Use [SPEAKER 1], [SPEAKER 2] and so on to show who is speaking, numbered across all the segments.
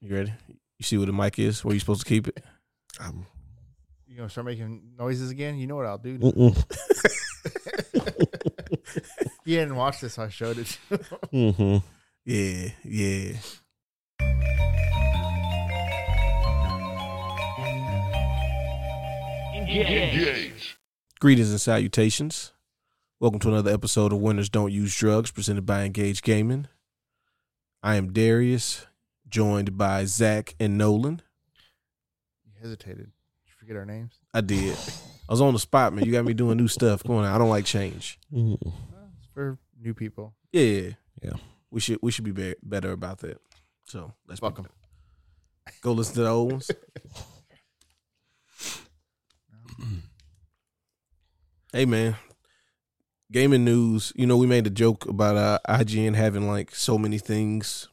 [SPEAKER 1] You ready? You see where the mic is? Where you supposed to keep it?
[SPEAKER 2] I'm,
[SPEAKER 3] You gonna start making noises again? You know what I'll do? now.
[SPEAKER 2] mm-mm.
[SPEAKER 3] You didn't watch this, so I showed it. to you.
[SPEAKER 2] hmm
[SPEAKER 1] Yeah, yeah. Greetings and salutations. Welcome to another episode of Winners Don't Use Drugs, presented by Engage Gaming. I am Darius, joined by Zach and Nolan.
[SPEAKER 3] you hesitated. Did you forget our names?
[SPEAKER 1] I did. I was on the spot, man. You got me doing new stuff. Come on, now. I don't like change.
[SPEAKER 2] Mm-mm.
[SPEAKER 3] Well, it's for new people.
[SPEAKER 1] Yeah,
[SPEAKER 2] Yeah.
[SPEAKER 1] We should we should be, be- better about that. So let's be
[SPEAKER 3] Fuck 'em.
[SPEAKER 1] better. Go listen to the old ones. hey man, gaming news. You know we made a joke about uh, IGN having like so many things,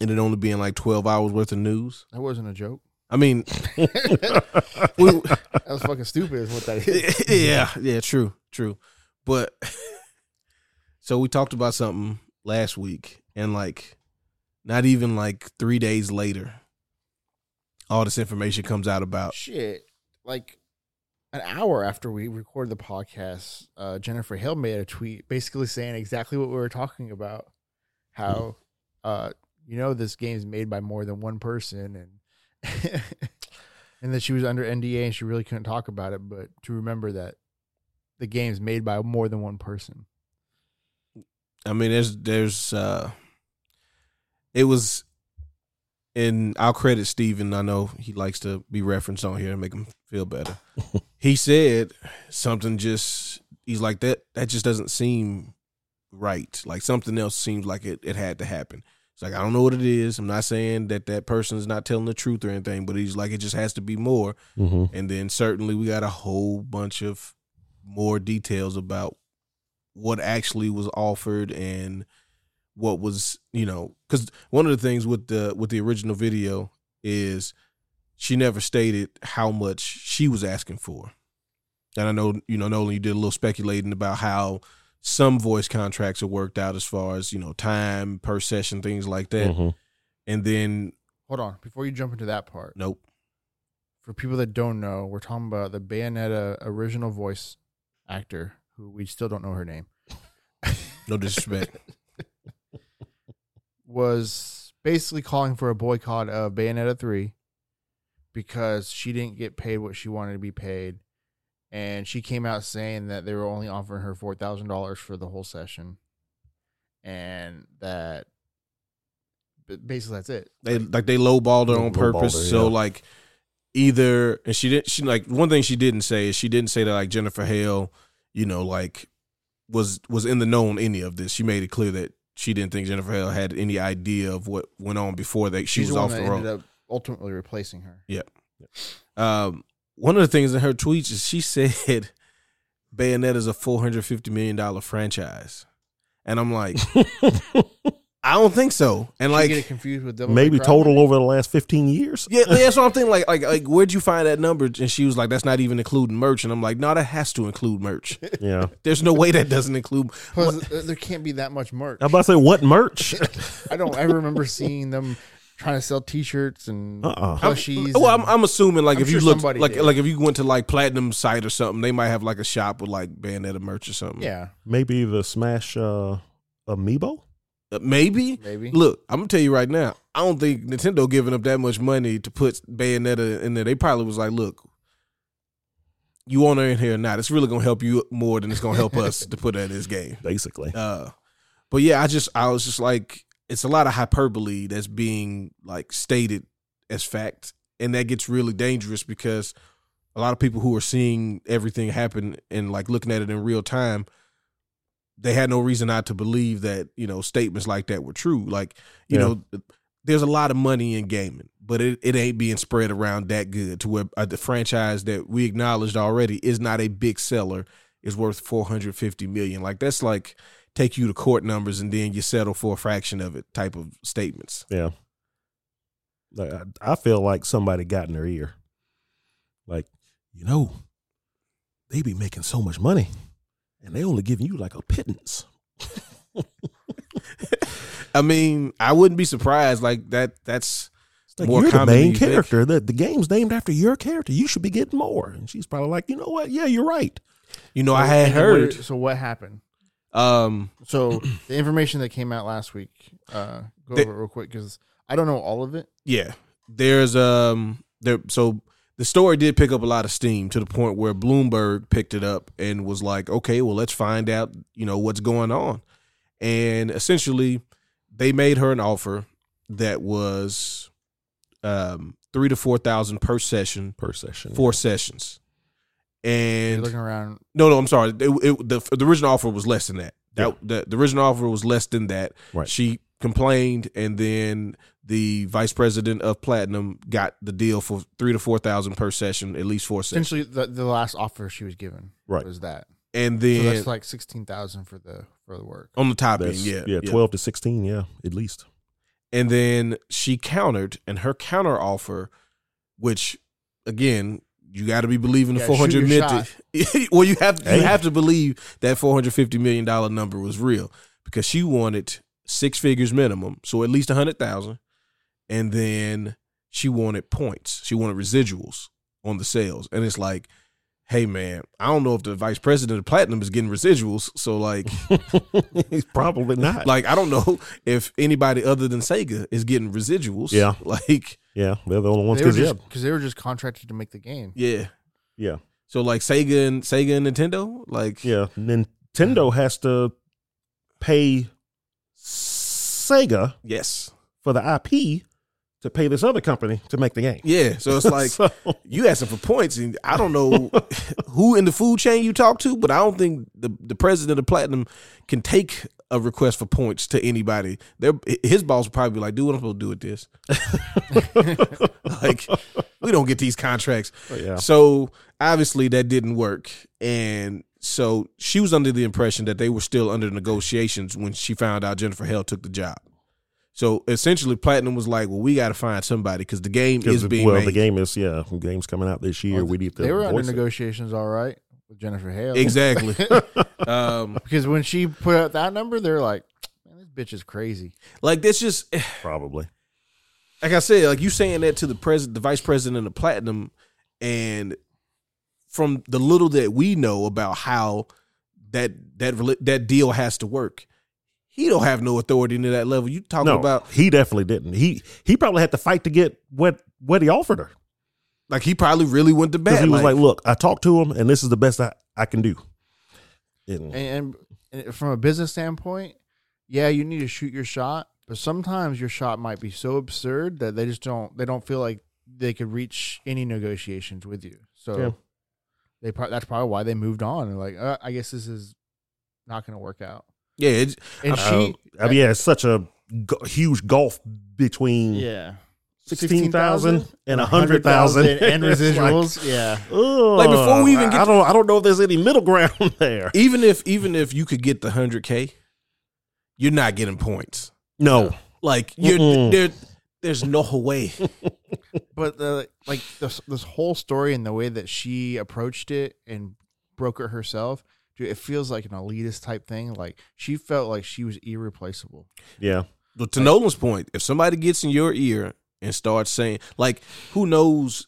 [SPEAKER 1] and it only being like twelve hours worth of news.
[SPEAKER 3] That wasn't a joke.
[SPEAKER 1] I mean,
[SPEAKER 3] that
[SPEAKER 1] we,
[SPEAKER 3] was fucking stupid. Is what that is.
[SPEAKER 1] yeah, yeah, true, true. But so we talked about something last week, and like, not even like three days later, all this information comes out
[SPEAKER 3] Uh,
[SPEAKER 1] about.
[SPEAKER 3] Shit. Like an hour after we recorded the podcast, uh, Jennifer Hill made a tweet basically saying exactly what we were talking about. How, uh, you know, this game's made by more than one person, and and that she was under NDA and she really couldn't talk about it. But to remember that the game's made by more than one person.
[SPEAKER 1] I mean, there's, there's, uh, it was, and I'll credit Steven. I know he likes to be referenced on here and make him feel better. he said something just, he's like, that, that just doesn't seem right. Like something else seems like it, it had to happen. It's like, I don't know what it is. I'm not saying that that person is not telling the truth or anything, but he's like, it just has to be more.
[SPEAKER 2] hmm
[SPEAKER 1] And then certainly we got a whole bunch of more details about what actually was offered and what was, you know, cuz one of the things with the with the original video is she never stated how much she was asking for. And I know, you know, Nolan, you did a little speculating about how some voice contracts are worked out as far as, you know, time per session, things like that.
[SPEAKER 2] Mm.
[SPEAKER 1] And then,
[SPEAKER 3] Hold on, before you jump into that part.
[SPEAKER 1] nope.
[SPEAKER 3] for people that don't know, we're talking about the Bayonetta original voice actor who we still don't know her name
[SPEAKER 1] No disrespect.
[SPEAKER 3] was basically calling for a boycott of Bayonetta 3 because she didn't get paid what she wanted to be paid and she came out saying that they were only offering her $4,000 for the whole session and that ba- basically that's it.
[SPEAKER 1] they like they lowballed her on
[SPEAKER 2] Lowballed
[SPEAKER 1] purpose.
[SPEAKER 2] her,
[SPEAKER 1] So
[SPEAKER 2] yeah.
[SPEAKER 1] like either and she didn't she like one thing she didn't say is she didn't say that like Jennifer Hale, you know, like was was in the know on any of this. She made it clear that she didn't think Jennifer Hale had any idea of what went on before that she
[SPEAKER 3] She's
[SPEAKER 1] was
[SPEAKER 3] the
[SPEAKER 1] off
[SPEAKER 3] one
[SPEAKER 1] the
[SPEAKER 3] that
[SPEAKER 1] road.
[SPEAKER 3] ended up ultimately replacing her.
[SPEAKER 1] Um, one of the things in her tweets is she said Bayonetta is a four hundred fifty million dollar franchise, and I'm like, I don't think so. And
[SPEAKER 3] Like,
[SPEAKER 1] like,
[SPEAKER 3] you get it confused with Devil May
[SPEAKER 2] Mm-hmm. Maybe
[SPEAKER 3] Cry?
[SPEAKER 2] total over the last 15 years.
[SPEAKER 1] Yeah, that's what I'm thinking. Like, like, like, where'd you find that number? And she was like, "That's not even including merch." And I'm like, "No, that has to include merch.
[SPEAKER 2] Yeah.
[SPEAKER 1] There's no way that doesn't include."
[SPEAKER 3] Plus, th- there can't be that much merch.
[SPEAKER 2] I'm about to say, what merch?
[SPEAKER 3] I don't ever remember seeing them trying to sell T-shirts and
[SPEAKER 2] Uh-uh.
[SPEAKER 3] plushies.
[SPEAKER 1] Well, Uh, I'm,
[SPEAKER 3] and-
[SPEAKER 1] I'm assuming like
[SPEAKER 3] I'm
[SPEAKER 1] if
[SPEAKER 3] sure
[SPEAKER 1] you look
[SPEAKER 3] somebody
[SPEAKER 1] like
[SPEAKER 3] did.
[SPEAKER 1] like if you went to like platinum site or something, they might have like a shop with like Bayonetta merch or something.
[SPEAKER 3] yeah,
[SPEAKER 2] Maybe the Smash uh, Amiibo?
[SPEAKER 1] Uh, maybe.
[SPEAKER 3] maybe.
[SPEAKER 1] Look, I'm gonna tell you right now. I don't think Nintendo giving up that much money to put Bayonetta in there. They probably was like, "Look, you want her in here or not? It's really gonna help you more than it's gonna help us to put her in this game."
[SPEAKER 2] Basically.
[SPEAKER 1] Uh, but yeah, I just I was just like, it's a lot of hyperbole that's being like stated as fact, and that gets really dangerous because a lot of people who are seeing everything happen and like looking at it in real time, they had no reason not to believe that you know statements like that were true. Like you
[SPEAKER 2] Yeah.
[SPEAKER 1] know, there's a lot of money in gaming, but it, it ain't being spread around that good to where uh, the franchise that we acknowledged already is not a big seller is worth 450 million. Like that's like take you to court numbers and then you settle for a fraction of it type of statements.
[SPEAKER 2] Yeah. Like, I, I feel like somebody got in their ear. Like, you know, they be making so much money and they only giving you like a pittance.
[SPEAKER 1] I mean, I wouldn't be surprised. Like that that's
[SPEAKER 2] It's like
[SPEAKER 1] More
[SPEAKER 2] you're the
[SPEAKER 1] comedy
[SPEAKER 2] main
[SPEAKER 1] than you think.
[SPEAKER 2] character. The, the game's named after your character. You should be getting more. And she's probably like, you know what? Yeah, you're right.
[SPEAKER 1] You know, I
[SPEAKER 3] So-
[SPEAKER 1] had
[SPEAKER 3] and what-
[SPEAKER 1] heard.
[SPEAKER 3] So what happened?
[SPEAKER 1] Um,
[SPEAKER 3] So the information that came out last week. Uh, go
[SPEAKER 1] They-
[SPEAKER 3] over it real quick because I don't know all of it.
[SPEAKER 1] yeah, there's um, there. So the story did pick up a lot of steam to the point where Bloomberg picked it up and was like, okay, well, let's find out, you know, what's going on. And essentially, they made her an offer that was um three to four thousand per session,
[SPEAKER 2] Per session.
[SPEAKER 1] four sessions.
[SPEAKER 3] You're
[SPEAKER 1] And
[SPEAKER 3] looking around.
[SPEAKER 1] No, no, I'm sorry. It, it, the, the original offer was less than that. That the, the original offer was less than that.
[SPEAKER 2] Right.
[SPEAKER 1] She complained, and then the vice president of Platinum got the deal for three to four thousand per session, at least four sessions.
[SPEAKER 3] Essentially, the, the last offer she was given
[SPEAKER 2] Right.
[SPEAKER 3] was that.
[SPEAKER 1] And
[SPEAKER 3] So
[SPEAKER 1] then
[SPEAKER 3] that's like sixteen thousand for the for the work.
[SPEAKER 1] on the top end,
[SPEAKER 2] That's-
[SPEAKER 1] yeah,
[SPEAKER 2] yeah, 12 to 16. Yeah, at least.
[SPEAKER 1] And then she countered, and her counter offer, which again, you got to be believing the
[SPEAKER 3] Yeah,
[SPEAKER 1] four hundred
[SPEAKER 3] shoot your
[SPEAKER 1] million. well, you have
[SPEAKER 2] Hey.
[SPEAKER 1] you have to believe that four hundred fifty million dollar number was real because she wanted six figures minimum, so at least a hundred thousand, and then she wanted points. She wanted residuals on the sales, and it's like. Hey man, I don't know if the vice president of platinum is getting residuals. So like,
[SPEAKER 2] He's probably not.
[SPEAKER 1] like I don't know if anybody other than Sega is getting residuals.
[SPEAKER 2] Yeah.
[SPEAKER 1] Like
[SPEAKER 2] yeah, they're the only ones.
[SPEAKER 3] They were
[SPEAKER 2] Cause,
[SPEAKER 3] just
[SPEAKER 2] yeah,
[SPEAKER 3] because they were just contracted to make the game.
[SPEAKER 1] yeah.
[SPEAKER 2] Yeah.
[SPEAKER 1] So like Sega and Sega and Nintendo, like
[SPEAKER 2] yeah. Nintendo has to pay Sega
[SPEAKER 1] yes.
[SPEAKER 2] for the IP to pay this other company to make the game.
[SPEAKER 1] Yeah. So it's like
[SPEAKER 2] So-
[SPEAKER 1] you asking for points and I don't know who in the food chain you talk to, but I don't think the, the president of Platinum can take a request for points to anybody. Their his boss would probably be like, "Do what I'm supposed to do with this." like, we don't get these contracts.
[SPEAKER 2] yeah.
[SPEAKER 1] So obviously that didn't work, and so she was under the impression that they were still under negotiations when she found out Jennifer Hale took the job. So essentially, Platinum was like, "Well, we got to find somebody because the game is
[SPEAKER 2] Because,
[SPEAKER 1] being
[SPEAKER 2] well,
[SPEAKER 1] made."
[SPEAKER 2] the game is yeah, the game's coming out this year.
[SPEAKER 3] Well,
[SPEAKER 2] we need to.
[SPEAKER 3] They were under
[SPEAKER 2] voice it.
[SPEAKER 3] negotiations, all right, with Jennifer Hale.
[SPEAKER 1] Exactly. um,
[SPEAKER 3] Because when she put out that number, they're like, "Man, this bitch is crazy."
[SPEAKER 1] like that's just
[SPEAKER 2] probably.
[SPEAKER 1] like I said, like you saying that to the president, the vice president of Platinum, and from the little that we know about how that that rela- that deal has to work, he don't have no authority into that level. You talking
[SPEAKER 2] No,
[SPEAKER 1] about
[SPEAKER 2] he definitely didn't. He he probably had to fight to get what what he offered her
[SPEAKER 1] like he probably really went to
[SPEAKER 2] because
[SPEAKER 1] bat.
[SPEAKER 2] he was
[SPEAKER 1] like,
[SPEAKER 2] like, "Look, I talked to him, and this is the best I I can do."
[SPEAKER 3] And,
[SPEAKER 2] And-
[SPEAKER 3] and, and from a business standpoint, yeah, you need to shoot your shot, but sometimes your shot might be so absurd that they just don't they don't feel like they could reach any negotiations with you. So
[SPEAKER 2] Yeah.
[SPEAKER 3] they pro- that's probably why they moved on and like, uh, I guess this is not going to work out.
[SPEAKER 1] yeah, it's,
[SPEAKER 3] And
[SPEAKER 2] Uh,
[SPEAKER 3] she,
[SPEAKER 2] I mean, yeah, it's such a go- huge gulf between
[SPEAKER 3] yeah,
[SPEAKER 2] sixteen thousand and a
[SPEAKER 3] 100,000
[SPEAKER 2] hundred thousand
[SPEAKER 3] and residuals. yeah,
[SPEAKER 2] like
[SPEAKER 1] before we even get
[SPEAKER 2] I don't I don't know if there's any middle ground there.
[SPEAKER 1] even if even if you could get the hundred k, you're not getting points.
[SPEAKER 2] No,
[SPEAKER 1] Like you're
[SPEAKER 2] Mm-mm.
[SPEAKER 1] there. There's no way.
[SPEAKER 3] but the like this this whole story and the way that she approached it and broke it herself dude it feels like an elitist type thing like she felt like she was irreplaceable
[SPEAKER 2] yeah,
[SPEAKER 1] But to Nolan's point, if somebody gets in your ear and starts saying, like, who knows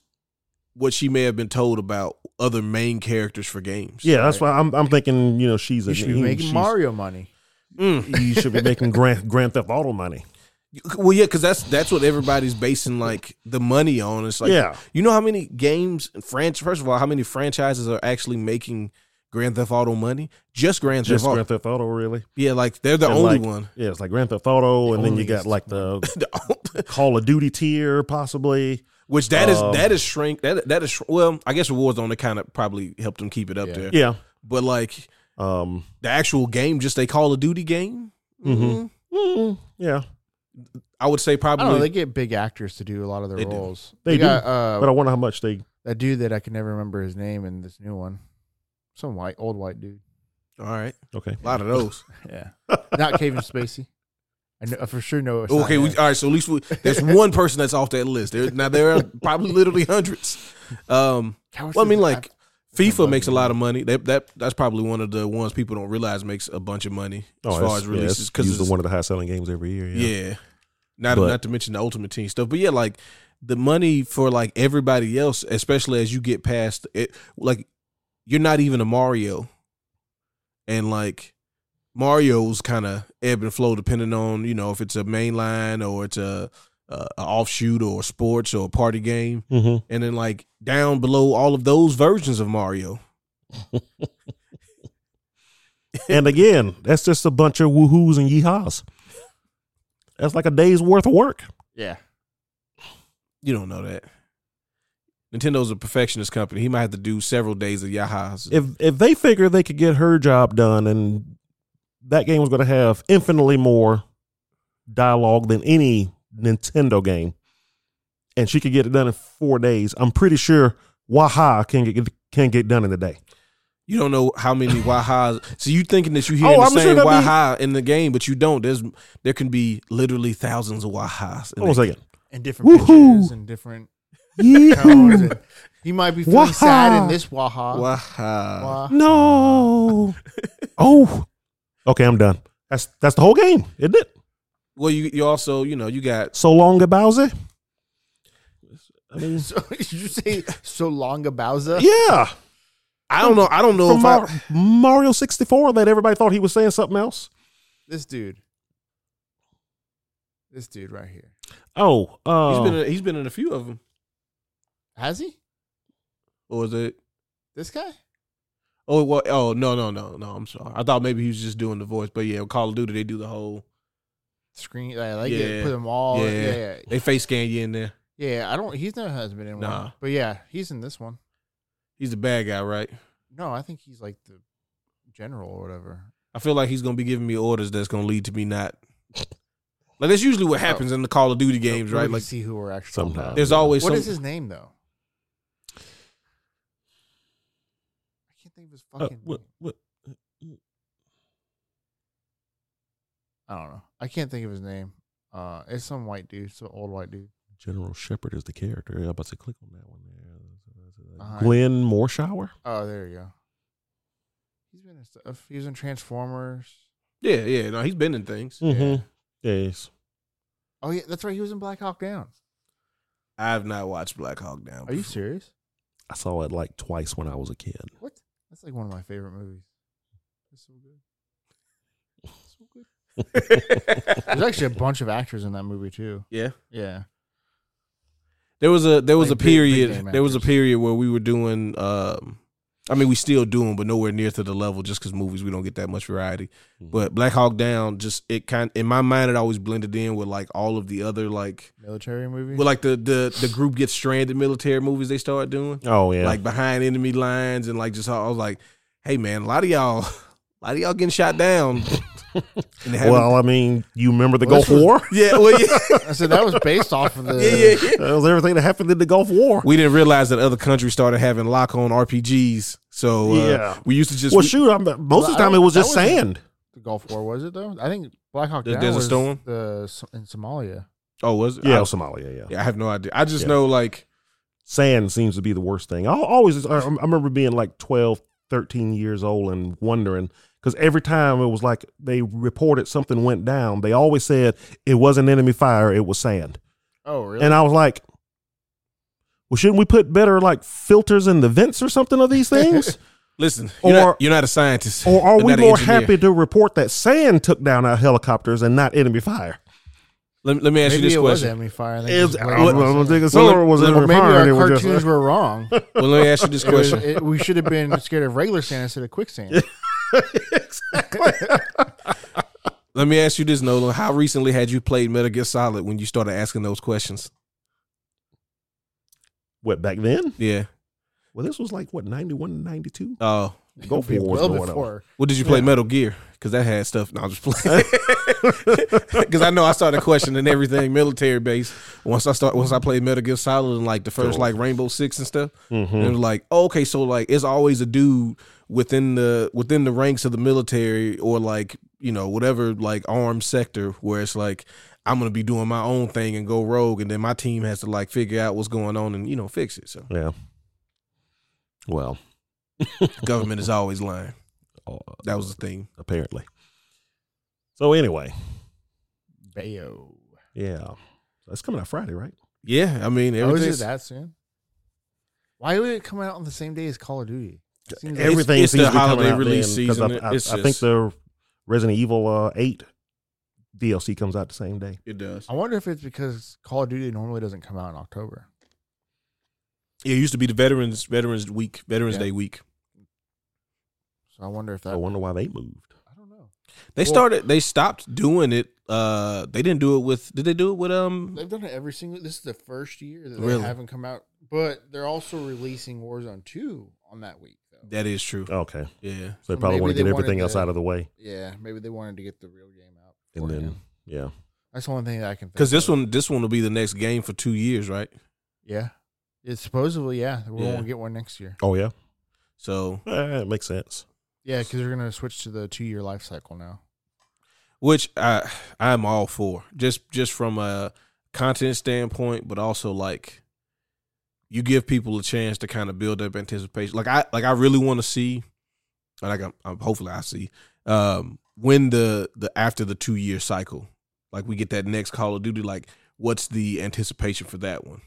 [SPEAKER 1] what she may have been told about other main characters for games?
[SPEAKER 2] yeah. That's why I'm I'm thinking. You know, she's
[SPEAKER 3] you
[SPEAKER 2] a
[SPEAKER 3] should be making Mario money
[SPEAKER 1] Mm.
[SPEAKER 2] you should be making Grand Grand Theft Auto money.
[SPEAKER 1] Well, yeah, because that's that's what everybody's basing like the money on. It's like,
[SPEAKER 2] yeah,
[SPEAKER 1] you know how many games franchise? First of all, how many franchises are actually making Grand Theft Auto money? Just Grand Theft
[SPEAKER 2] just
[SPEAKER 1] Auto.
[SPEAKER 2] Grand Theft Auto, really.
[SPEAKER 1] yeah, like they're the
[SPEAKER 2] And,
[SPEAKER 1] only
[SPEAKER 2] like,
[SPEAKER 1] one.
[SPEAKER 2] Yeah, it's like Grand Theft Auto, and then you
[SPEAKER 3] only
[SPEAKER 2] got
[SPEAKER 3] is-
[SPEAKER 2] like the
[SPEAKER 1] The only-
[SPEAKER 2] Call of Duty tier, possibly.
[SPEAKER 1] Which that is
[SPEAKER 2] Um,
[SPEAKER 1] that is shrink that that is shr- well, I guess Warzone that kind of probably helped them keep it up
[SPEAKER 3] Yeah.
[SPEAKER 1] there.
[SPEAKER 2] Yeah,
[SPEAKER 1] But like
[SPEAKER 2] um,
[SPEAKER 1] the actual game, just a Call of Duty game.
[SPEAKER 2] Mhm.
[SPEAKER 1] Mm,
[SPEAKER 2] mm, yeah.
[SPEAKER 1] I would say
[SPEAKER 3] Mm-hmm. i don't know
[SPEAKER 1] probably
[SPEAKER 3] they get big actors to do a lot of their
[SPEAKER 1] They do.
[SPEAKER 3] roles
[SPEAKER 2] They do,
[SPEAKER 3] got uh
[SPEAKER 2] But I wonder how much they.
[SPEAKER 3] that dude that i can never remember his name in this new one some white old white dude
[SPEAKER 1] all right.
[SPEAKER 2] Okay,
[SPEAKER 1] A lot of those.
[SPEAKER 3] yeah not Kevin spacey i know I for sure know it's not
[SPEAKER 1] okay, we,
[SPEAKER 3] him.
[SPEAKER 1] all right. So at least we, there's one person that's off that list. There, now there are probably literally hundreds. Um,
[SPEAKER 3] Coward
[SPEAKER 1] well, I mean,
[SPEAKER 3] Suicide-
[SPEAKER 1] like FIFA makes a lot of money. That that that's probably one of the ones people
[SPEAKER 2] Oh,
[SPEAKER 3] Oh,
[SPEAKER 1] don't realize makes a bunch of money as far as releases
[SPEAKER 2] because
[SPEAKER 1] because
[SPEAKER 2] it's one of the high selling games every year. Yeah,
[SPEAKER 1] yeah, Not
[SPEAKER 2] But-
[SPEAKER 1] not to mention the Ultimate Team stuff, but yeah, like the money for like everybody else, especially as you get past it, like you're not even a Mario, and like Mario's kind of ebb and flow depending on you know if it's a mainline or it's a, a, a offshoot or sports or a party game,
[SPEAKER 2] Mm-hmm.
[SPEAKER 1] and then like down below all of those versions of Mario.
[SPEAKER 2] and again, that's just a bunch of woohoos and yeehaws. That's like a day's worth of work.
[SPEAKER 3] Yeah.
[SPEAKER 1] You don't know that. Nintendo's a perfectionist company. He might have to do several days of yahas.
[SPEAKER 2] If if they figure they could get her job done and that game was going to have infinitely more dialogue than any Nintendo game, and she could get it done in four days, I'm pretty sure Waha can get can get done in a day.
[SPEAKER 1] You don't know how many wahas. So you thinking that you hear
[SPEAKER 2] Oh,
[SPEAKER 1] the
[SPEAKER 2] I'm sure
[SPEAKER 1] same
[SPEAKER 2] there'll be-
[SPEAKER 1] waha in the game, but you don't. There's there can be literally thousands of wahas. in
[SPEAKER 2] Hold on a
[SPEAKER 1] there.
[SPEAKER 2] second.
[SPEAKER 3] And different
[SPEAKER 2] Woohoo.
[SPEAKER 3] pitches and different tones.
[SPEAKER 2] Yee-hoo.
[SPEAKER 3] and you might be feeling sad in
[SPEAKER 2] Waha.
[SPEAKER 3] this waha.
[SPEAKER 1] Waha.
[SPEAKER 2] Hmm.
[SPEAKER 3] Wah.
[SPEAKER 2] No. oh. Okay, I'm done. That's that's the whole game, isn't it?
[SPEAKER 1] Well, you you also you know you got
[SPEAKER 2] So long, Bowser. I mean,
[SPEAKER 3] So, did you say so long Bowser?
[SPEAKER 2] yeah.
[SPEAKER 1] I don't know I don't know
[SPEAKER 2] From
[SPEAKER 1] if
[SPEAKER 2] Mar-
[SPEAKER 1] I,
[SPEAKER 2] Mario 64 that everybody thought he was saying something else.
[SPEAKER 3] This dude. This dude right here.
[SPEAKER 2] Oh,
[SPEAKER 1] he's
[SPEAKER 2] uh,
[SPEAKER 1] been in, he's been in a few of them
[SPEAKER 3] Has he?
[SPEAKER 1] or is it
[SPEAKER 3] This guy?
[SPEAKER 1] oh well oh no no no no I'm sorry I thought maybe he was just doing the voice but yeah Call of Duty they do the whole
[SPEAKER 3] Screen like, like
[SPEAKER 1] Yeah.
[SPEAKER 3] yeah. put them all.
[SPEAKER 1] Yeah.
[SPEAKER 3] Yeah. yeah,
[SPEAKER 1] they face scan you in there
[SPEAKER 3] yeah, I don't. He's never has been in one.
[SPEAKER 1] Nah.
[SPEAKER 3] But yeah, he's in this one.
[SPEAKER 1] he's the bad guy right
[SPEAKER 3] No, I think he's like the general or whatever.
[SPEAKER 1] I feel like he's gonna be giving me orders that's gonna lead to me not like that's usually what happens in the Call of Duty games
[SPEAKER 3] Nobody
[SPEAKER 1] right
[SPEAKER 3] can
[SPEAKER 1] like
[SPEAKER 3] see who we're actually.
[SPEAKER 2] Sometimes.
[SPEAKER 3] talking about.
[SPEAKER 1] there's always
[SPEAKER 3] What
[SPEAKER 1] some,
[SPEAKER 3] is his name though? I can't think of his
[SPEAKER 2] uh,
[SPEAKER 3] fucking.
[SPEAKER 2] what,
[SPEAKER 3] name.
[SPEAKER 2] what,
[SPEAKER 3] I don't know. I can't think of his name. Uh, it's some white dude, some old white dude.
[SPEAKER 2] General Shepard is the character. I'm about to click on that one there.
[SPEAKER 3] Uh-huh.
[SPEAKER 2] Glenn Morshower.
[SPEAKER 3] Oh, there you go. He's been in stuff. He was in Transformers.
[SPEAKER 1] yeah yeah no he's been in things
[SPEAKER 2] Mm-hmm. Yes.
[SPEAKER 3] Oh yeah, that's right. He was in Black Hawk Down.
[SPEAKER 1] I have not watched Black Hawk Down.
[SPEAKER 3] Are you
[SPEAKER 1] before.
[SPEAKER 3] serious?
[SPEAKER 2] I saw it like twice when I was a kid.
[SPEAKER 3] What? That's like one of my favorite movies. It's so good. It's so good. There's actually a bunch of actors in that movie too.
[SPEAKER 1] Yeah.
[SPEAKER 3] Yeah.
[SPEAKER 1] There was a there was
[SPEAKER 3] Like
[SPEAKER 1] a
[SPEAKER 3] big- big
[SPEAKER 1] period
[SPEAKER 3] name
[SPEAKER 1] there was a
[SPEAKER 3] actors.
[SPEAKER 1] period where we were doing um I mean we still doing but nowhere near to the level just cuz movies we don't get that much variety.
[SPEAKER 2] Mhm.
[SPEAKER 3] Mm-hmm.
[SPEAKER 1] But Black Hawk Down just it kind in my mind it always blended in with like all of the other like
[SPEAKER 3] Military movie.
[SPEAKER 1] well like the the the group gets stranded military movies they start doing
[SPEAKER 2] Oh yeah.
[SPEAKER 1] like behind enemy lines and like just how I was like hey man a lot of y'all a lot of y'all getting shot down. and they haven't-
[SPEAKER 2] well, I mean, you remember the
[SPEAKER 3] Well,
[SPEAKER 2] Gulf
[SPEAKER 3] this was-
[SPEAKER 2] War?
[SPEAKER 1] yeah, well yeah.
[SPEAKER 3] I said that was based off of the.
[SPEAKER 1] yeah, yeah, yeah.
[SPEAKER 2] That was everything that happened in the Gulf War.
[SPEAKER 1] we didn't realize that other countries started having lock on RPGs. So uh,
[SPEAKER 2] Yeah.
[SPEAKER 1] we used to just
[SPEAKER 2] well,
[SPEAKER 1] we-
[SPEAKER 2] shoot, I'm, most of
[SPEAKER 3] Well,
[SPEAKER 2] the time it was
[SPEAKER 3] that
[SPEAKER 2] just
[SPEAKER 3] was-
[SPEAKER 2] sand.
[SPEAKER 3] The Gulf War was it though? I think Black Hawk
[SPEAKER 1] The
[SPEAKER 3] Down
[SPEAKER 1] Desert
[SPEAKER 3] was
[SPEAKER 1] Storm?
[SPEAKER 3] the S- in Somalia.
[SPEAKER 1] oh was it?
[SPEAKER 2] Yeah,
[SPEAKER 1] I,
[SPEAKER 2] Somalia. Yeah.
[SPEAKER 1] yeah, I have no idea. I just
[SPEAKER 2] Yeah.
[SPEAKER 1] know like
[SPEAKER 2] sand seems to be the worst thing. I always, I I remember being like 12, 13 years old and wondering because every time it was like they reported something went down, they always said it wasn't enemy fire, it was sand.
[SPEAKER 3] Oh really?
[SPEAKER 2] And I was like, well, shouldn't we put better like filters in the vents or something of these things?
[SPEAKER 1] listen, you're,
[SPEAKER 2] Or-
[SPEAKER 1] not, you're not a scientist,
[SPEAKER 2] or are
[SPEAKER 1] You're
[SPEAKER 2] we
[SPEAKER 1] not an
[SPEAKER 2] more
[SPEAKER 1] engineer.
[SPEAKER 2] happy to report that sand took down our helicopters and not enemy fire?
[SPEAKER 1] Let, me- let me ask
[SPEAKER 3] maybe
[SPEAKER 1] you this
[SPEAKER 3] it was
[SPEAKER 1] question.
[SPEAKER 3] enemy fire. and they
[SPEAKER 2] It's-
[SPEAKER 3] just
[SPEAKER 2] I
[SPEAKER 3] blamed
[SPEAKER 2] don't
[SPEAKER 3] us.
[SPEAKER 2] know, I think it's-
[SPEAKER 1] Well,
[SPEAKER 2] or was
[SPEAKER 1] or
[SPEAKER 2] it
[SPEAKER 3] Or
[SPEAKER 2] enemy
[SPEAKER 3] maybe
[SPEAKER 2] fire
[SPEAKER 3] our
[SPEAKER 2] and it was just-
[SPEAKER 3] cartoons were wrong.
[SPEAKER 1] Well, let me ask you this
[SPEAKER 3] It was-
[SPEAKER 1] question.
[SPEAKER 3] it- we should have been scared of regular sand instead of quicksand.
[SPEAKER 1] let me ask you this, Nolan. How recently had you played Metal Gear Solid when you started asking those questions?
[SPEAKER 2] what back then?
[SPEAKER 1] Yeah.
[SPEAKER 2] Well, this was like what 91, 92?
[SPEAKER 1] Oh,
[SPEAKER 2] The Gulf War was
[SPEAKER 3] well
[SPEAKER 2] going on.
[SPEAKER 3] before.
[SPEAKER 1] Well, did you play
[SPEAKER 3] Yeah.
[SPEAKER 1] Metal Gear? Because that had stuff. No, I'm just playing. Because I know I started questioning everything military base once I start once I played Metal Gear Solid and like the first
[SPEAKER 2] Sure.
[SPEAKER 1] like Rainbow Six and stuff.
[SPEAKER 2] Mhm.
[SPEAKER 1] It
[SPEAKER 3] Mm-hmm.
[SPEAKER 1] was like oh, okay, so like it's always a dude within the within the ranks of the military or like you know whatever like armed sector where it's like I'm gonna be doing my own thing and go rogue, and then my team has to like figure out what's going on and you know fix it. So
[SPEAKER 2] Yeah. Well,
[SPEAKER 1] government is always lying.
[SPEAKER 2] uh,
[SPEAKER 1] That was the thing.
[SPEAKER 2] apparently. So anyway,
[SPEAKER 3] Bayo.
[SPEAKER 2] Yeah. That's coming out Friday, right?
[SPEAKER 1] Yeah, I mean
[SPEAKER 3] Oh, is
[SPEAKER 1] everything's
[SPEAKER 3] it that soon? Why would it come out on the same day as Call of Duty? Seems like-
[SPEAKER 2] Everything
[SPEAKER 1] it's
[SPEAKER 2] seems
[SPEAKER 1] the
[SPEAKER 2] to be coming
[SPEAKER 1] holiday
[SPEAKER 2] out
[SPEAKER 1] release
[SPEAKER 2] then, 'cause
[SPEAKER 1] season.
[SPEAKER 2] I, I,
[SPEAKER 1] It's
[SPEAKER 2] I think
[SPEAKER 1] just-
[SPEAKER 2] the Resident Evil uh, 8 DLC comes out the same day.
[SPEAKER 1] it does.
[SPEAKER 3] I wonder if it's because Call of Duty normally doesn't come out in October.
[SPEAKER 1] Yeah, it used to be the Veterans Veterans Week, Veterans
[SPEAKER 3] Yeah.
[SPEAKER 1] Day week.
[SPEAKER 3] So I wonder if that.
[SPEAKER 2] I wonder why they moved.
[SPEAKER 3] I don't know.
[SPEAKER 1] They
[SPEAKER 3] Well-
[SPEAKER 1] started. They stopped doing it. Uh, they didn't do it with. Did they do it with um?
[SPEAKER 3] They've done it every single. This is the first year that
[SPEAKER 1] Really?
[SPEAKER 3] they haven't come out, but they're also releasing Warzone two on that week. Though.
[SPEAKER 1] That is true.
[SPEAKER 2] Okay.
[SPEAKER 1] Yeah,
[SPEAKER 2] So they
[SPEAKER 3] So
[SPEAKER 2] probably
[SPEAKER 3] maybe
[SPEAKER 2] want
[SPEAKER 3] they
[SPEAKER 2] to get
[SPEAKER 3] wanted
[SPEAKER 2] everything else
[SPEAKER 3] to-
[SPEAKER 2] out of the way.
[SPEAKER 3] yeah, maybe they wanted to get the real game out.
[SPEAKER 2] And then,
[SPEAKER 3] beforehand.
[SPEAKER 2] yeah.
[SPEAKER 3] that's the only thing that I can. think
[SPEAKER 1] because this
[SPEAKER 3] of.
[SPEAKER 1] one, this one will be the next game for two years, right?
[SPEAKER 3] yeah, it's supposedly yeah. We
[SPEAKER 1] Yeah.
[SPEAKER 3] won't get one next year.
[SPEAKER 2] Oh, yeah.
[SPEAKER 1] So,
[SPEAKER 2] Eh, it makes sense.
[SPEAKER 3] Yeah, because they're gonna switch to the two year life cycle now.
[SPEAKER 1] which I I'm all for, just just from a content standpoint, but also like you give people a chance to kind of build up anticipation. Like I like I really want to see, or like I'm, I'm hopefully I see um when the the after the two year cycle, like we get that next Call of Duty. Like what's the anticipation for that one?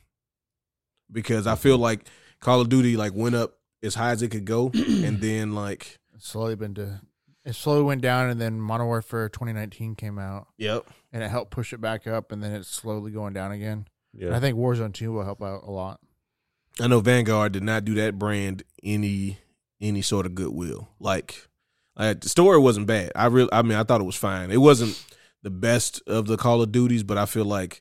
[SPEAKER 1] Because I feel like Call of Duty like went up as high as it could go, and then like
[SPEAKER 3] It's slowly been to. It slowly went down, and then Modern Warfare 2019 came out,
[SPEAKER 1] yep,
[SPEAKER 3] and it helped push it back up, and then it's slowly going down again. And
[SPEAKER 2] Yeah.
[SPEAKER 3] I think Warzone 2 will help out a lot.
[SPEAKER 1] I know Vanguard did not do that brand any any sort of goodwill. Like, like the story wasn't bad. I really, I mean, I thought it was fine. It wasn't the best of the Call of Duties, but I feel like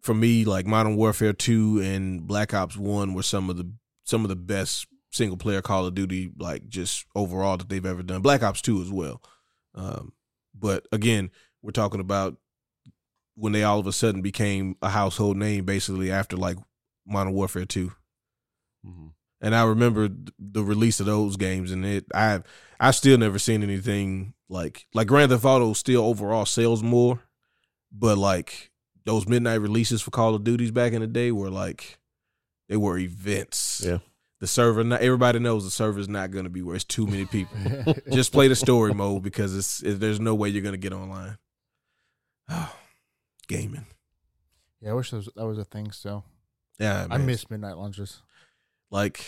[SPEAKER 1] for me, like Modern Warfare Two and Black Ops One were some of the some of the best single player Call of Duty, like just overall that they've ever done. Black Ops Two as well. Um, but again, we're talking about when they all of a sudden became a household name, basically after like Modern Warfare Two
[SPEAKER 2] Mhm.
[SPEAKER 1] and I remember th- the release of those games, and it I I still never seen anything like like Grand Theft Auto still overall sells more, but like those midnight releases for Call of Duties back in the day were like they were events.
[SPEAKER 2] Yeah.
[SPEAKER 1] the server not everybody knows the server's not going to be where it's too many people. Just play the story mode because it's it, there's no way you're going to get online. Oh, gaming.
[SPEAKER 3] yeah, I wish that was, that was a thing. So
[SPEAKER 1] Yeah,
[SPEAKER 3] I
[SPEAKER 1] man.
[SPEAKER 3] miss midnight lunches.
[SPEAKER 1] like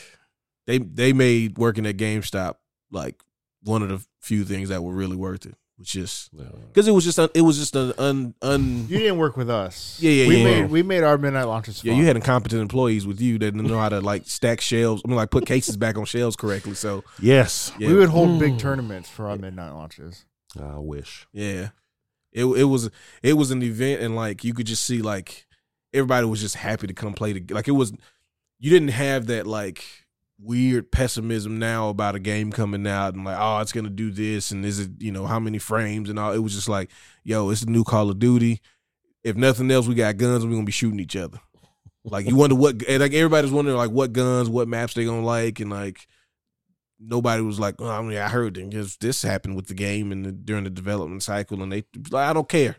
[SPEAKER 1] they they made working at GameStop like one of the few things that were really worth it, which just
[SPEAKER 2] Yeah.
[SPEAKER 1] because it was just un, it was just an un un
[SPEAKER 3] You didn't work with us.
[SPEAKER 1] Yeah, yeah,
[SPEAKER 3] we
[SPEAKER 1] yeah,
[SPEAKER 3] Made,
[SPEAKER 1] yeah.
[SPEAKER 3] We made our midnight lunches.
[SPEAKER 1] yeah
[SPEAKER 3] fun.
[SPEAKER 1] you had incompetent employees with you that didn't know how to like stack shelves I mean like put cases back on shelves correctly so
[SPEAKER 2] Yes.
[SPEAKER 1] yeah
[SPEAKER 3] We would hold big
[SPEAKER 2] Mm.
[SPEAKER 3] tournaments for our midnight lunches.
[SPEAKER 2] I wish.
[SPEAKER 1] yeah it it was it was an event and like you could just see like everybody was just happy to come play the like it was you didn't have that like weird pessimism now about a game coming out and like oh it's gonna do this and is it you know how many frames and all it was just like yo it's a new Call of Duty if nothing else we got guns and we gonna be shooting each other like you wonder what and, like everybody's wondering like what guns what maps they gonna like and like nobody was like oh, I mean I heard them because this happened with the game and the, during the development cycle and they like I don't care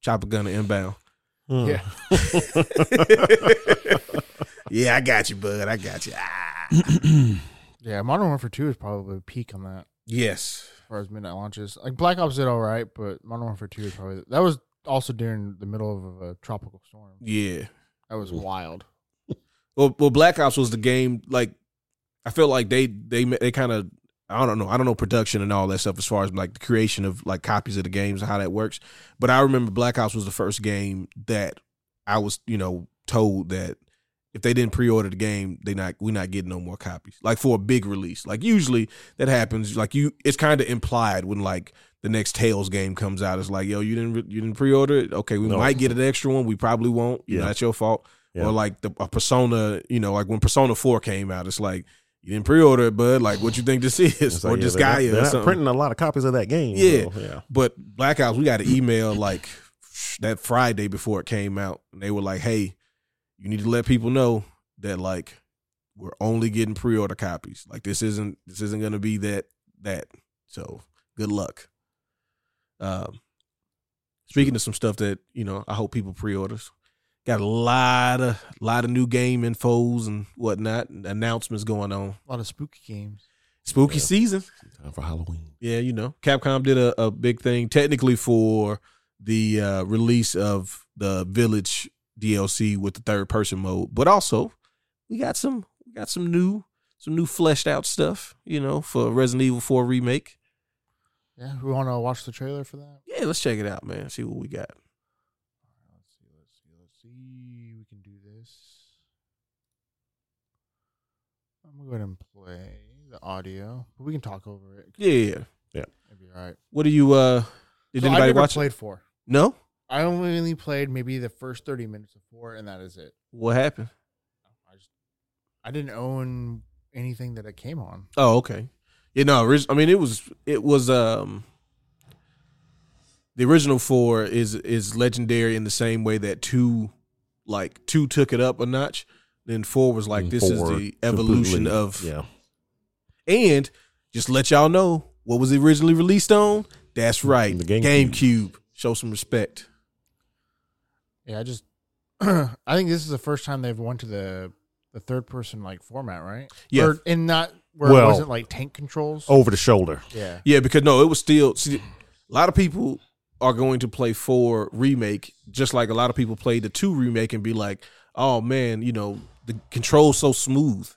[SPEAKER 1] chop a gun and inbound
[SPEAKER 3] Yeah.
[SPEAKER 1] yeah, I got you, bud. I got you. Ah.
[SPEAKER 3] Yeah, Modern Warfare 2 is probably peak on that
[SPEAKER 1] Yes.
[SPEAKER 3] as far as midnight launches. Like Black Ops did all right, but Modern Warfare 2 is probably that was also during the middle of a tropical storm.
[SPEAKER 1] Yeah.
[SPEAKER 3] That was wild.
[SPEAKER 1] Well, well, Black Ops was the game. Like, I feel like they they they kind of I don't know I don't know production and all that stuff as far as like the creation of like copies of the games and how that works. But I remember Black Ops was the first game that I was you know told that if they didn't pre-order the game, they not we not getting no more copies. Like for a big release, like usually that happens. Like you, it's kind of implied when like the next Tails game comes out. It's like yo, you didn't re- you didn't pre-order it. Okay, we
[SPEAKER 2] No.
[SPEAKER 1] might get an extra one. We probably won't. You know,
[SPEAKER 2] Yeah.
[SPEAKER 1] that's your fault.
[SPEAKER 2] Yeah.
[SPEAKER 1] Or like the a Persona, you know, like when Persona Four came out, it's like you didn't pre-order it, bud. Like what you think this is,
[SPEAKER 2] It's like,
[SPEAKER 1] or
[SPEAKER 2] yeah,
[SPEAKER 1] this
[SPEAKER 2] they're not-
[SPEAKER 1] guy
[SPEAKER 2] They're
[SPEAKER 1] or
[SPEAKER 2] not
[SPEAKER 1] something.
[SPEAKER 2] printing a lot of copies of that game.
[SPEAKER 1] Yeah.
[SPEAKER 2] so, yeah.
[SPEAKER 1] But Black Ops, we got an email like that Friday before it came out, and they were like, "Hey, you need to let people know that like we're only getting pre-order copies. Like this isn't this isn't gonna be that that. So good luck." Um, speaking of some stuff that you know, I hope people pre-orders. Got a lot of lot of new game infos and whatnot, and announcements going on.
[SPEAKER 3] A lot of spooky games.
[SPEAKER 1] Spooky
[SPEAKER 2] Yeah.
[SPEAKER 1] season.
[SPEAKER 2] Time for Halloween.
[SPEAKER 1] Yeah, you know, Capcom did a, a big thing technically for the uh, release of the Village DLC with the third person mode, but also we got some we got some new some new fleshed out stuff, you know, for Resident Evil 4 remake.
[SPEAKER 3] Yeah, we want to watch the trailer for that.
[SPEAKER 1] Yeah, let's check it out, man. See what we got.
[SPEAKER 3] Let's see, let's see, let's see. We can do this. I'm gonna go ahead and play the audio. We can talk over it.
[SPEAKER 1] Yeah, yeah.
[SPEAKER 3] It'd be all right.
[SPEAKER 1] What do you uh did
[SPEAKER 3] So I
[SPEAKER 1] anybody
[SPEAKER 3] never
[SPEAKER 1] watch it?
[SPEAKER 3] played four.
[SPEAKER 1] No?
[SPEAKER 3] I only really played maybe the first thirty minutes of four, and that is it.
[SPEAKER 1] What happened?
[SPEAKER 3] I just I didn't own anything that it came on.
[SPEAKER 1] Oh, okay. You know, orig- I mean, it was it was um the original four is is legendary in the same way that two, like two, took it up a notch. Then four was like
[SPEAKER 2] And
[SPEAKER 1] this
[SPEAKER 2] Mm, four
[SPEAKER 1] is the evolution
[SPEAKER 2] completely-
[SPEAKER 1] of
[SPEAKER 2] yeah.
[SPEAKER 1] and just let y'all know what was originally released on. That's right,
[SPEAKER 2] The GameCube.
[SPEAKER 1] GameCube. Show some respect.
[SPEAKER 3] Yeah, I just I think this is the first time they've went to the the third person like format, right?
[SPEAKER 1] Yeah, oh,
[SPEAKER 3] Or- and not where
[SPEAKER 2] Well-
[SPEAKER 3] it wasn't like tank controls.
[SPEAKER 2] Over the shoulder.
[SPEAKER 3] yeah.
[SPEAKER 1] Yeah, because no, it was still. See, a lot of people are going to play four remake, just like a lot of people played the two remake and be like, "Oh man, you know the control's so smooth."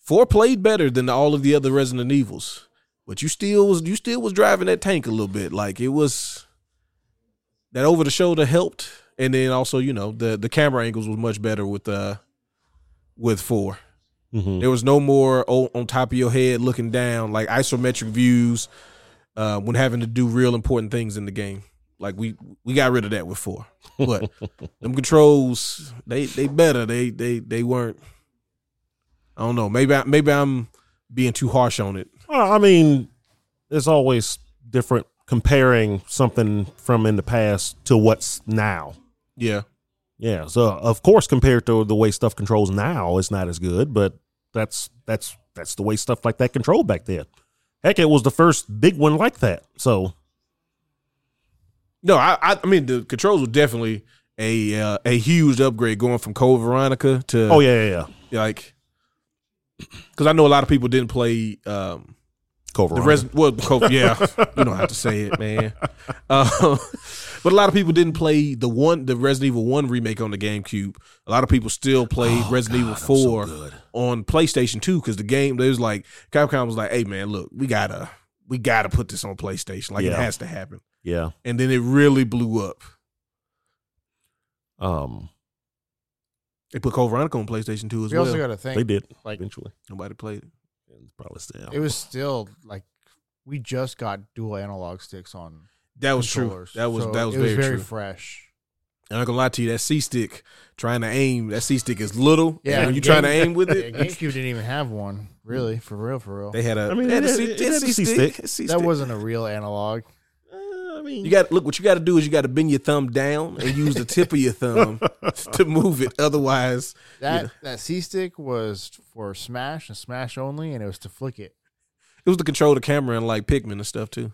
[SPEAKER 1] Four played better than all of the other Resident Evils, but you still was you still was driving that tank a little bit. Like it was that over the shoulder helped, and then also you know the the camera angles was much better with uh with four.
[SPEAKER 2] hmm
[SPEAKER 1] There was no more oh, on top of your head looking down, like isometric views uh, when having to do real important things in the game. Like we we got rid of that with four, but them controls they they better they they they weren't. I don't know. Maybe I, maybe I'm being too harsh on it.
[SPEAKER 2] Well, Uh, I mean, it's always different comparing something from in the past to what's now.
[SPEAKER 1] Yeah,
[SPEAKER 2] Yeah. So of course, compared to the way stuff controls now, it's not as good. But that's that's that's the way stuff like that controlled back then. Heck, it was the first big one like that. So
[SPEAKER 1] no, I I, I mean the controls were definitely a uh, a huge upgrade going from Cold Veronica to
[SPEAKER 2] oh yeah, yeah, yeah.
[SPEAKER 1] like because I know a lot of people didn't play. Um,
[SPEAKER 2] Cover
[SPEAKER 1] The res- well, the co- yeah, you don't have to say it, man. Uh, but a lot of people didn't play the one, the Resident Evil One remake on the GameCube. A lot of people still played Resident Evil Four on PlayStation Two because the game they was like Capcom was like, "Hey, man, look, we gotta, we gotta put this on PlayStation. Like it
[SPEAKER 2] Yeah.
[SPEAKER 1] has to happen."
[SPEAKER 2] yeah.
[SPEAKER 1] And then it really blew up.
[SPEAKER 2] Um,
[SPEAKER 1] They put Code Veronica on PlayStation Two as
[SPEAKER 3] We
[SPEAKER 1] well.
[SPEAKER 3] also got to think
[SPEAKER 2] they did
[SPEAKER 3] like
[SPEAKER 2] eventually.
[SPEAKER 1] Nobody played it.
[SPEAKER 2] And probably still.
[SPEAKER 3] it was still like we just got dual analog sticks on
[SPEAKER 1] That was true.
[SPEAKER 3] controllers,
[SPEAKER 1] That was
[SPEAKER 3] so
[SPEAKER 1] that was
[SPEAKER 3] it
[SPEAKER 1] very,
[SPEAKER 3] was very
[SPEAKER 1] true.
[SPEAKER 3] fresh.
[SPEAKER 1] I'm not gonna lie to you. That C stick trying to aim. That C stick is little. Yeah,
[SPEAKER 3] Yeah,
[SPEAKER 1] when you
[SPEAKER 3] game-
[SPEAKER 1] trying to aim with
[SPEAKER 3] Yeah,
[SPEAKER 1] it,
[SPEAKER 3] GameCube didn't even have one really, for real, for real.
[SPEAKER 1] They had a.
[SPEAKER 2] I mean,
[SPEAKER 1] they had
[SPEAKER 2] it
[SPEAKER 1] a
[SPEAKER 2] is-
[SPEAKER 1] C- it's
[SPEAKER 2] it is a
[SPEAKER 1] C
[SPEAKER 2] C
[SPEAKER 1] stick.
[SPEAKER 2] stick.
[SPEAKER 1] It's C
[SPEAKER 3] that
[SPEAKER 1] stick.
[SPEAKER 3] wasn't a real analog.
[SPEAKER 2] Uh, I mean,
[SPEAKER 1] You got look. What you got to do is you got to bend your thumb down and use the tip of your thumb to move it. Otherwise,
[SPEAKER 3] That that C stick was for Smash and Smash only, and it was to flick it.
[SPEAKER 1] it was to control the camera and like Pikmin and stuff too.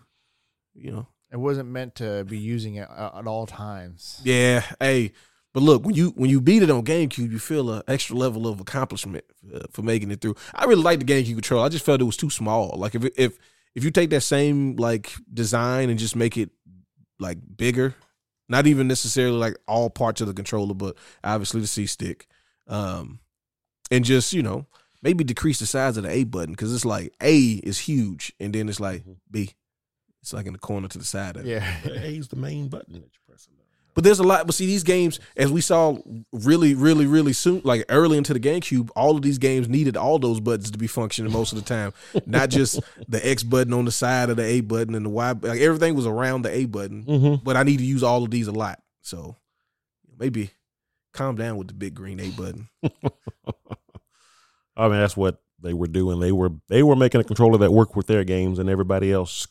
[SPEAKER 1] You know.
[SPEAKER 3] It wasn't meant to be using it uh, at all times.
[SPEAKER 1] Yeah. Hey, but look when you when you beat it on GameCube, you feel a extra level of accomplishment uh, for making it through. I really like the GameCube control. I just felt it was too small. Like if it- if if you take that same like design and just make it like bigger, not even necessarily like all parts of the controller, but obviously the C stick, um, and just you know maybe decrease the size of the A button because it's like A is huge and then it's like B, it's like in the corner to the side of it.
[SPEAKER 3] Yeah,
[SPEAKER 2] A's the main button that you're pressing.
[SPEAKER 1] But there's a lot. But see, these games, as we saw, really, really, really soon, like early into the GameCube, all of these games needed all those buttons to be functioning most of the time. Not just the X button on the side of the A button and the Y. Like everything was around the A button.
[SPEAKER 2] Mm-hmm.
[SPEAKER 1] But I need to use all of these a lot. So maybe calm down with the big green A button.
[SPEAKER 2] I mean, that's what they were doing. They were they were making a controller that worked with their games, and everybody else,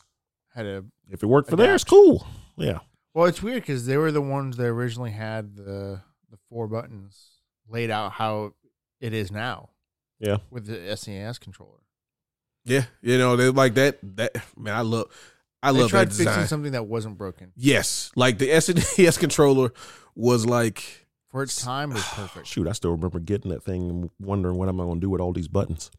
[SPEAKER 3] had a
[SPEAKER 2] if it worked for theirs, cool. Yeah,
[SPEAKER 3] well. It's weird because they were the ones that originally had the the four buttons laid out how it is now.
[SPEAKER 2] Yeah.
[SPEAKER 3] with the SNES controller.
[SPEAKER 1] Yeah, you know, they like that. That man, I love. I
[SPEAKER 3] they
[SPEAKER 1] love
[SPEAKER 3] tried
[SPEAKER 1] that design.
[SPEAKER 3] fixing something that wasn't broken.
[SPEAKER 1] yes, like the SNES controller was like.
[SPEAKER 3] For its time, it was perfect.
[SPEAKER 2] shoot, I still remember getting that thing and wondering what am I going to do with all these buttons.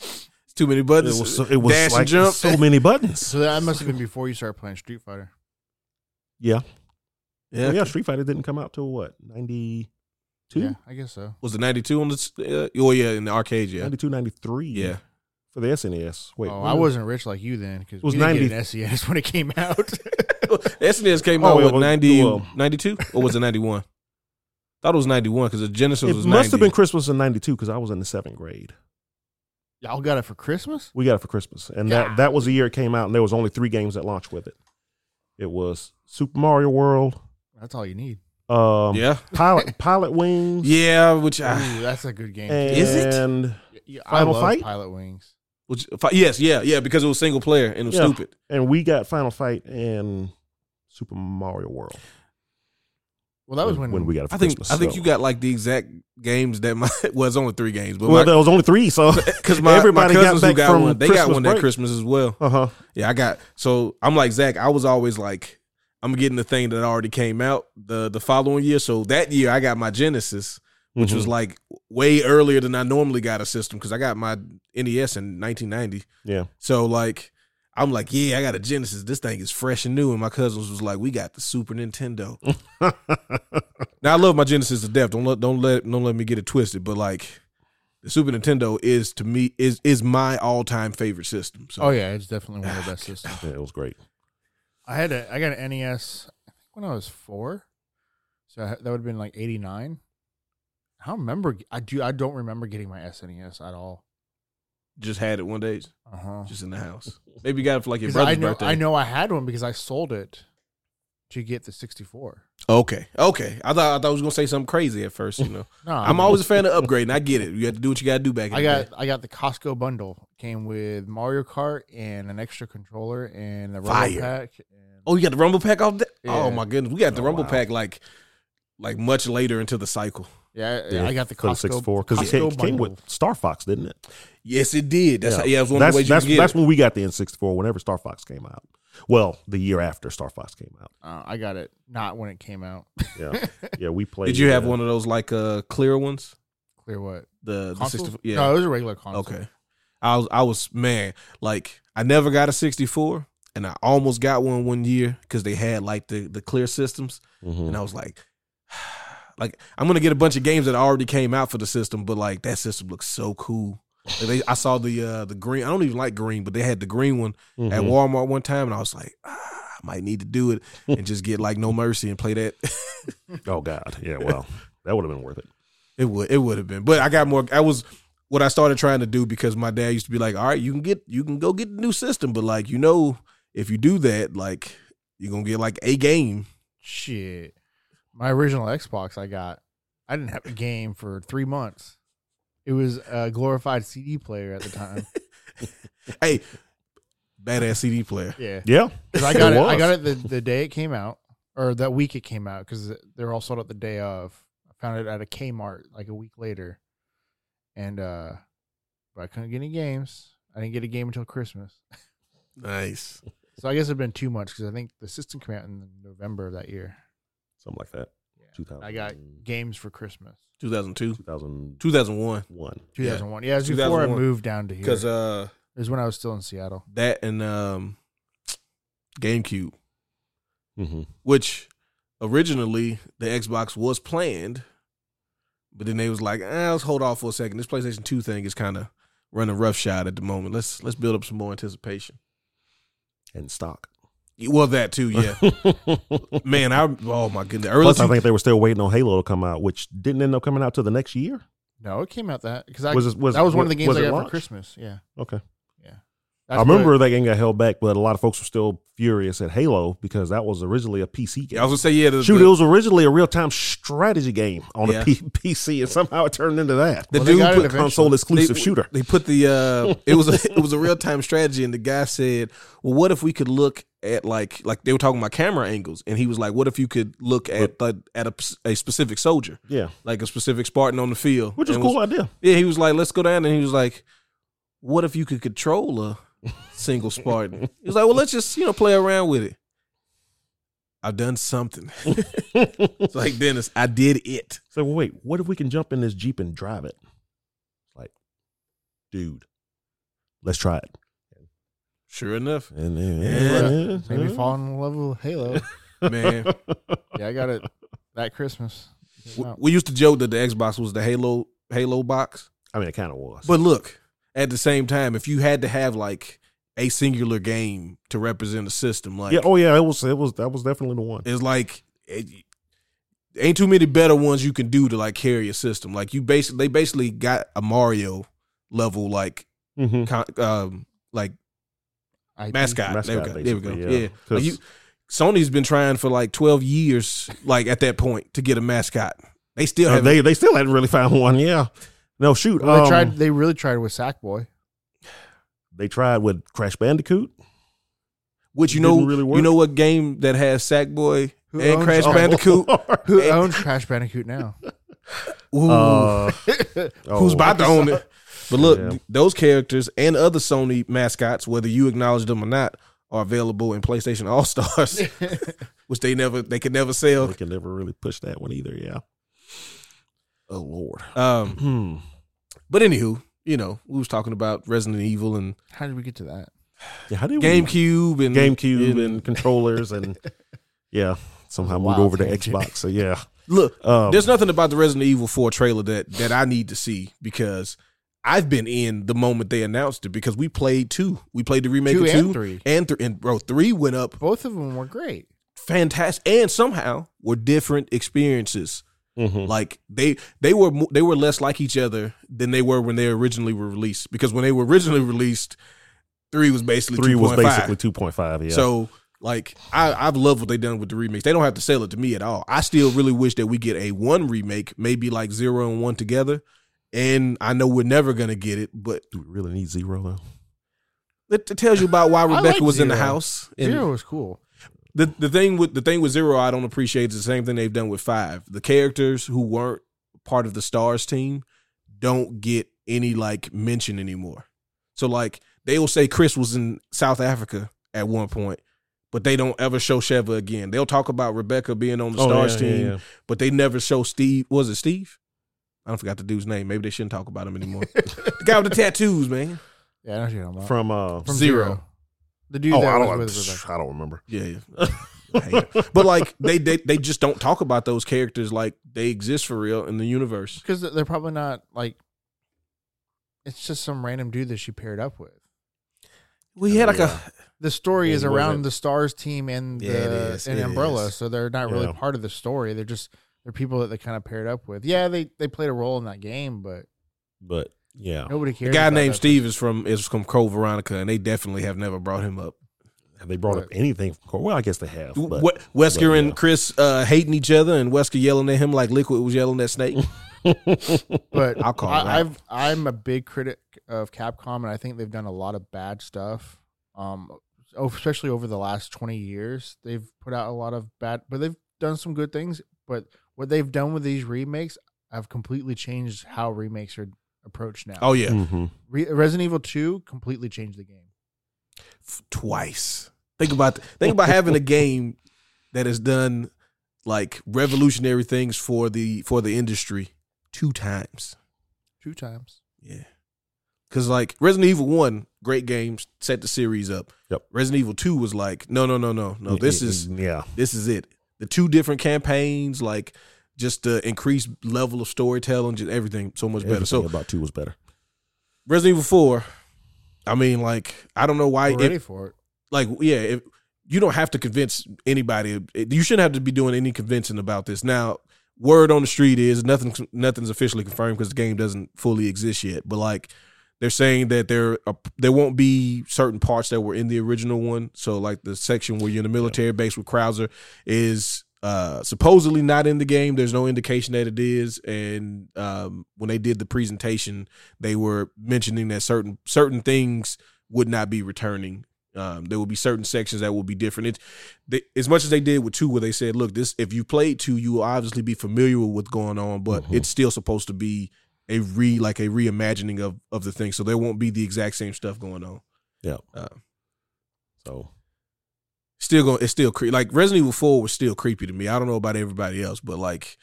[SPEAKER 1] it's Too many
[SPEAKER 2] It
[SPEAKER 1] buttons.
[SPEAKER 2] was so, it was
[SPEAKER 1] Dash and
[SPEAKER 2] like
[SPEAKER 1] jump.
[SPEAKER 2] so many buttons.
[SPEAKER 3] So that must have been before you started playing Street Fighter.
[SPEAKER 2] Yeah, Yeah,
[SPEAKER 1] Yeah.
[SPEAKER 2] Street Fighter didn't come out till what ninety two.
[SPEAKER 3] Yeah, I guess so.
[SPEAKER 1] Was it 92 on the. s- Uh, oh, yeah, in the arcade, yeah.
[SPEAKER 2] 92, 93
[SPEAKER 1] Yeah.
[SPEAKER 2] for the SNES. Wait,
[SPEAKER 3] oh,
[SPEAKER 2] when
[SPEAKER 3] I
[SPEAKER 2] did-
[SPEAKER 3] wasn't rich like you then because
[SPEAKER 2] It was
[SPEAKER 3] we didn't get an SES when it came out.
[SPEAKER 1] SNES came
[SPEAKER 2] Oh,
[SPEAKER 1] out
[SPEAKER 2] yeah,
[SPEAKER 1] with
[SPEAKER 2] well,
[SPEAKER 1] 90,
[SPEAKER 2] well.
[SPEAKER 1] 92? Or was it 91? thought it was 91 because the Genesis
[SPEAKER 2] It
[SPEAKER 1] was
[SPEAKER 2] must
[SPEAKER 1] 90.
[SPEAKER 2] have been Christmas in '92 because I was in the seventh grade.
[SPEAKER 3] Y'all got it for Christmas?
[SPEAKER 2] We got it for Christmas, and that
[SPEAKER 3] God.
[SPEAKER 2] that was the year it came out, and there was only three games that launched with it. It was Super Mario World,
[SPEAKER 3] That's all you need.
[SPEAKER 2] um,
[SPEAKER 1] yeah.
[SPEAKER 2] Pilot Pilot Wings,
[SPEAKER 1] Yeah, which ah, I.
[SPEAKER 3] Ooh, that's a good game.
[SPEAKER 2] and
[SPEAKER 1] Is it?
[SPEAKER 3] Y- y- I
[SPEAKER 2] Final
[SPEAKER 3] love
[SPEAKER 2] Fight?
[SPEAKER 3] Pilot Wings.
[SPEAKER 1] Which, fi- yes, yeah, yeah, because it was single player and it was
[SPEAKER 2] Yeah.
[SPEAKER 1] stupid.
[SPEAKER 2] and we got Final Fight and Super Mario World.
[SPEAKER 3] Well, that was when,
[SPEAKER 2] we got it. For
[SPEAKER 1] I think
[SPEAKER 2] Christmas,
[SPEAKER 1] I think
[SPEAKER 2] so.
[SPEAKER 1] you got like the exact games that my well, it's only three games, but
[SPEAKER 2] Well, there was only three, so
[SPEAKER 1] because my, my
[SPEAKER 2] everybody got
[SPEAKER 1] cousins who
[SPEAKER 2] back
[SPEAKER 1] got
[SPEAKER 2] from
[SPEAKER 1] one, they got
[SPEAKER 2] Christmas
[SPEAKER 1] one that
[SPEAKER 2] break.
[SPEAKER 1] Christmas as well.
[SPEAKER 2] uh huh.
[SPEAKER 1] Yeah, I got so I'm like Zach. I was always like, I'm getting the thing that already came out the the following year. So that year I got my Genesis, which
[SPEAKER 2] Mm-hmm.
[SPEAKER 1] was
[SPEAKER 3] Mm-hmm.
[SPEAKER 1] like way earlier than I normally got a system because I got my NES in 1990.
[SPEAKER 2] Yeah.
[SPEAKER 1] So like. I'm like, yeah, I got a Genesis. This thing is fresh and new. And my cousins was like, we got the Super Nintendo. Now I love my Genesis to death. Don't let don't let don't let me get it twisted. But like the Super Nintendo is to me is is my all time favorite system. So
[SPEAKER 3] Oh yeah, it's definitely one of the best systems.
[SPEAKER 2] yeah, it was great.
[SPEAKER 3] I had a I got an NES I think when I was four, so I, that would have been like eighty nine. I don't remember. I do. I don't remember getting my SNES at all.
[SPEAKER 1] just had it one day,
[SPEAKER 3] Uh huh.
[SPEAKER 1] just in the house. Maybe you got it for like Uh-huh. your brother's
[SPEAKER 3] I know.
[SPEAKER 1] birthday.
[SPEAKER 3] I know I had one because I sold it to get the sixty four.
[SPEAKER 1] Okay, okay. I thought I thought I was gonna say something crazy at first. You know,
[SPEAKER 3] No,
[SPEAKER 1] I'm always a fan of upgrading. I get it. You have to do what you got to do back. In
[SPEAKER 3] Um, I
[SPEAKER 1] the
[SPEAKER 3] got
[SPEAKER 1] day.
[SPEAKER 3] I got the Costco bundle. Came with Mario Kart and an extra controller and the
[SPEAKER 1] Fire.
[SPEAKER 3] Rumble pack. And,
[SPEAKER 1] Oh, you got the Rumble Pack all day. Oh
[SPEAKER 3] Yeah.
[SPEAKER 1] my goodness, we got the
[SPEAKER 3] Oh,
[SPEAKER 1] Rumble
[SPEAKER 3] wow.
[SPEAKER 1] Pack like like much later into the cycle.
[SPEAKER 3] yeah,
[SPEAKER 2] Yeah,
[SPEAKER 3] I got the
[SPEAKER 2] for the
[SPEAKER 3] Costco
[SPEAKER 2] six four because it
[SPEAKER 3] Costco
[SPEAKER 2] came, came with
[SPEAKER 3] bundle.
[SPEAKER 2] Star Fox, didn't it?
[SPEAKER 1] Yes, it did. That's yeah. How, yeah it was one
[SPEAKER 2] that's,
[SPEAKER 1] of the ways you
[SPEAKER 2] that's,
[SPEAKER 1] could get
[SPEAKER 2] that's
[SPEAKER 1] it.
[SPEAKER 2] when we got the N64. Whenever Star Fox came out, well, the year after Star Fox came out,
[SPEAKER 3] Uh, I got it not when it came out.
[SPEAKER 2] yeah, yeah, we played.
[SPEAKER 1] Did you have
[SPEAKER 2] uh,
[SPEAKER 1] one of those like uh clear ones?
[SPEAKER 3] Clear what?
[SPEAKER 1] The, the
[SPEAKER 3] Console?
[SPEAKER 1] 64 yeah.
[SPEAKER 3] No, it was a regular console.
[SPEAKER 1] Okay. I was I was man, like I never got a 64 and I almost got one one year cuz they had like the the clear systems
[SPEAKER 2] mhm.
[SPEAKER 1] and I was like like I'm going to get a bunch of games that already came out for the system but like that system looks so cool. Like, they, I saw the uh the green I don't even like green but they had the green one at
[SPEAKER 2] Mhm.
[SPEAKER 1] Walmart one time and I was like ah, I might need to do it and just get like no mercy and play that.
[SPEAKER 2] Oh God, yeah. Well, that would have been worth it.
[SPEAKER 1] It would it would have been. But I got more I was what I started trying to do because my dad used to be like, All right, you can get you can go get the new system, but like you know, if you do that, like you're gonna get like a game.
[SPEAKER 3] Shit. My original Xbox I got, I didn't have a game for three months. It was a glorified CD player at the time.
[SPEAKER 1] Hey, badass CD player.
[SPEAKER 3] yeah.
[SPEAKER 2] Yeah,
[SPEAKER 3] 'Cause I got
[SPEAKER 2] It
[SPEAKER 3] it, I
[SPEAKER 2] was.
[SPEAKER 3] got it the, the day it came out, or that week it came out, because they're all sold out the day of. I found it at a Kmart like a week later. And uh but I couldn't get any games. I didn't get a game until Christmas.
[SPEAKER 1] Nice.
[SPEAKER 3] So I guess it'd been two months because I think the system came out in November of that year.
[SPEAKER 2] something like that.
[SPEAKER 3] Yeah.
[SPEAKER 2] 2000,
[SPEAKER 3] I got games for Christmas.
[SPEAKER 1] 2002.
[SPEAKER 2] 2001.
[SPEAKER 1] 2001.
[SPEAKER 3] 2001. Yeah, it was before I
[SPEAKER 1] 2001.
[SPEAKER 3] moved down to here.
[SPEAKER 1] Cuz uh
[SPEAKER 3] It was when I was still in Seattle.
[SPEAKER 1] that and um GameCube,
[SPEAKER 2] hmm
[SPEAKER 1] which originally the Xbox was planned, but then they was like, eh, let's hold off for a second. This PlayStation 2 thing is kind of running roughshod at the moment. Let's let's build up some more anticipation.
[SPEAKER 2] And stock.
[SPEAKER 1] Well, that too, yeah.
[SPEAKER 2] Plus,
[SPEAKER 1] Man, I oh my goodness, early
[SPEAKER 2] I think they were still waiting on Halo to come out, which didn't end up coming out till the next year.
[SPEAKER 3] No, it came out that because I
[SPEAKER 2] Was it- was-
[SPEAKER 3] that was one of the games
[SPEAKER 2] was
[SPEAKER 3] I
[SPEAKER 2] it
[SPEAKER 3] got for
[SPEAKER 2] launched?
[SPEAKER 3] Christmas. Yeah,
[SPEAKER 2] Okay.
[SPEAKER 3] yeah.
[SPEAKER 2] I
[SPEAKER 3] That's
[SPEAKER 2] remember
[SPEAKER 3] what-
[SPEAKER 2] that game got held back, but a lot of folks were still furious at Halo because that was originally a PC game.
[SPEAKER 1] I was gonna say yeah. The,
[SPEAKER 2] Shoot,
[SPEAKER 1] the,
[SPEAKER 2] it was originally a real time strategy game on
[SPEAKER 1] Yeah.
[SPEAKER 2] a P- PC, and somehow it turned into that.
[SPEAKER 1] the
[SPEAKER 3] Well, they
[SPEAKER 1] dude
[SPEAKER 3] got it
[SPEAKER 1] put
[SPEAKER 3] eventually.
[SPEAKER 2] console exclusive
[SPEAKER 1] they,
[SPEAKER 2] shooter.
[SPEAKER 1] They put the uh, it was a, it was a real time strategy, and the guy said, "Well, what if we could look at like like they were talking about camera angles, and he was like, what if you could look at like, at a, a specific soldier,
[SPEAKER 2] Yeah,
[SPEAKER 1] like a specific Spartan on the field,
[SPEAKER 2] which was a
[SPEAKER 1] And it
[SPEAKER 2] cool idea.
[SPEAKER 1] Yeah, he was like, let's go down. And he was like, what if you could control a single Spartan? he was like, well, let's just, you know, play around with it. I've done something. it's like, Dennis, I did it.
[SPEAKER 2] So well, wait, what if we can jump in this jeep and drive it? Like, dude, let's try it.
[SPEAKER 1] Sure enough.
[SPEAKER 2] And then
[SPEAKER 1] Yeah.
[SPEAKER 3] Maybe falling in love with Halo.
[SPEAKER 1] Man,
[SPEAKER 3] Yeah, I got it that Christmas. It came
[SPEAKER 1] w-
[SPEAKER 3] out.
[SPEAKER 1] we used to joke that the Xbox was the Halo Halo box.
[SPEAKER 2] I mean, it kind of was.
[SPEAKER 1] But look, at the same time, if you had to have like a singular game to represent a system, like
[SPEAKER 2] yeah, oh yeah, it was. It was. That was definitely the one.
[SPEAKER 1] it's like it, ain't too many better ones you can do to like carry a system. Like you basically, they basically got a Mario level like
[SPEAKER 2] Mm-hmm.
[SPEAKER 1] con, um like
[SPEAKER 3] I-
[SPEAKER 1] mascot. there we go. There we go. Yeah. Like,
[SPEAKER 2] you,
[SPEAKER 1] you- Sony's been trying for like twelve years, like at that point, to get a mascot. They still have
[SPEAKER 2] Uh, they they still hadn't really found one. Yeah. No shoot.
[SPEAKER 3] Well, they
[SPEAKER 2] um,
[SPEAKER 3] tried. They really tried with Sackboy.
[SPEAKER 2] They tried with Crash Bandicoot.
[SPEAKER 1] which you
[SPEAKER 2] didn't
[SPEAKER 1] know
[SPEAKER 2] really work.
[SPEAKER 1] you know what game that has Sackboy
[SPEAKER 3] Who
[SPEAKER 1] and
[SPEAKER 3] owns-
[SPEAKER 1] Crash
[SPEAKER 3] oh,
[SPEAKER 1] Bandicoot.
[SPEAKER 2] Lord.
[SPEAKER 3] Who
[SPEAKER 1] Hey.
[SPEAKER 3] owns Crash Bandicoot now? Oh.
[SPEAKER 1] Ooh.
[SPEAKER 2] Uh,
[SPEAKER 1] who's
[SPEAKER 2] oh,
[SPEAKER 1] about to own it. But look,
[SPEAKER 2] Yeah.
[SPEAKER 1] those characters and other Sony mascots, whether you acknowledge them or not, are available in PlayStation All Stars, which they never they could never
[SPEAKER 2] We
[SPEAKER 1] sell.
[SPEAKER 2] can never really push that one either. Yeah. Oh Lord.
[SPEAKER 1] Um,
[SPEAKER 2] Hmm.
[SPEAKER 1] but anywho, you know, we was talking about Resident Evil and
[SPEAKER 3] How did we get to that?
[SPEAKER 2] Yeah, how did we,
[SPEAKER 1] GameCube and
[SPEAKER 2] GameCube
[SPEAKER 1] and-
[SPEAKER 2] and controllers and yeah, somehow moved
[SPEAKER 3] Wild
[SPEAKER 2] over to
[SPEAKER 3] tangent.
[SPEAKER 2] Xbox. So yeah,
[SPEAKER 1] look.
[SPEAKER 2] um,
[SPEAKER 1] There's nothing about the Resident Evil 4 trailer that that I need to see because I've been in the moment they announced it because we played two. We played the remake
[SPEAKER 3] Two
[SPEAKER 1] of
[SPEAKER 3] and
[SPEAKER 1] two
[SPEAKER 3] three.
[SPEAKER 1] and three and bro, three went up
[SPEAKER 3] Both of them were great.
[SPEAKER 1] fantastic and somehow were different experiences
[SPEAKER 2] mhm.
[SPEAKER 1] like they they were mo- they were less like each other than they were when they originally were released because when they were originally released 3 was basically
[SPEAKER 2] three
[SPEAKER 1] 2.5
[SPEAKER 2] was basically two point five. Yeah.
[SPEAKER 1] so like I, I've loved what they done with the remakes. They don't have to sell it to me at all. I still really wish that we get a one remake, maybe like zero and one together. And I know we're never gonna get it, but
[SPEAKER 2] do we really need zero though?
[SPEAKER 1] it, it tells you about why Rebecca
[SPEAKER 3] like
[SPEAKER 1] was in the
[SPEAKER 3] Zero.
[SPEAKER 1] house. and-
[SPEAKER 3] Zero was cool.
[SPEAKER 1] the the thing with the thing with zero I don't appreciate is the same thing they've done with five. The characters who weren't part of the stars team don't get any like mention anymore. So like they will say Chris was in South Africa at one point, but they don't ever show Sheva again. They'll talk about Rebecca being on the stars
[SPEAKER 2] Oh, yeah, yeah,
[SPEAKER 1] team,
[SPEAKER 2] yeah.
[SPEAKER 1] but they never show Steve. Was it Steve? I don't forgot the dude's name. Maybe they shouldn't talk about him anymore. the guy with the tattoos, man.
[SPEAKER 3] Yeah, I know what you're talking about.
[SPEAKER 2] from uh.
[SPEAKER 3] From
[SPEAKER 1] Zero.
[SPEAKER 3] The dude
[SPEAKER 2] oh,
[SPEAKER 3] that
[SPEAKER 2] I
[SPEAKER 3] was
[SPEAKER 2] don't.
[SPEAKER 3] with Rebecca.
[SPEAKER 2] I don't remember.
[SPEAKER 1] Yeah. yeah. I hate it. but like they, they they just don't talk about those characters like they exist for real in the universe.
[SPEAKER 3] because they're probably not like it's just some random dude that she paired up with.
[SPEAKER 1] Well, he had like
[SPEAKER 2] Yeah.
[SPEAKER 3] The story
[SPEAKER 2] Yeah,
[SPEAKER 3] is
[SPEAKER 2] he wasn't-
[SPEAKER 3] around the stars team and
[SPEAKER 1] Yeah, it
[SPEAKER 3] the
[SPEAKER 1] is,
[SPEAKER 3] and
[SPEAKER 1] it
[SPEAKER 3] umbrella,
[SPEAKER 1] is.
[SPEAKER 3] so they're not
[SPEAKER 2] Yeah.
[SPEAKER 3] really part of the story. They're just they're people that they kind of paired up with. Yeah, they they played a role in that game, but
[SPEAKER 2] But yeah,
[SPEAKER 3] nobody
[SPEAKER 1] a
[SPEAKER 3] cares.
[SPEAKER 1] Oh, guy
[SPEAKER 3] about
[SPEAKER 1] named
[SPEAKER 3] that.
[SPEAKER 1] Steve is from is from Cole Veronica, and they definitely have never brought him up.
[SPEAKER 2] have they brought up
[SPEAKER 3] But-
[SPEAKER 2] anything from Cor? Well, I guess they have. But,
[SPEAKER 1] what, Wesker
[SPEAKER 2] but, yeah.
[SPEAKER 1] and Chris uh, hating each other, and Wesker yelling at him like Liquid was yelling at Snake.
[SPEAKER 3] But
[SPEAKER 1] I'll call it that.
[SPEAKER 3] I, I've I'm a big critic of Capcom, and I think they've done a lot of bad stuff. Um, oh, especially over the last twenty years, they've put out a lot of bad, but they've done some good things. But what they've done with these remakes have completely changed how remakes are approached now.
[SPEAKER 1] oh yeah,
[SPEAKER 2] Mhm.
[SPEAKER 3] Re- Resident Evil Two completely changed the game.
[SPEAKER 1] F- twice. Think about think about having a game that has done like revolutionary things for the for the industry two times.
[SPEAKER 3] Two times.
[SPEAKER 1] Yeah. Cause like Resident Evil One, great games, set the series up.
[SPEAKER 2] Yep.
[SPEAKER 1] Resident Evil Two was like, no, no, no, no, no. This is
[SPEAKER 2] yeah.
[SPEAKER 1] this is it. The two different campaigns, like just the increased level of storytelling, just everything so much better.
[SPEAKER 2] Everything
[SPEAKER 1] So
[SPEAKER 2] about two was better.
[SPEAKER 1] Resident Evil Four, I mean, like I don't know why,
[SPEAKER 3] We're ready
[SPEAKER 1] if,
[SPEAKER 3] for it.
[SPEAKER 1] like yeah, if, you don't have to convince anybody. It- You shouldn't have to be doing any convincing about this. Now, word on the street is nothing. Nothing's officially confirmed because the game doesn't fully exist yet. But like they're saying that there are, there won't be certain parts that were in the original one. So like the section where you're in the military base with Krauser is uh supposedly not in the game. There's no indication that it is. And um when they did the presentation, they were mentioning that certain certain things would not be returning. Um, there will be certain sections that will be different. It, they, as much as they did with two, where they said, "Look, this if you played two, you will obviously be familiar with what's going on, but
[SPEAKER 2] Mhm.
[SPEAKER 1] it's still supposed to be a re like a reimagining of of the thing, so there won't be the exact same stuff going on.
[SPEAKER 2] Yeah.
[SPEAKER 1] Uh,
[SPEAKER 2] So
[SPEAKER 1] still going, it's still creepy. Like Resident Evil Four was still creepy to me. I don't know about everybody else, but like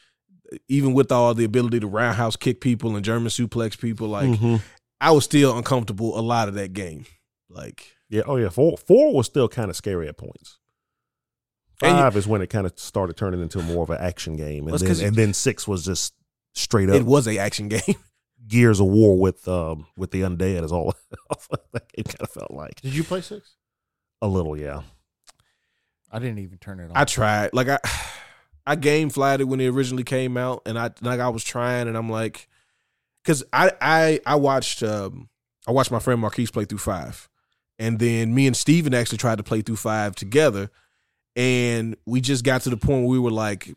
[SPEAKER 1] even with all the ability to roundhouse kick people and German suplex people, like
[SPEAKER 2] Mhm.
[SPEAKER 1] I was still uncomfortable a lot of that game. Like
[SPEAKER 2] yeah, oh yeah. Four four was still kind of scary at points.
[SPEAKER 1] And you-
[SPEAKER 2] Five is when it kind of started turning into more of an action game, and
[SPEAKER 1] Well, it's
[SPEAKER 2] then
[SPEAKER 1] 'cause you-
[SPEAKER 2] and then six was just straight
[SPEAKER 1] It
[SPEAKER 2] up
[SPEAKER 1] was a action game.
[SPEAKER 2] Gears of War with um with the undead is all it kind of felt like
[SPEAKER 3] Did you play six?
[SPEAKER 2] a little, yeah.
[SPEAKER 3] I didn't even turn it on.
[SPEAKER 1] I tried. Like I I game flied it when it originally came out and I like I was trying and I'm like cuz I I I watched um I watched my friend Marquise play through 5. And then me and Steven actually tried to play through 5 together and we just got to the point where we were like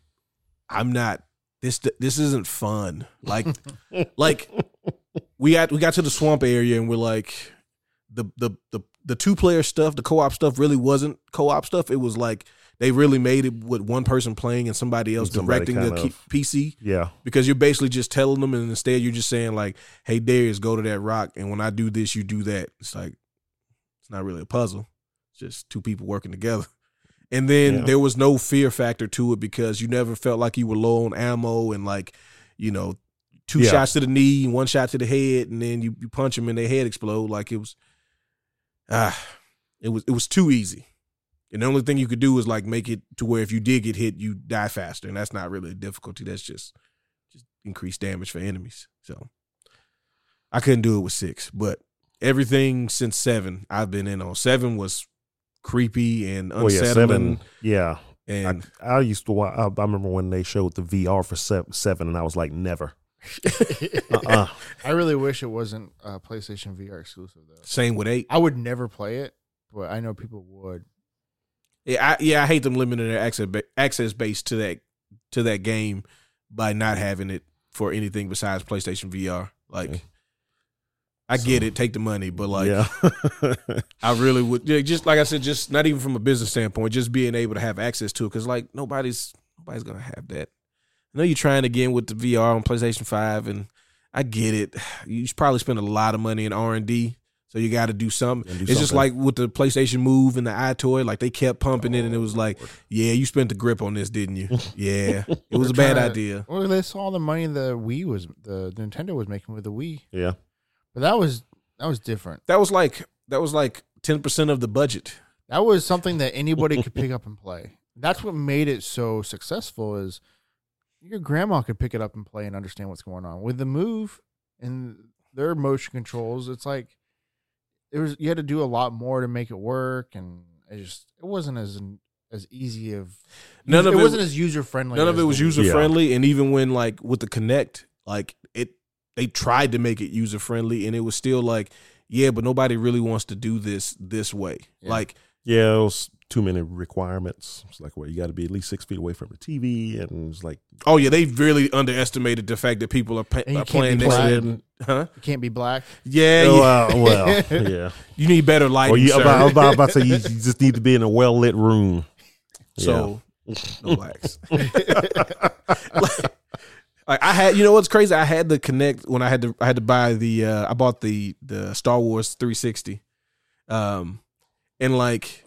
[SPEAKER 1] I'm not this this isn't fun. Like like we got we got to the swamp area and we're like the the the the two player stuff, the co-op stuff really wasn't co-op stuff. It was like they really made it with one person playing and somebody else
[SPEAKER 2] Somebody
[SPEAKER 1] directing the
[SPEAKER 2] kind
[SPEAKER 1] key-
[SPEAKER 2] of-
[SPEAKER 1] PC
[SPEAKER 2] yeah.
[SPEAKER 1] because you're basically just telling them and instead you're just saying like, "Hey Darius, go to that rock and when I do this, you do that." It's like it's not really a puzzle. It's just two people working together. And then
[SPEAKER 2] Yeah.
[SPEAKER 1] there was no fear factor to it because you never felt like you were low on ammo and like, you know, two
[SPEAKER 2] Yeah.
[SPEAKER 1] shots to the knee, one shot to the head, and then you, you punch them and their head explode. Like it was ah, it was it was too easy. And the only thing you could do was like make it to where if you did get hit, you die faster. And that's not really a difficulty. That's just just increased damage for enemies. So I couldn't do it with six, but everything since seven I've been in on. Seven was creepy and
[SPEAKER 2] Well, Oh, yeah,
[SPEAKER 1] unsettling.
[SPEAKER 2] seven. Yeah,
[SPEAKER 1] And
[SPEAKER 2] I used to. wa- I, I remember when they showed the VR for seven, seven and I was like, never. Uh-uh.
[SPEAKER 3] I really wish it wasn't uh, PlayStation VR exclusive though.
[SPEAKER 1] same with eight.
[SPEAKER 3] I would never play it, but I know people would.
[SPEAKER 1] Yeah, I, yeah, I hate them limiting their access ba- access base to that to that game by not having it for anything besides PlayStation VR. Like,
[SPEAKER 2] Yeah.
[SPEAKER 1] I get
[SPEAKER 2] So-
[SPEAKER 1] it, take the money, but like,
[SPEAKER 2] yeah,
[SPEAKER 1] I really would. Yeah, just like I said, just not even from a business standpoint, just being able to have access to it, because like nobody's nobody's gonna have that. I know you're trying again with the VR on PlayStation Five, and I get it. You should probably spend a lot of money in R and D, so you got to do something.
[SPEAKER 2] And do
[SPEAKER 1] it's just like
[SPEAKER 2] something.
[SPEAKER 1] with the PlayStation Move and the iToy, like they kept pumping it, and it
[SPEAKER 2] Oh,
[SPEAKER 1] was like, yeah, you spent the grip on this, didn't you? Yeah, it was a
[SPEAKER 3] They're
[SPEAKER 1] bad
[SPEAKER 3] trying to-
[SPEAKER 1] idea.
[SPEAKER 3] Well, they saw the money the Wii was the Nintendo was making with the Wii,
[SPEAKER 2] yeah.
[SPEAKER 3] but that was that was different.
[SPEAKER 1] That was like that was like ten percent of the budget.
[SPEAKER 3] That was something that anybody could pick up and play. That's what made it so successful. Is your grandma could pick it up and play and understand what's going on with the move and their motion controls. It's like it was you had to do a lot more to make it work, and it just it wasn't as as easy of
[SPEAKER 1] None of
[SPEAKER 3] it
[SPEAKER 1] it-
[SPEAKER 3] wasn't as user friendly.
[SPEAKER 1] None of it was user
[SPEAKER 2] Yeah.
[SPEAKER 1] friendly, and even when like with the Connect, like it, they tried to make it user friendly, and it was still like, yeah, but nobody really wants to do this this way.
[SPEAKER 3] Yeah.
[SPEAKER 1] Like,
[SPEAKER 2] Yeah, it was too many requirements. It's like, well, you got to be at least six feet away from the TV, and it's like,
[SPEAKER 1] oh yeah, they really underestimated the fact that people are, pa-
[SPEAKER 3] And you
[SPEAKER 1] are
[SPEAKER 3] can't
[SPEAKER 1] playing
[SPEAKER 3] be
[SPEAKER 1] next to
[SPEAKER 3] black.
[SPEAKER 1] them. Huh?
[SPEAKER 3] You can't be black.
[SPEAKER 1] Yeah,
[SPEAKER 2] oh,
[SPEAKER 1] you,
[SPEAKER 2] uh, well, yeah.
[SPEAKER 1] you need better lighting.
[SPEAKER 2] Or you,
[SPEAKER 1] sir.
[SPEAKER 2] about, I was about, about to say, you, you just need to be in a well lit room.
[SPEAKER 1] So no blacks. like, like, I had, you know what's crazy? I had to connect when I had to. I had to buy the. Uh, I bought the the Star Wars 360, um, and like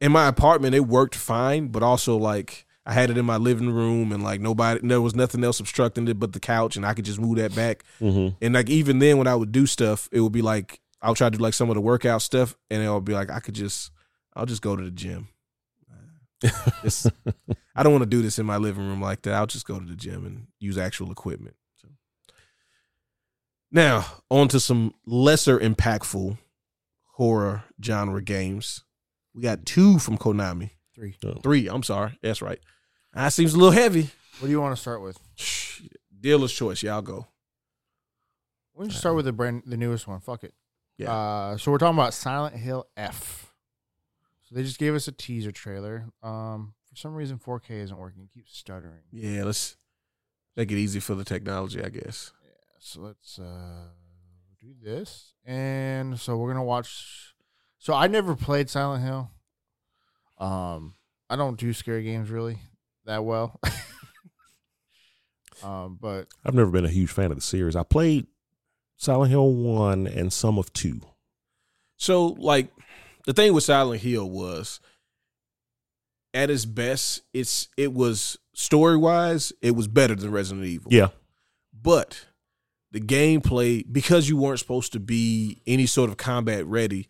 [SPEAKER 1] in my apartment it worked fine, but also like I had it in my living room and like nobody, there was nothing else obstructing it but the couch, and I could just move that back.
[SPEAKER 2] Mhm.
[SPEAKER 1] And like even then, when I would do stuff, it would be like I'll try to do like some of the workout stuff, and it'll be like I could just I'll just go to the gym. It's, I don't want to do this in my living room like that. I'll just go to the gym and use actual equipment. So. Now on to some lesser impactful horror genre games. We got two from Konami,
[SPEAKER 3] Three.
[SPEAKER 1] three. I'm sorry, that's right. That seems a little heavy.
[SPEAKER 3] What do you want to start with?
[SPEAKER 1] Shh. Dealer's choice. Y'all go.
[SPEAKER 3] Why don't you start with the brand, the newest one? Fuck it.
[SPEAKER 1] Yeah.
[SPEAKER 3] Uh, so we're talking about Silent Hill F. So they just gave us a teaser trailer. Um, for some reason, 4K isn't working. It keeps stuttering.
[SPEAKER 1] Yeah, let's make it easy for the technology, I guess.
[SPEAKER 3] So let's uh do this. And so we're gonna watch. So I never played Silent Hill. Um, I don't do scary games really that well. um, but
[SPEAKER 2] I've never been a huge fan of the series. I played Silent Hill 1 and some of 2.
[SPEAKER 1] So, like, the thing with Silent Hill was, at its best, it's it was story wise, it was better than Resident Evil.
[SPEAKER 2] Yeah.
[SPEAKER 1] but the gameplay because you weren't supposed to be any sort of combat ready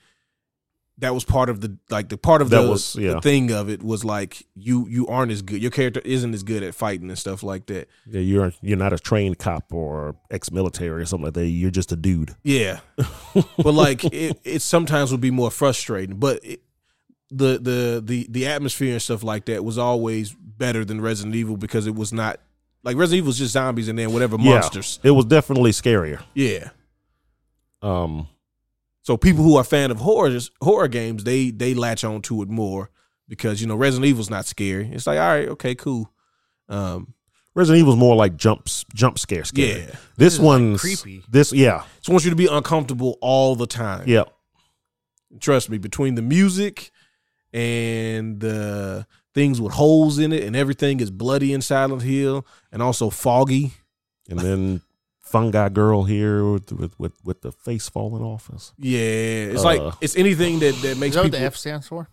[SPEAKER 1] that was part of the like the part of
[SPEAKER 2] That
[SPEAKER 1] the,
[SPEAKER 2] was-
[SPEAKER 1] the
[SPEAKER 2] yeah.
[SPEAKER 1] thing of it was like you you aren't as good. Your character isn't as good at fighting and stuff like that.
[SPEAKER 2] Yeah, you're you're not a trained cop or ex-military or something like that. You're just a dude.
[SPEAKER 1] Yeah, but like it, it sometimes would be more frustrating. But it, the the the the atmosphere and stuff like that was always better than Resident Evil because it was not like Resident Evil was just zombies and then whatever
[SPEAKER 2] Yeah.
[SPEAKER 1] monsters.
[SPEAKER 2] It was definitely scarier.
[SPEAKER 1] Yeah.
[SPEAKER 2] Um,
[SPEAKER 1] So people who are fan of horrors horror games they they latch on to it more because you know Resident Evil's not scary. It's like all right, okay, cool. Um,
[SPEAKER 2] Resident Evil's more like jumps jump scare scary.
[SPEAKER 1] yeah,
[SPEAKER 2] This
[SPEAKER 3] is, like,
[SPEAKER 2] one's
[SPEAKER 3] creepy.
[SPEAKER 2] This yeah
[SPEAKER 1] just wants you to be uncomfortable all the time.
[SPEAKER 2] yeah
[SPEAKER 1] trust me, between the music and the things with holes in it, and everything is bloody in Silent Hill, and also foggy.
[SPEAKER 2] and then fungi girl here with with with, with the face falling off us.
[SPEAKER 1] Yeah, it's
[SPEAKER 2] Uh.
[SPEAKER 1] like it's anything that that
[SPEAKER 3] Is
[SPEAKER 1] makes
[SPEAKER 3] that what
[SPEAKER 1] people
[SPEAKER 3] the F stands for?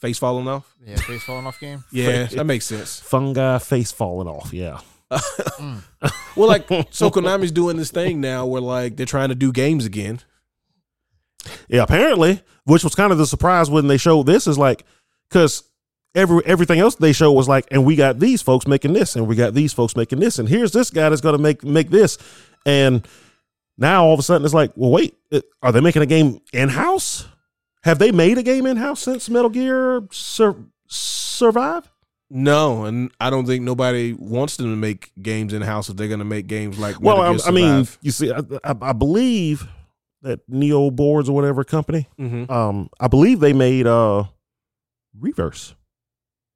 [SPEAKER 1] face falling off.
[SPEAKER 3] Yeah, face falling off game.
[SPEAKER 1] Yeah,
[SPEAKER 2] Face-
[SPEAKER 1] that makes sense.
[SPEAKER 2] Fungi face falling off. Yeah,
[SPEAKER 3] Mm.
[SPEAKER 1] Well, like so, Konami's doing this thing now where like they're trying to do games again.
[SPEAKER 2] yeah. Apparently, which was kind of the surprise when they showed this is like because. Every, everything else they showed was like, and we got these folks making this, and we got these folks making this, and here's this guy that's going to make make this, and now all of a sudden it's like, well, wait, uh, are they making a game in house? Have they made a game in house since Metal Gear Sur- Survive?
[SPEAKER 1] No, and I don't think nobody wants them to make games in house if they're going to make games like.
[SPEAKER 2] Well,
[SPEAKER 1] Metal
[SPEAKER 2] I,
[SPEAKER 1] Gear
[SPEAKER 2] I mean,
[SPEAKER 1] Survive.
[SPEAKER 2] you see, I, I, I believe that Neo Boards or whatever company,
[SPEAKER 1] Mhm.
[SPEAKER 2] um, I believe they made uh, Reverse,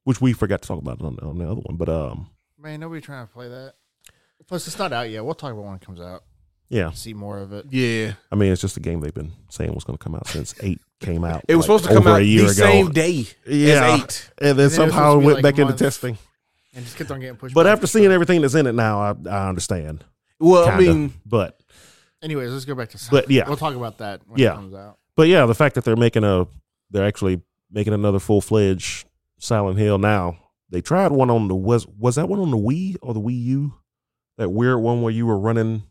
[SPEAKER 2] which we forgot to talk about on, on the other one. But um,
[SPEAKER 3] Man, nobody trying to play that. Plus, it's not out yet. We'll talk about when it comes out.
[SPEAKER 2] yeah,
[SPEAKER 3] See more of it.
[SPEAKER 1] yeah,
[SPEAKER 2] I mean, it's just a game they've been saying was going to come out since eight came out.
[SPEAKER 1] it was
[SPEAKER 2] like,
[SPEAKER 1] supposed to come
[SPEAKER 2] over
[SPEAKER 1] out
[SPEAKER 2] a year
[SPEAKER 1] the
[SPEAKER 2] ago.
[SPEAKER 1] same day
[SPEAKER 2] yeah,
[SPEAKER 1] as eight.
[SPEAKER 2] and then
[SPEAKER 3] was
[SPEAKER 2] somehow it
[SPEAKER 3] supposed to be
[SPEAKER 2] went
[SPEAKER 3] like
[SPEAKER 2] back into
[SPEAKER 3] month.
[SPEAKER 2] testing.
[SPEAKER 3] And just kept on getting pushed.
[SPEAKER 2] But
[SPEAKER 3] back.
[SPEAKER 2] after seeing everything that's in it now, I, I understand.
[SPEAKER 1] Well,
[SPEAKER 2] Kinda.
[SPEAKER 1] I mean,
[SPEAKER 2] but
[SPEAKER 3] anyways, let's go back to.
[SPEAKER 2] But, yeah.
[SPEAKER 3] we'll talk about that when
[SPEAKER 2] Yeah.
[SPEAKER 3] it comes out.
[SPEAKER 2] But yeah, the fact that they're making a they're actually making another full fledged Silent Hill now. They tried one on the was was that one on the Wii or the Wii U? That weird one where you were running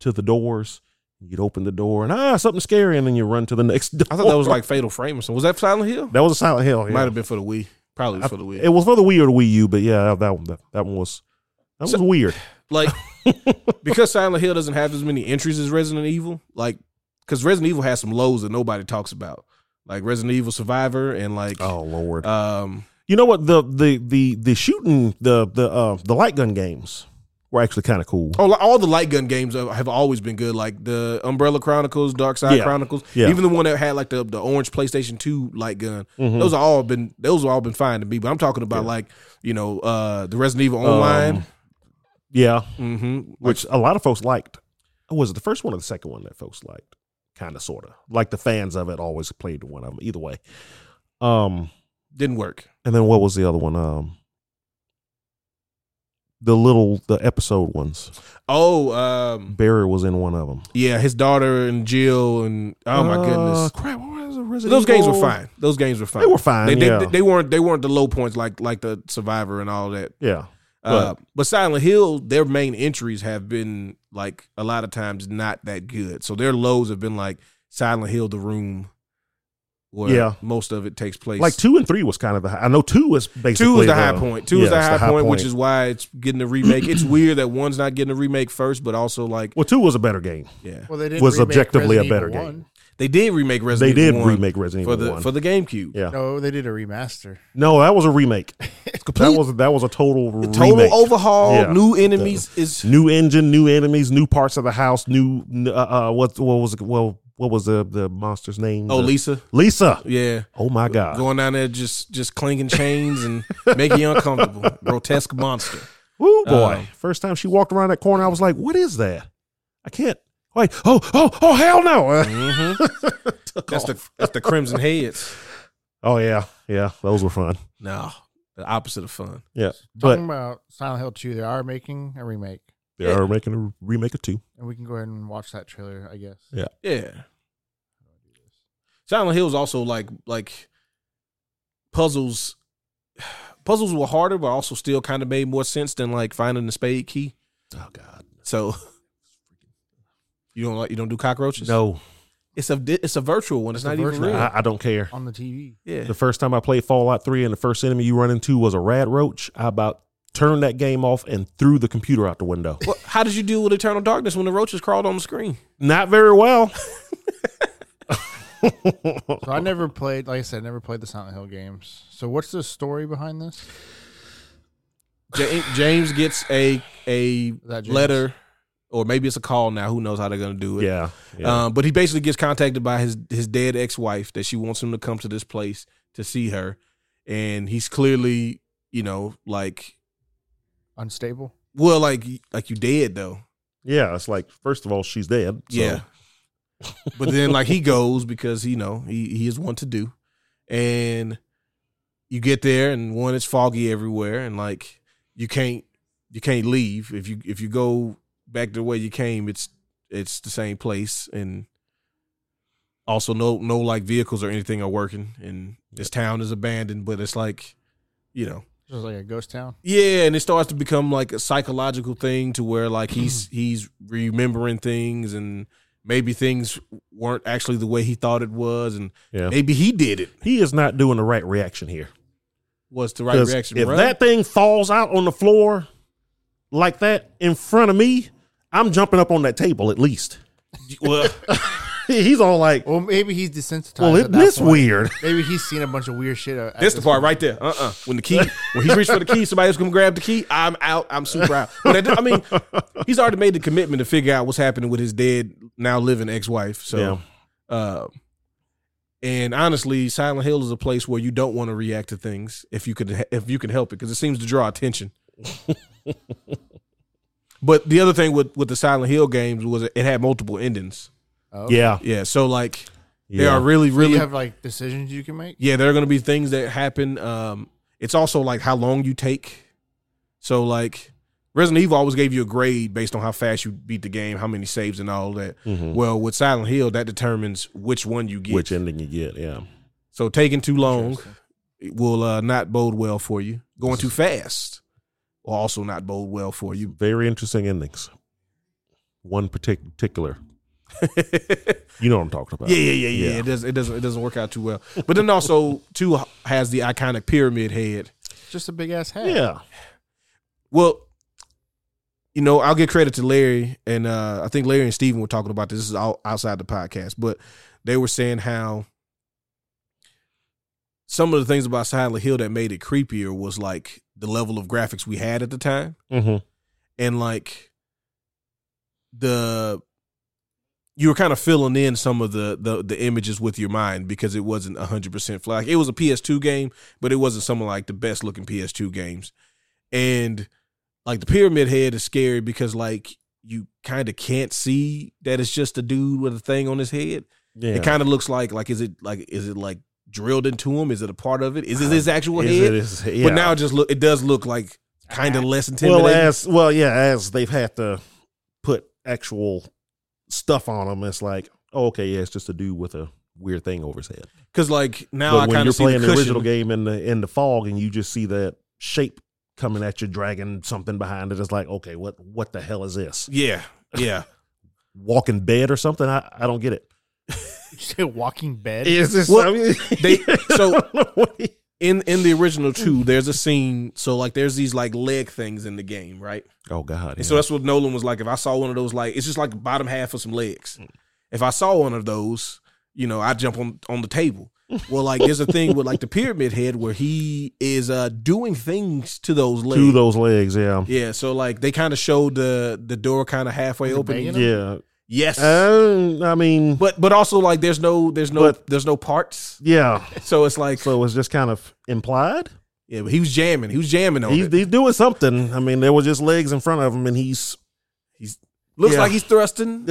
[SPEAKER 2] to the doors, you'd open the door and ah something scary, and then you run to the next door.
[SPEAKER 1] I thought that was like Fatal Frame or something. Was that Silent Hill?
[SPEAKER 2] that was a Silent Hill. yeah.
[SPEAKER 1] Might have been for the Wii. Probably was for the Wii.
[SPEAKER 2] It was for the Wii or the Wii U, but yeah, that one that, that one was that was
[SPEAKER 1] So-
[SPEAKER 2] weird.
[SPEAKER 1] like because Silent Hill doesn't have as many entries as Resident Evil. Like because Resident Evil has some lows that nobody talks about, like Resident Evil Survivor and like
[SPEAKER 2] Oh lord.
[SPEAKER 1] um
[SPEAKER 2] You know what the the the the shooting the the uh the light gun games were actually kind of cool.
[SPEAKER 1] oh, all the light gun games have have always been good. Like the Umbrella Chronicles, Dark Side
[SPEAKER 2] Yeah.
[SPEAKER 1] Chronicles,
[SPEAKER 2] Yeah.
[SPEAKER 1] even the one that had like the the orange PlayStation Two light gun.
[SPEAKER 2] Mhm.
[SPEAKER 1] Those are all been those are all been fine to me. But I'm talking about
[SPEAKER 2] Yeah.
[SPEAKER 1] like you know uh the Resident Evil Online.
[SPEAKER 2] Um, yeah,
[SPEAKER 1] mm-hmm.
[SPEAKER 2] which a lot of folks liked. Was it the first one or the second one that folks liked? Kind of, sort of. Like the fans of it always played one of them. Either way. Um,
[SPEAKER 1] didn't work.
[SPEAKER 2] and then what was the other one? Um, the little the episode ones.
[SPEAKER 1] Oh, um,
[SPEAKER 2] Barry was in one of them.
[SPEAKER 1] Yeah, his daughter and Jill and oh my goodness,
[SPEAKER 2] Uh, crap! What was it? Resident
[SPEAKER 1] those games were
[SPEAKER 2] Evil?
[SPEAKER 1] fine. Those games were fine.
[SPEAKER 2] They were fine.
[SPEAKER 1] They, they,
[SPEAKER 2] yeah,
[SPEAKER 1] they weren't. They weren't the low points like like the Survivor and all that.
[SPEAKER 2] yeah.
[SPEAKER 1] Uh, but Silent Hill, their main entries have been like a lot of times not that good. So their lows have been like Silent Hill, The Room, where
[SPEAKER 2] Yeah.
[SPEAKER 1] most of it takes place.
[SPEAKER 2] Like two and three was kind of the. High. I know two was basically
[SPEAKER 1] Two is the high
[SPEAKER 2] the-
[SPEAKER 1] point. Two
[SPEAKER 2] yeah,
[SPEAKER 1] is the
[SPEAKER 2] it's
[SPEAKER 1] high, point, which is why it's getting a remake. it's weird that one's not getting a remake first, but also like
[SPEAKER 2] well, two was a better game.
[SPEAKER 1] yeah,
[SPEAKER 3] Well, they didn't
[SPEAKER 2] Was
[SPEAKER 3] remake
[SPEAKER 2] objectively a
[SPEAKER 3] Resident Evil
[SPEAKER 2] better game.
[SPEAKER 3] 1.
[SPEAKER 1] they did remake
[SPEAKER 2] they
[SPEAKER 1] Resident.
[SPEAKER 2] did
[SPEAKER 1] Evil 1
[SPEAKER 2] remake Resident
[SPEAKER 1] for
[SPEAKER 2] Evil
[SPEAKER 1] the
[SPEAKER 2] one.
[SPEAKER 1] for the GameCube.
[SPEAKER 2] yeah,
[SPEAKER 3] No, they did a remaster.
[SPEAKER 2] No, that was a remake.
[SPEAKER 1] complete.
[SPEAKER 2] That was that was a total
[SPEAKER 1] total
[SPEAKER 2] remake.
[SPEAKER 1] overhaul,
[SPEAKER 2] Yeah.
[SPEAKER 1] new enemies is
[SPEAKER 2] new engine, new enemies, new parts of the house, new uh, uh what what was well what was the the monster's name?
[SPEAKER 1] oh
[SPEAKER 2] The-
[SPEAKER 1] Lisa,
[SPEAKER 2] Lisa.
[SPEAKER 1] yeah,
[SPEAKER 2] Oh my god.
[SPEAKER 1] going down there just just clinking chains and making you uncomfortable, grotesque monster.
[SPEAKER 2] Woo boy.
[SPEAKER 1] Um,
[SPEAKER 2] First time she walked around that corner, I was like, "What is that? I can't." Wait. Oh oh oh hell no.
[SPEAKER 1] Mm-hmm. That's the that's the Crimson Heads.
[SPEAKER 2] oh yeah. Yeah, those were fun.
[SPEAKER 1] No, the opposite of fun.
[SPEAKER 2] Yeah.
[SPEAKER 3] Talking
[SPEAKER 2] But
[SPEAKER 3] about Silent Hill 2, they are making a remake,
[SPEAKER 2] they are making a remake of two.
[SPEAKER 3] and we can go ahead and watch that trailer, I guess.
[SPEAKER 2] Yeah.
[SPEAKER 1] Yeah, Silent Hill is also like like puzzles. Puzzles were harder, but also still kind of made more sense than like finding the spade key.
[SPEAKER 2] Oh god.
[SPEAKER 1] So you don't like you don't do cockroaches.
[SPEAKER 2] No.
[SPEAKER 1] It's a di- it's a virtual one. It's,
[SPEAKER 3] It's a
[SPEAKER 1] not even
[SPEAKER 3] virtual.
[SPEAKER 1] real.
[SPEAKER 2] I, I don't care.
[SPEAKER 3] on the TV.
[SPEAKER 1] yeah.
[SPEAKER 2] The first time I played Fallout 3 and the first enemy you run into was a rad roach, I about turned that game off and threw the computer out the window.
[SPEAKER 1] Well, how did you deal with Eternal Darkness when the roaches crawled on the screen?
[SPEAKER 2] Not very well.
[SPEAKER 3] So I never played, like I said, I never played the Silent Hill games. So what's the story behind this?
[SPEAKER 1] Ja- James gets a a
[SPEAKER 3] that James?
[SPEAKER 1] letter, or maybe it's a call now. Who knows how they're gonna do it?
[SPEAKER 2] yeah. yeah.
[SPEAKER 1] Um, but he basically gets contacted by his his dead ex wife that she wants him to come to this place to see her, and he's clearly you know like
[SPEAKER 3] Unstable.
[SPEAKER 1] well like like you dead though
[SPEAKER 2] yeah. It's like, first of all, she's dead. So.
[SPEAKER 1] yeah. but then like he goes because you know he he is one to do, and you get there and one it's foggy everywhere and like you can't you can't leave if you if you go back the way you came it's it's the same place and also no no like vehicles or anything are working and this town is abandoned but it's like you know
[SPEAKER 3] Just like a ghost town.
[SPEAKER 1] yeah, and it starts to become like a psychological thing to where like he's
[SPEAKER 2] Mm.
[SPEAKER 1] he's remembering things and maybe things weren't actually the way he thought it was and
[SPEAKER 2] Yeah.
[SPEAKER 1] maybe he did it
[SPEAKER 2] He is not doing the right reaction here.
[SPEAKER 1] was the right
[SPEAKER 2] 'Cause
[SPEAKER 1] reaction.
[SPEAKER 2] If
[SPEAKER 1] bruh.
[SPEAKER 2] that thing falls out on the floor like that in front of me, I'm jumping up on that table at least.
[SPEAKER 1] well,
[SPEAKER 2] He's all like,
[SPEAKER 3] Well, maybe he's desensitized.
[SPEAKER 2] well,
[SPEAKER 3] at
[SPEAKER 2] it,
[SPEAKER 3] that
[SPEAKER 2] this
[SPEAKER 3] point.
[SPEAKER 2] weird.
[SPEAKER 3] Maybe he's seen a bunch of weird shit. at
[SPEAKER 1] that's the
[SPEAKER 3] this
[SPEAKER 1] part right there. Uh uh When the key when he reached for the key, somebody else come grab the key. I'm out. I'm super out. But I, do- I mean, he's already made the commitment to figure out what's happening with his dead now living ex wife. So.
[SPEAKER 2] yeah.
[SPEAKER 1] Uh, and honestly, Silent Hill is a place where you don't want to react to things if you could if you can help it because it seems to draw attention. but the other thing with with the Silent Hill games was it had multiple endings.
[SPEAKER 3] Oh, okay.
[SPEAKER 2] Yeah.
[SPEAKER 1] Yeah, so like
[SPEAKER 2] Yeah.
[SPEAKER 1] there are really
[SPEAKER 3] So
[SPEAKER 1] really
[SPEAKER 3] you have like decisions you can make.
[SPEAKER 1] yeah there are going to be things that happen. Um, it's also like how long you take. So like Resident Evil always gave you a grade based on how fast you beat the game, how many saves, and all that.
[SPEAKER 2] Mhm.
[SPEAKER 1] Well, with Silent Hill, that determines which one you get.
[SPEAKER 2] Which ending you get. Yeah.
[SPEAKER 1] So taking too long
[SPEAKER 3] Interesting.
[SPEAKER 1] will uh, not bode well for you. Going too fast will also not bode well for you.
[SPEAKER 2] Very interesting endings. One partic- particular. You know what I'm talking about.
[SPEAKER 1] yeah, yeah, yeah, yeah,
[SPEAKER 2] Yeah.
[SPEAKER 1] It doesn't, it doesn't, it doesn't work out too well. But then also two has the iconic pyramid head.
[SPEAKER 3] It's just a big ass hat.
[SPEAKER 2] Yeah.
[SPEAKER 1] Well, you know, I'll give credit to Larry and uh, I think Larry and Steven were talking about this. This is all outside the podcast, but they were saying how some of the things about Silent Hill that made it creepier was like the level of graphics we had at the time.
[SPEAKER 2] Mhm.
[SPEAKER 1] and like the you were kind of filling in some of the the, the images with your mind because it wasn't hundred percent flat. Like, it was a PS2 game, but it wasn't some of like the best looking PS2 games. And like the pyramid head is scary because like you kind of can't see that it's just a dude with a thing on his head.
[SPEAKER 2] Yeah.
[SPEAKER 1] It kind of looks like like is it like is it like drilled into him? Is it a part of it? Is it his actual
[SPEAKER 2] Is
[SPEAKER 1] head?
[SPEAKER 2] it- is-
[SPEAKER 1] But
[SPEAKER 2] yeah.
[SPEAKER 1] now it just look it does look like kind of less intimidating.
[SPEAKER 2] well as well yeah as they've had to put actual stuff on them it's like oh, okay yeah it's just a dude with a weird thing over his head
[SPEAKER 1] Because like now I
[SPEAKER 2] but when
[SPEAKER 1] kind
[SPEAKER 2] you're
[SPEAKER 1] of see
[SPEAKER 2] playing
[SPEAKER 1] the
[SPEAKER 2] the, original
[SPEAKER 1] cushion.
[SPEAKER 2] game in the in the fog and you just see that shape coming at you dragging something behind it it's like okay what what the hell is this
[SPEAKER 1] Yeah, yeah.
[SPEAKER 2] walking bed or something i, I don't get it
[SPEAKER 3] Did you say walking bed?
[SPEAKER 2] is this
[SPEAKER 1] Well,
[SPEAKER 2] I mean,
[SPEAKER 1] they-
[SPEAKER 2] I
[SPEAKER 1] so-
[SPEAKER 2] don't know what he-
[SPEAKER 1] In in the original two, there's a scene. So like, there's these like leg things in the game, right?
[SPEAKER 2] oh god yeah.
[SPEAKER 1] And so that's what Nolan was like. If I saw one of those, like it's just like the bottom half of some legs.
[SPEAKER 2] Mm.
[SPEAKER 1] If I saw one of those, you know, I jump on on the table. Well, like there's a thing with like the pyramid head where he is uh doing things to those legs.
[SPEAKER 2] to those legs yeah
[SPEAKER 1] yeah, so like they kind of showed the the door kind of halfway
[SPEAKER 3] Was it
[SPEAKER 1] open.
[SPEAKER 3] banging?
[SPEAKER 2] yeah
[SPEAKER 1] Yes,
[SPEAKER 2] Uh, i mean
[SPEAKER 1] but but also like there's no there's no
[SPEAKER 2] But-
[SPEAKER 1] there's no parts.
[SPEAKER 2] yeah
[SPEAKER 1] So it's like
[SPEAKER 2] so it was just kind of implied
[SPEAKER 1] yeah, but he was jamming. He was jamming on
[SPEAKER 2] he's,
[SPEAKER 1] it.
[SPEAKER 2] he's doing something. I mean, there was just legs in front of him, and he's
[SPEAKER 1] Looks
[SPEAKER 2] Yeah.
[SPEAKER 1] like he's thrusting.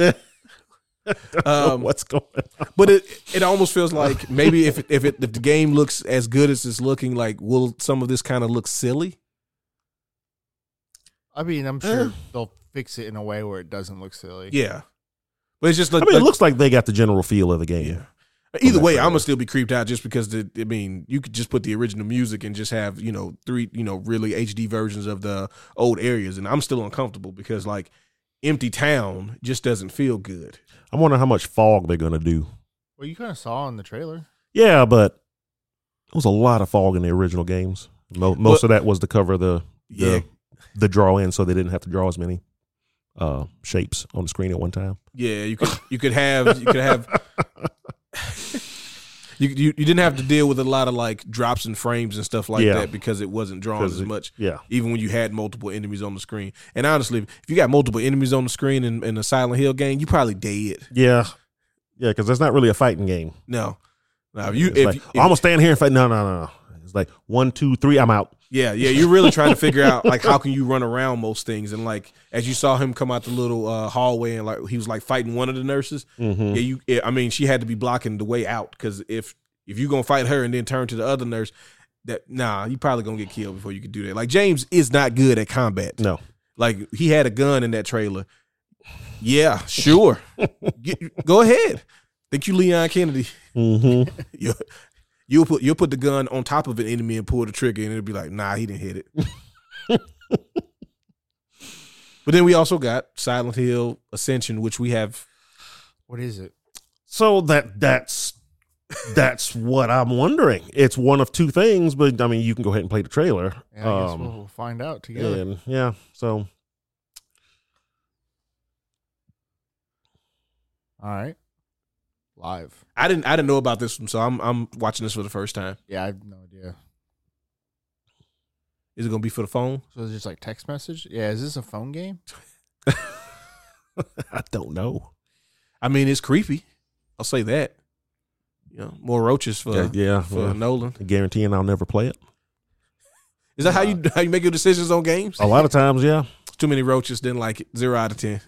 [SPEAKER 1] Um,
[SPEAKER 2] what's going? on?
[SPEAKER 1] but it it almost feels like maybe if it, if it if the game looks as good as it's looking, like will some of this kind of look silly?
[SPEAKER 3] I mean, I'm sure
[SPEAKER 2] Eh.
[SPEAKER 3] they'll fix it in a way where it doesn't look silly.
[SPEAKER 1] Yeah, but it's just like,
[SPEAKER 2] I mean, it
[SPEAKER 1] like-
[SPEAKER 2] looks like they got the general feel of the game.
[SPEAKER 1] either way,
[SPEAKER 2] Okay.
[SPEAKER 1] I'm gonna still be creeped out just because the I mean you could just put the original music and just have you know three you know really HD versions of the old areas, and I'm still uncomfortable because like empty town just doesn't feel good.
[SPEAKER 2] I wonder how much fog they're gonna do.
[SPEAKER 3] Well, you kind of saw in the trailer.
[SPEAKER 2] Yeah, but there was a lot of fog in the original games. Mo- most of that was to cover the the,
[SPEAKER 1] Yeah.
[SPEAKER 2] the draw in, so they didn't have to draw as many uh, shapes on the screen at one time.
[SPEAKER 1] Yeah, you could you could have you could have you, you you didn't have to deal with a lot of like drops and frames and stuff like
[SPEAKER 2] Yeah.
[SPEAKER 1] that because it wasn't drawn
[SPEAKER 2] 'Cause
[SPEAKER 1] as
[SPEAKER 2] it-
[SPEAKER 1] much.
[SPEAKER 2] Yeah,
[SPEAKER 1] Even when you had multiple enemies on the screen, and honestly, if you got multiple enemies on the screen in, in a Silent Hill game, you probably dead.
[SPEAKER 2] yeah, yeah. Because that's not really a fighting game.
[SPEAKER 1] No, no, if you,
[SPEAKER 2] It's
[SPEAKER 1] if,
[SPEAKER 2] like,
[SPEAKER 1] if-
[SPEAKER 2] I'm gonna stand here and fight. No, no, no, no. It's like one, two, three. I'm out.
[SPEAKER 1] Yeah, yeah, you're really trying to figure out like how can you run around most things, and like as you saw him come out the little uh, hallway and like he was like fighting one of the nurses.
[SPEAKER 2] Mm-hmm.
[SPEAKER 1] Yeah, you. Yeah, I mean, she had to be blocking the way out because if if you gonna fight her and then turn to the other nurse, that nah, you probably gonna get killed before you can do that. Like James is not good at combat.
[SPEAKER 2] No.
[SPEAKER 1] like he had a gun in that trailer. Yeah, sure. Get- go ahead. Think you Leon Kennedy?
[SPEAKER 2] Mm-hmm.
[SPEAKER 1] You, you'll put you'll put the gun on top of an enemy and pull the trigger, and it'll be like, nah, he didn't hit it. but then we also got Silent Hill Ascension, which we have.
[SPEAKER 3] What is it?
[SPEAKER 2] So that that's that's what I'm wondering. It's one of two things, but I mean, you can go ahead and play the trailer.
[SPEAKER 3] Yeah, I guess
[SPEAKER 2] Um,
[SPEAKER 3] we'll, we'll find out together.
[SPEAKER 2] And yeah, so
[SPEAKER 3] All right. Live.
[SPEAKER 1] I didn't I didn't know about this one, so I'm I'm watching this for the first time.
[SPEAKER 3] Yeah, I have no idea.
[SPEAKER 1] Is it gonna be for the phone?
[SPEAKER 3] So it's just like text message. Yeah, is this a phone game?
[SPEAKER 2] I don't know.
[SPEAKER 1] I mean, it's creepy. I'll say that. You know, more roaches for
[SPEAKER 2] yeah, yeah,
[SPEAKER 1] for
[SPEAKER 2] yeah.
[SPEAKER 1] Nolan.
[SPEAKER 2] uh, guaranteeing I'll never play it.
[SPEAKER 1] Is that how you how you make your decisions on games?
[SPEAKER 2] A lot of times, yeah.
[SPEAKER 1] Too many roaches, didn't like it. Zero out of ten.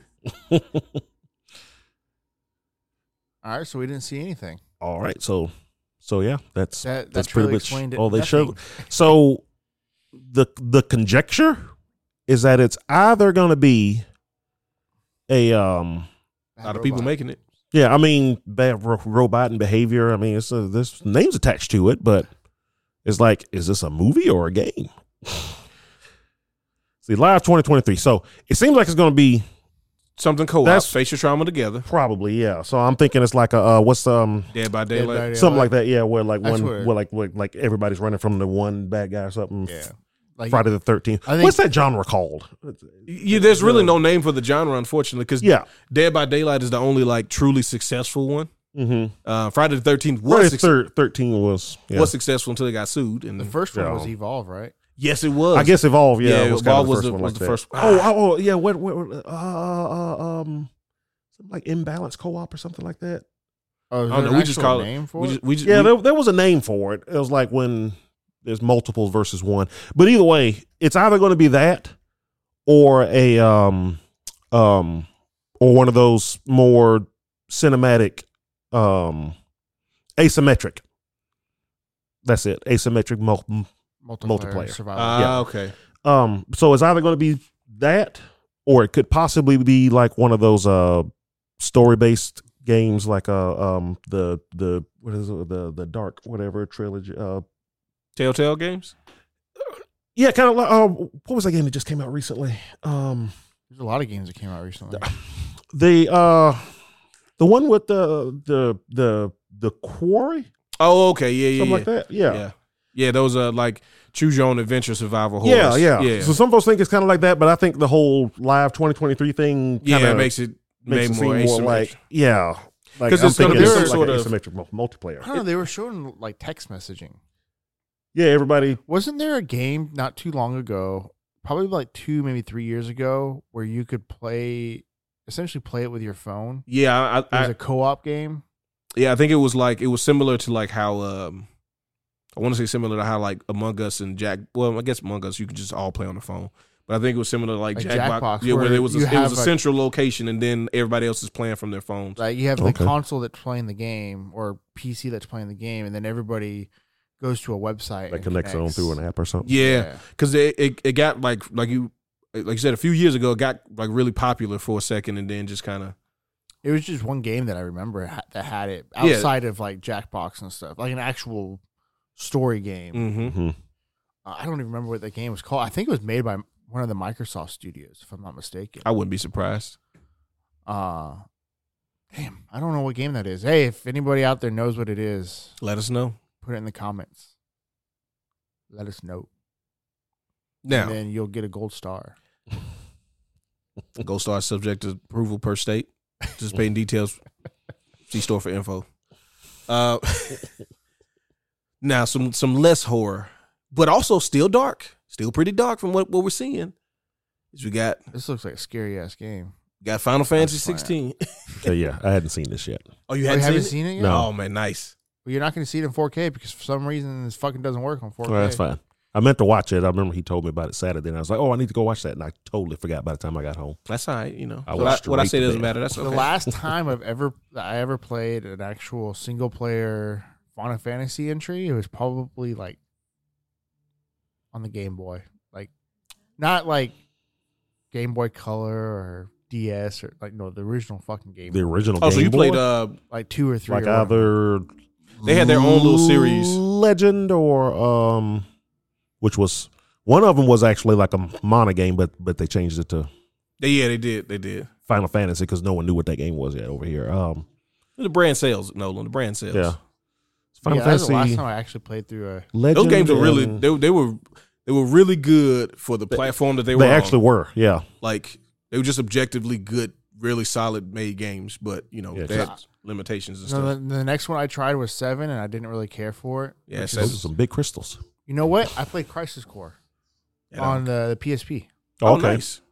[SPEAKER 3] All right, so we didn't see anything.
[SPEAKER 2] All right, so so yeah, that's
[SPEAKER 3] That that
[SPEAKER 2] That's
[SPEAKER 3] trailer
[SPEAKER 2] pretty much
[SPEAKER 3] explained it.
[SPEAKER 2] all they
[SPEAKER 3] Nothing.
[SPEAKER 2] so the the conjecture is that it's either going to be a um
[SPEAKER 1] A
[SPEAKER 3] Bad
[SPEAKER 1] lot of people
[SPEAKER 3] robot.
[SPEAKER 1] making it.
[SPEAKER 2] yeah, I mean bad ro- robot and behavior. I mean, it's a, there's names attached to it, but it's like is this a movie or a game? See, live 2023. So, it seems like it's going to be
[SPEAKER 1] Something co-op.
[SPEAKER 2] That's-
[SPEAKER 1] face your trauma together.
[SPEAKER 2] probably yeah. So, I'm thinking it's like a uh, what's um
[SPEAKER 1] Dead by
[SPEAKER 3] Dead
[SPEAKER 1] daylight.
[SPEAKER 3] by Daylight.
[SPEAKER 2] something like that. Yeah, where like
[SPEAKER 3] I
[SPEAKER 2] one,
[SPEAKER 3] swear.
[SPEAKER 2] where like where, like everybody's running from the one bad guy or something.
[SPEAKER 3] Yeah. Like
[SPEAKER 2] Friday the Thirteenth.
[SPEAKER 3] I think-
[SPEAKER 2] What's that genre called?
[SPEAKER 1] Yeah, there's really no name for the genre, unfortunately, because
[SPEAKER 2] Yeah.
[SPEAKER 1] Dead by Daylight is the only like truly successful one.
[SPEAKER 2] Mm-hmm.
[SPEAKER 1] Uh, Friday the Thirteenth
[SPEAKER 2] Friday
[SPEAKER 1] was
[SPEAKER 2] the
[SPEAKER 1] suc-
[SPEAKER 2] thir- Thirteen was. Yeah.
[SPEAKER 1] was successful until they got sued, and
[SPEAKER 3] the first one was
[SPEAKER 2] Yeah.
[SPEAKER 3] Evolve, right?
[SPEAKER 1] yes, it was.
[SPEAKER 2] I guess Evolve. Yeah,
[SPEAKER 1] Yeah,
[SPEAKER 2] it was, kind
[SPEAKER 1] Evolve
[SPEAKER 2] of the
[SPEAKER 1] was
[SPEAKER 2] first
[SPEAKER 1] the-
[SPEAKER 2] one
[SPEAKER 1] was
[SPEAKER 2] like
[SPEAKER 1] the
[SPEAKER 2] that.
[SPEAKER 1] first- ah,
[SPEAKER 2] Oh, oh, oh, yeah. What? What? what, Uh, uh, um, something like imbalance co-op or something like that.
[SPEAKER 3] Oh, is
[SPEAKER 1] I don't
[SPEAKER 3] there
[SPEAKER 1] know.
[SPEAKER 3] an
[SPEAKER 1] We just
[SPEAKER 3] actual
[SPEAKER 1] call it-
[SPEAKER 3] name for
[SPEAKER 1] we
[SPEAKER 3] it?
[SPEAKER 1] just, we just,
[SPEAKER 2] Yeah,
[SPEAKER 1] we-
[SPEAKER 2] there, there was a name for it. It was like when there's multiples versus one. But either way, it's either going to be that or a um um or one of those more cinematic um asymmetric. That's it. Asymmetric multi. multiplayer.
[SPEAKER 1] ah,
[SPEAKER 3] Survival.
[SPEAKER 2] yeah.
[SPEAKER 1] okay.
[SPEAKER 2] Um so it's either going to be that or it could possibly be like one of those uh story-based games like uh um the the what is it, the the dark whatever trilogy uh
[SPEAKER 1] Telltale games.
[SPEAKER 2] Yeah, kind of. like Uh, what was that game that just came out recently? Um,
[SPEAKER 3] There's a lot of games that came out recently.
[SPEAKER 2] the uh, the one with the the the the quarry,
[SPEAKER 1] Oh, okay. Yeah, yeah,
[SPEAKER 2] something
[SPEAKER 1] yeah.
[SPEAKER 2] like that. Yeah, yeah,
[SPEAKER 1] yeah, yeah. Those are like choose your own adventure survival horrors.
[SPEAKER 2] yeah,
[SPEAKER 1] yeah.
[SPEAKER 2] So some folks think it's kind of like that, but I think the whole live 2023 thing
[SPEAKER 1] Yeah,
[SPEAKER 2] kind
[SPEAKER 1] it
[SPEAKER 2] of
[SPEAKER 1] makes it made
[SPEAKER 2] makes it
[SPEAKER 1] more,
[SPEAKER 2] seem more
[SPEAKER 1] asymmetric.
[SPEAKER 2] like yeah, like
[SPEAKER 1] 'Cause
[SPEAKER 2] I'm
[SPEAKER 1] it's gonna
[SPEAKER 2] thinking
[SPEAKER 3] be
[SPEAKER 2] it's
[SPEAKER 3] some
[SPEAKER 2] like
[SPEAKER 1] sort
[SPEAKER 2] an
[SPEAKER 1] of-
[SPEAKER 2] asymmetric mul-
[SPEAKER 3] I
[SPEAKER 2] multiplayer.
[SPEAKER 3] don't know. They were showing like text messaging.
[SPEAKER 2] Yeah, everybody.
[SPEAKER 3] Wasn't there a game not too long ago, probably like two, maybe three years ago, where you could play, essentially play it with your phone?
[SPEAKER 1] yeah, I,
[SPEAKER 3] It
[SPEAKER 1] I,
[SPEAKER 3] was a co-op game.
[SPEAKER 1] yeah. I think it was like it was similar to like how um, I want to say similar to how like Among Us and Jack. Well, I guess Among Us you could just all play on the phone. But I think it was similar to like,
[SPEAKER 3] Like
[SPEAKER 1] Jackbox,
[SPEAKER 3] Jackbox,
[SPEAKER 1] yeah, where
[SPEAKER 3] where
[SPEAKER 1] there was a,
[SPEAKER 3] you
[SPEAKER 1] it was
[SPEAKER 3] have
[SPEAKER 1] a
[SPEAKER 3] a-
[SPEAKER 1] central location, and then everybody else is playing from their phones.
[SPEAKER 3] Like you have
[SPEAKER 2] Okay.
[SPEAKER 3] the console that's playing the game or PC that's playing the game, and then everybody goes to a website
[SPEAKER 2] That
[SPEAKER 3] and
[SPEAKER 2] connects on through an app or something.
[SPEAKER 1] yeah, because it, it it got like like you like you said a few years ago, it got like really popular for a second, and then just kind of
[SPEAKER 3] It was just one game that I remember ha- that had it
[SPEAKER 1] Yeah.
[SPEAKER 3] outside of like Jackbox and stuff, like an actual story game.
[SPEAKER 1] hmm
[SPEAKER 2] hmm
[SPEAKER 3] Uh, I don't even remember what that game was called. I think it was made by one of the Microsoft studios, if I'm not mistaken.
[SPEAKER 1] I wouldn't be surprised.
[SPEAKER 3] Uh damn, I don't know what game that is. Hey, if anybody out there knows what it is,
[SPEAKER 1] Let us know
[SPEAKER 3] put it in the comments. Let us know.
[SPEAKER 1] now.
[SPEAKER 3] And then you'll get a gold star.
[SPEAKER 1] Gold Star is subject to approval per state. Participating details. See store for info. Uh, now some some less horror, but also still dark, still pretty dark from what, what we're seeing. Is we got
[SPEAKER 3] This looks like a scary ass game.
[SPEAKER 1] we got Final Fantasy
[SPEAKER 3] That's
[SPEAKER 1] sixteen.
[SPEAKER 3] fine.
[SPEAKER 2] So yeah, I hadn't seen this yet.
[SPEAKER 1] Oh, you
[SPEAKER 3] Oh, you
[SPEAKER 1] hadn't
[SPEAKER 3] haven't
[SPEAKER 1] seen,
[SPEAKER 3] seen it, yet?
[SPEAKER 1] it?
[SPEAKER 2] No.
[SPEAKER 1] Oh man, nice.
[SPEAKER 3] Well, you're not going to see it in 4K because for some reason this fucking doesn't work on 4K.
[SPEAKER 2] Well, that's fine. I meant to watch it. I remember he told me about it Saturday, and I was like, "Oh, I need to go watch that," and I totally forgot by the time I got home.
[SPEAKER 1] That's all right. You know
[SPEAKER 2] I
[SPEAKER 1] So
[SPEAKER 2] was
[SPEAKER 1] I- what I
[SPEAKER 2] straight
[SPEAKER 1] say doesn't
[SPEAKER 2] there.
[SPEAKER 1] matter. That's
[SPEAKER 3] The
[SPEAKER 1] okay.
[SPEAKER 3] last time I've ever I ever played an actual single player Final Fantasy entry, it was probably like on the Game Boy, like not like Game Boy Color or DS or like no the original fucking game,
[SPEAKER 2] The original.
[SPEAKER 1] Oh, so
[SPEAKER 2] Game
[SPEAKER 1] you played
[SPEAKER 2] Boy?
[SPEAKER 1] uh
[SPEAKER 3] like two or three.
[SPEAKER 2] like
[SPEAKER 3] or whatever.
[SPEAKER 2] either
[SPEAKER 1] They had their own little series.
[SPEAKER 2] Legend or um, which was one of them was actually like a Mana game, but but they changed it to
[SPEAKER 1] they, yeah they did they did
[SPEAKER 2] Final Fantasy because no one knew what that game was yet over here. Um,
[SPEAKER 1] the brand sales Nolan the brand sales
[SPEAKER 2] yeah,
[SPEAKER 3] yeah,
[SPEAKER 2] Final
[SPEAKER 3] that was
[SPEAKER 2] Fantasy.
[SPEAKER 3] the last time I actually played through a.
[SPEAKER 2] Legend
[SPEAKER 1] those games are really
[SPEAKER 2] and-
[SPEAKER 1] they, they were they were really good for the platform that they
[SPEAKER 2] they,
[SPEAKER 1] were on.
[SPEAKER 2] actually were. Yeah,
[SPEAKER 1] like they were just objectively good, really solid made games, but you know
[SPEAKER 2] Yeah,
[SPEAKER 1] they had
[SPEAKER 3] just-
[SPEAKER 1] limitations and
[SPEAKER 3] No,
[SPEAKER 1] stuff.
[SPEAKER 3] the, the next one I tried was seven, and I didn't really care for it.
[SPEAKER 1] Yeah,
[SPEAKER 3] which
[SPEAKER 1] so-
[SPEAKER 2] those are
[SPEAKER 3] is-
[SPEAKER 2] some big crystals.
[SPEAKER 3] you know what? I played Crisis Core
[SPEAKER 1] And I-
[SPEAKER 3] on the, the PSP.
[SPEAKER 1] oh, nice.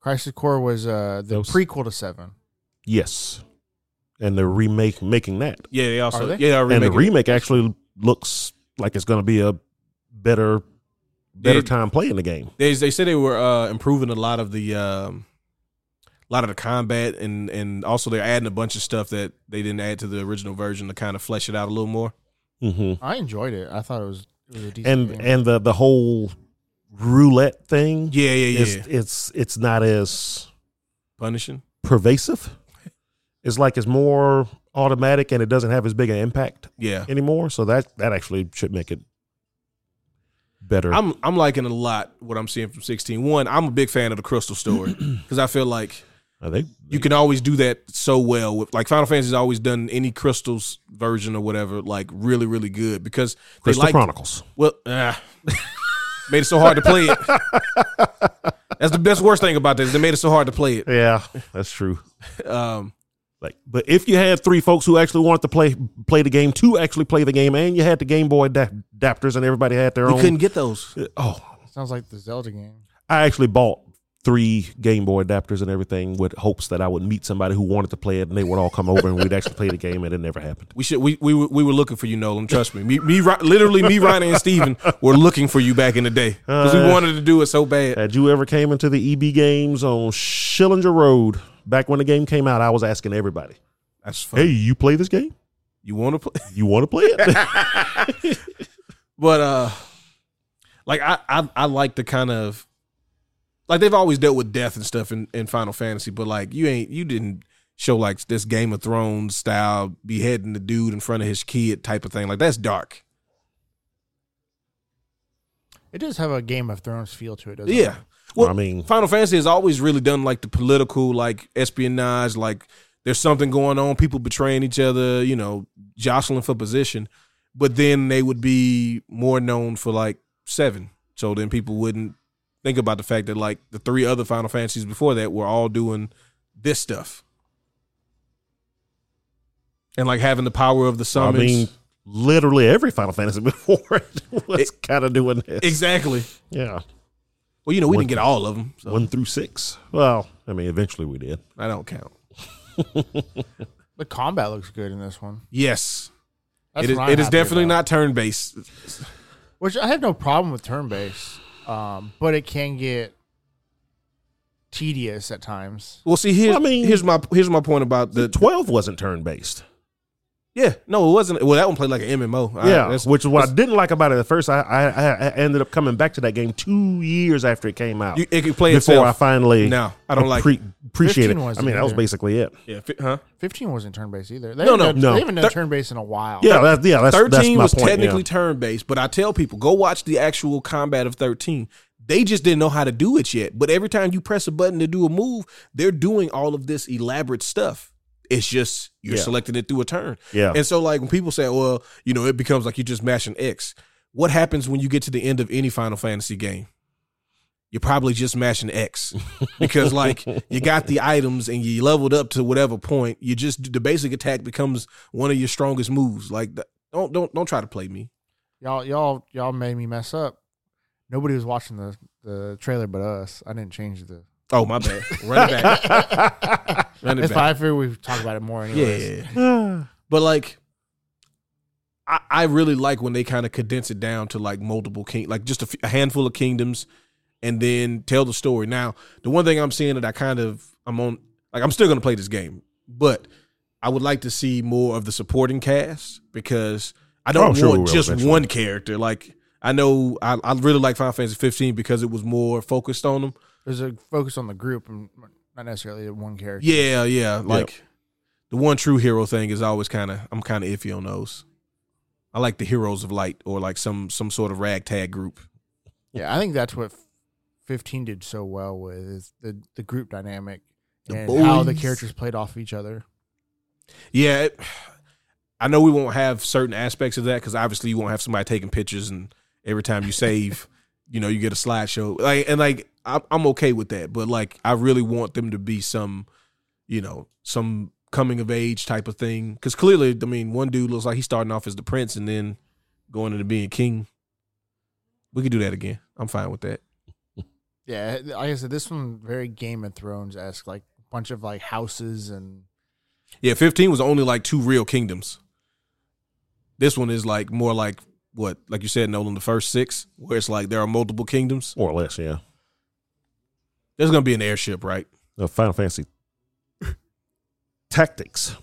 [SPEAKER 3] Crisis Core was uh, the
[SPEAKER 2] That was-
[SPEAKER 3] prequel to Seven.
[SPEAKER 2] Yes, and they're remake making that,
[SPEAKER 1] Yeah, they also
[SPEAKER 3] Are they?
[SPEAKER 1] yeah,
[SPEAKER 2] and the
[SPEAKER 1] remake.
[SPEAKER 2] remake actually looks like it's going to be a better, better
[SPEAKER 1] Did-
[SPEAKER 2] time playing the game.
[SPEAKER 1] they they said they were uh, improving a lot of the um, a lot of the combat and and also they're adding a bunch of stuff that they didn't add to the original version to kind of flesh it out a little more.
[SPEAKER 2] Mm-hmm.
[SPEAKER 3] I enjoyed it. I thought it was it was a decent
[SPEAKER 2] And
[SPEAKER 3] game.
[SPEAKER 2] and the the whole roulette thing
[SPEAKER 1] Yeah, yeah, yeah.
[SPEAKER 2] is it's it's not as
[SPEAKER 1] Punishing.
[SPEAKER 2] pervasive. It's like it's more automatic and it doesn't have as big an impact
[SPEAKER 1] Yeah,
[SPEAKER 2] anymore. So that that actually should make it better.
[SPEAKER 1] I'm I'm liking a lot what I'm seeing from 16. One, I'm a big fan of the Crystal Story because I feel like
[SPEAKER 2] I think
[SPEAKER 1] you can always do that so well with like Final Fantasy's always done any crystals version or whatever like really really good because they
[SPEAKER 2] Crystal
[SPEAKER 1] like
[SPEAKER 2] Chronicles.
[SPEAKER 1] well ah. made it so hard to play it. That's the best worst thing about this. They made it so hard to play it.
[SPEAKER 2] Yeah, that's true.
[SPEAKER 1] Um,
[SPEAKER 2] Like, but if you had three folks who actually wanted to play play the game, two actually play the game, and you had the Game Boy adap- adapters, and everybody had their
[SPEAKER 1] we
[SPEAKER 2] own.
[SPEAKER 1] couldn't get those.
[SPEAKER 2] oh,
[SPEAKER 3] Sounds like the Zelda game.
[SPEAKER 2] I actually bought three Game Boy adapters and everything with hopes that I would meet somebody who wanted to play it, and they would all come over and we'd actually play the game, and it never happened.
[SPEAKER 1] We should. We we were- we were looking for you, Nolan. Trust me. Me, me Ri- literally me, Ryan, and Steven were looking for you back in the day because we
[SPEAKER 2] Uh,
[SPEAKER 1] wanted to do it so bad.
[SPEAKER 2] Had you ever came into the EB games on Schillinger Road back when the game came out? I was asking everybody,
[SPEAKER 1] That's funny.
[SPEAKER 2] "Hey, you play this game?
[SPEAKER 1] You want to play?
[SPEAKER 2] You want to play it?"
[SPEAKER 1] But uh like I I, I like the kind of like they've always dealt with death and stuff in, in Final Fantasy, but like you ain't you didn't show like this Game of Thrones style beheading the dude in front of his kid type of thing. Like that's dark.
[SPEAKER 3] It does have a Game of Thrones feel to it, doesn't
[SPEAKER 1] Yeah.
[SPEAKER 3] it?
[SPEAKER 1] Well,
[SPEAKER 2] I mean,
[SPEAKER 1] Final Fantasy has always really done like the political, like espionage, like there's something going on, people betraying each other, you know, jostling for position. But then they would be more known for like seven. So then people wouldn't think about the fact that like the three other Final Fantasies before that were all doing this stuff. And like having the power of the
[SPEAKER 2] I
[SPEAKER 1] summons.
[SPEAKER 2] mean, literally every Final Fantasy before it was kind of doing this.
[SPEAKER 1] exactly.
[SPEAKER 2] Yeah,
[SPEAKER 1] Well, you know, we
[SPEAKER 2] One-
[SPEAKER 1] didn't get all of them. So.
[SPEAKER 2] one through six. Well, I mean, eventually we did.
[SPEAKER 1] I don't count.
[SPEAKER 3] The combat looks good in this one.
[SPEAKER 1] Yes.
[SPEAKER 3] That's
[SPEAKER 1] it is,
[SPEAKER 3] what I'm
[SPEAKER 1] it is
[SPEAKER 3] happy
[SPEAKER 1] definitely
[SPEAKER 3] about.
[SPEAKER 1] not turn based.
[SPEAKER 3] Which I have no problem with turn based, um, but it can get tedious at times.
[SPEAKER 1] Well, see, here's,
[SPEAKER 2] I mean-
[SPEAKER 1] here's my here's my point about
[SPEAKER 2] The
[SPEAKER 1] the
[SPEAKER 2] twelve wasn't turn based.
[SPEAKER 1] yeah. No, it wasn't. Well, that one played like an MMO. I-
[SPEAKER 2] Yeah,
[SPEAKER 1] Uh, that's-
[SPEAKER 2] which is what I didn't like about it at first. I, I I ended up coming back to that game two years after it came out
[SPEAKER 1] you, it could play
[SPEAKER 2] before I
[SPEAKER 1] itself.
[SPEAKER 2] finally
[SPEAKER 1] no, I don't like.
[SPEAKER 2] appre- appreciate it.
[SPEAKER 3] 15 wasn't
[SPEAKER 2] I mean, that was
[SPEAKER 3] either.
[SPEAKER 2] basically it.
[SPEAKER 1] yeah, fi- huh?
[SPEAKER 3] Fifteen wasn't turn based either. They
[SPEAKER 1] No,
[SPEAKER 3] haven't
[SPEAKER 1] no,
[SPEAKER 3] done-
[SPEAKER 2] no.
[SPEAKER 3] They haven't done
[SPEAKER 1] Thir-
[SPEAKER 3] turn based in a while.
[SPEAKER 2] Yeah, that, yeah, that's that's
[SPEAKER 1] Thirteen
[SPEAKER 2] my
[SPEAKER 1] was
[SPEAKER 2] point, yeah.
[SPEAKER 1] technically turn based, but I tell people go watch the actual combat of thirteen. They just didn't know how to do it yet. But every time you press a button to do a move, they're doing all of this elaborate stuff. It's just you're
[SPEAKER 2] Yeah.
[SPEAKER 1] selecting it through a turn.
[SPEAKER 2] Yeah.
[SPEAKER 1] And so, like, when people say, well, you know, it becomes like you're just mashing X, what happens when you get to the end of any Final Fantasy game? You're probably just mashing X because, like, you got the items and you leveled up to whatever point. You just the basic attack becomes one of your strongest moves. Like, th- don't don't don't try to play me.
[SPEAKER 3] Y'all, y'all, y'all made me mess up. Nobody was watching the the trailer but us. I didn't change the.
[SPEAKER 1] Oh my bad, run it back, run it
[SPEAKER 3] If
[SPEAKER 1] back.
[SPEAKER 3] I figure we talk about it more, anyways.
[SPEAKER 1] Yeah. But like, I, I really like when they kind of condense it down to like multiple king, like just a, f- a handful of kingdoms, and then tell the story. Now, the one thing I'm seeing that I kind of I'm on, like I'm still gonna play this game, but I would like to see more of the supporting cast because I
[SPEAKER 2] Oh, I'm
[SPEAKER 1] don't
[SPEAKER 2] sure we
[SPEAKER 1] want
[SPEAKER 2] will
[SPEAKER 1] just
[SPEAKER 2] eventually.
[SPEAKER 1] one character. Like I know I, I really like Final Fantasy 15 because it was more focused on them.
[SPEAKER 3] There's a focus on the group and not necessarily one character.
[SPEAKER 1] Yeah, yeah. Like the one true hero thing is always kind of I'm kind of iffy on those. I like the heroes of light or like some some sort of ragtag group.
[SPEAKER 3] Yeah, I think that's what 15 did so well with is the the group dynamic
[SPEAKER 1] The
[SPEAKER 3] and how the
[SPEAKER 1] boys.
[SPEAKER 3] characters played off of each other.
[SPEAKER 1] Yeah, it, I know we won't have certain aspects of that because obviously you won't have somebody taking pictures and every time you save, you know, you get a slideshow. Like and like I'm, I'm okay with that, but like I really want them to be some, you know, some coming of age type of thing because clearly, I mean, one dude looks like he's starting off as the prince and then going into being king. We could do that again. I'm fine with that.
[SPEAKER 3] Yeah, like I said, this one very Game of Thrones esque, like bunch of like houses and
[SPEAKER 1] Yeah, 15 was only like two real kingdoms. This one is like more like what, like you said, Nolan, the first six, where it's like there are multiple kingdoms.
[SPEAKER 2] More or less, yeah.
[SPEAKER 1] There's gonna be an airship, right?
[SPEAKER 2] No, Uh, Final Fantasy Tactics.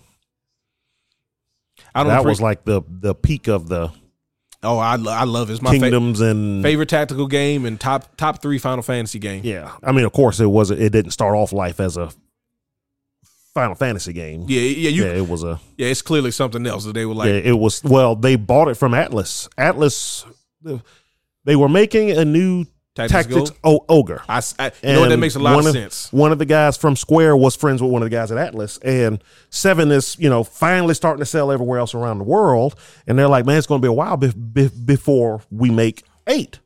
[SPEAKER 1] I don't.
[SPEAKER 2] that
[SPEAKER 1] appre-
[SPEAKER 2] was like the the peak of the
[SPEAKER 1] oh, I, lo- I love it. It's my fa-
[SPEAKER 2] kingdoms and
[SPEAKER 1] favorite tactical game and top top three Final Fantasy game.
[SPEAKER 2] yeah. I mean, of course, it was. It didn't start off life as a Final Fantasy game.
[SPEAKER 1] yeah, yeah. You,
[SPEAKER 2] yeah,
[SPEAKER 1] yeah.
[SPEAKER 2] it was a.
[SPEAKER 1] it's clearly something else that they were like.
[SPEAKER 2] yeah, it was. Well, they bought it from Atlas. Atlas. They were making a new
[SPEAKER 1] Tactics.
[SPEAKER 2] Tactics
[SPEAKER 1] Go.
[SPEAKER 2] o- Ogre.
[SPEAKER 1] I, s- I- you know what, that
[SPEAKER 2] And
[SPEAKER 1] makes a lot
[SPEAKER 2] one
[SPEAKER 1] of sense.
[SPEAKER 2] One of the guys from Square was friends with one of the guys at Atlas, and Seven is you know finally starting to sell everywhere else around the world, and they're like, man, it's going to be a while bef- bef- before we make eight.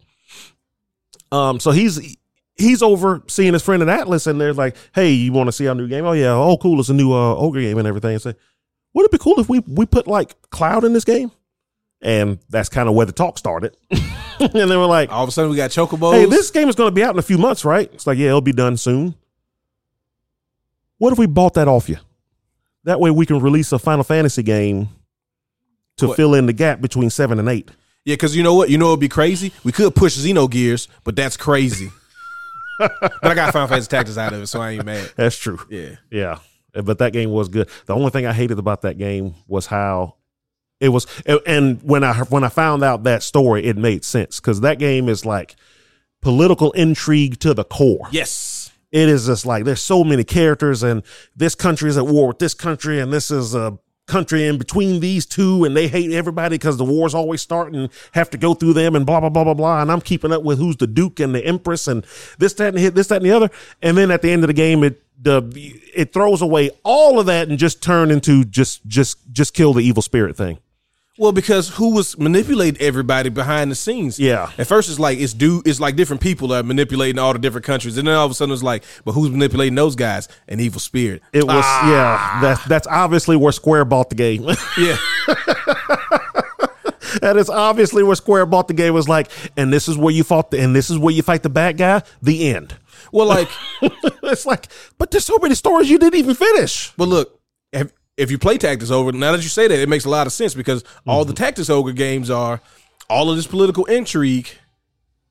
[SPEAKER 2] Um, so he's he's over seeing his friend at Atlas, and they're like, hey, you want to see our new game? Oh yeah, oh cool, it's a new uh, ogre game and everything. And say, would it be cool if we we put like Cloud in this game? And that's kind of where the talk started. and they were like,
[SPEAKER 1] All of a sudden, we got chocobos.
[SPEAKER 2] Hey, this game is going to be out in a few months, right? It's like, yeah, it'll be done soon. What if we bought that off you? That way we can release a Final Fantasy game to
[SPEAKER 1] What?
[SPEAKER 2] fill in the gap between seven and eight.
[SPEAKER 1] Yeah, because you know what? You know it'd be crazy. We could push Xenogears, but that's crazy. but I got Final Fantasy Tactics out of it, so I ain't mad.
[SPEAKER 2] That's true.
[SPEAKER 1] Yeah.
[SPEAKER 2] Yeah. But that game was good. The only thing I hated about that game was how it was and- and when I when I found out that story, it made sense cuz that game is like political intrigue to the core.
[SPEAKER 1] Yes.
[SPEAKER 2] it is just like there's so many characters and this country is at war with this country and this is a country in between these two and they hate everybody because the wars always start and have to go through them and blah blah blah blah blah and i'm keeping up with who's the duke and the empress and this that and hit this that and the other and then at the end of the game it the it throws away all of that and just turn into just just just kill the evil spirit thing
[SPEAKER 1] Well, because who was manipulating everybody behind the scenes?
[SPEAKER 2] Yeah.
[SPEAKER 1] At first, it's like it's do it's like different people that are manipulating all the different countries, and then all of a sudden it's like, but who's manipulating those guys? An evil spirit.
[SPEAKER 2] it was yeah that that's obviously where square bought the game
[SPEAKER 1] Yeah.
[SPEAKER 2] That is obviously where Square bought the game. Was like, and this is where you fought, the, and this is where you fight the bad guy. The end.
[SPEAKER 1] Well, like,
[SPEAKER 2] it's like, but there's so many stories you didn't even finish.
[SPEAKER 1] but look, if, if you play Tactics Ogre, now that you say that, it makes a lot of sense because all the Tactics Ogre games are all of this political intrigue,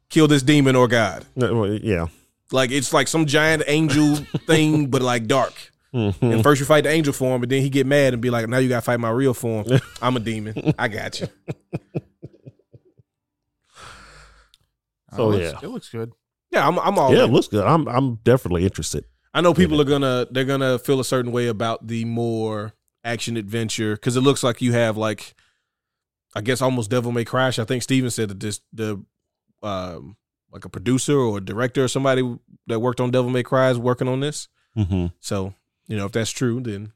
[SPEAKER 1] kill this demon or god.
[SPEAKER 2] Uh, well, Yeah,
[SPEAKER 1] Like it's like some giant angel thing, but like dark. And first you fight the angel form, and then he get mad and be like, "Now you gotta fight my real form. I'm a demon. I got you."
[SPEAKER 2] So,
[SPEAKER 3] uh, it looks,
[SPEAKER 2] yeah.
[SPEAKER 3] it looks good.
[SPEAKER 1] Oh, Yeah, I'm. I'm all.
[SPEAKER 2] yeah, it
[SPEAKER 1] in.
[SPEAKER 2] looks good. I'm I'm definitely interested.
[SPEAKER 1] I know people are gonna they're gonna feel a certain way about the more action adventure because it looks like you have like, I guess almost Devil May Crash. I think Steven said that this the um, like a producer or a director or somebody that worked on Devil May Cry is working on this.
[SPEAKER 2] Mm-hmm.
[SPEAKER 1] So, you know, if that's true, then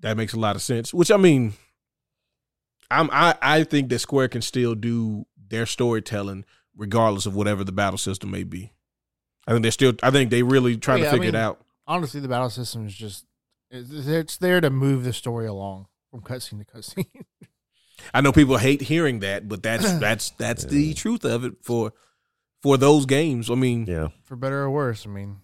[SPEAKER 1] that makes a lot of sense. Which I mean, I'm I, I think that Square can still do their storytelling regardless of whatever the battle system may be. I think they're still I think they really trying
[SPEAKER 3] yeah, I
[SPEAKER 1] to figure
[SPEAKER 3] mean-
[SPEAKER 1] it out.
[SPEAKER 3] Honestly, the battle system is just it's it's there to move the story along from cutscene to cutscene.
[SPEAKER 1] I know people hate hearing that, but that's that's that's the
[SPEAKER 2] Yeah.
[SPEAKER 1] truth of it for for those games. I mean,
[SPEAKER 2] Yeah.
[SPEAKER 3] for better or worse. I mean,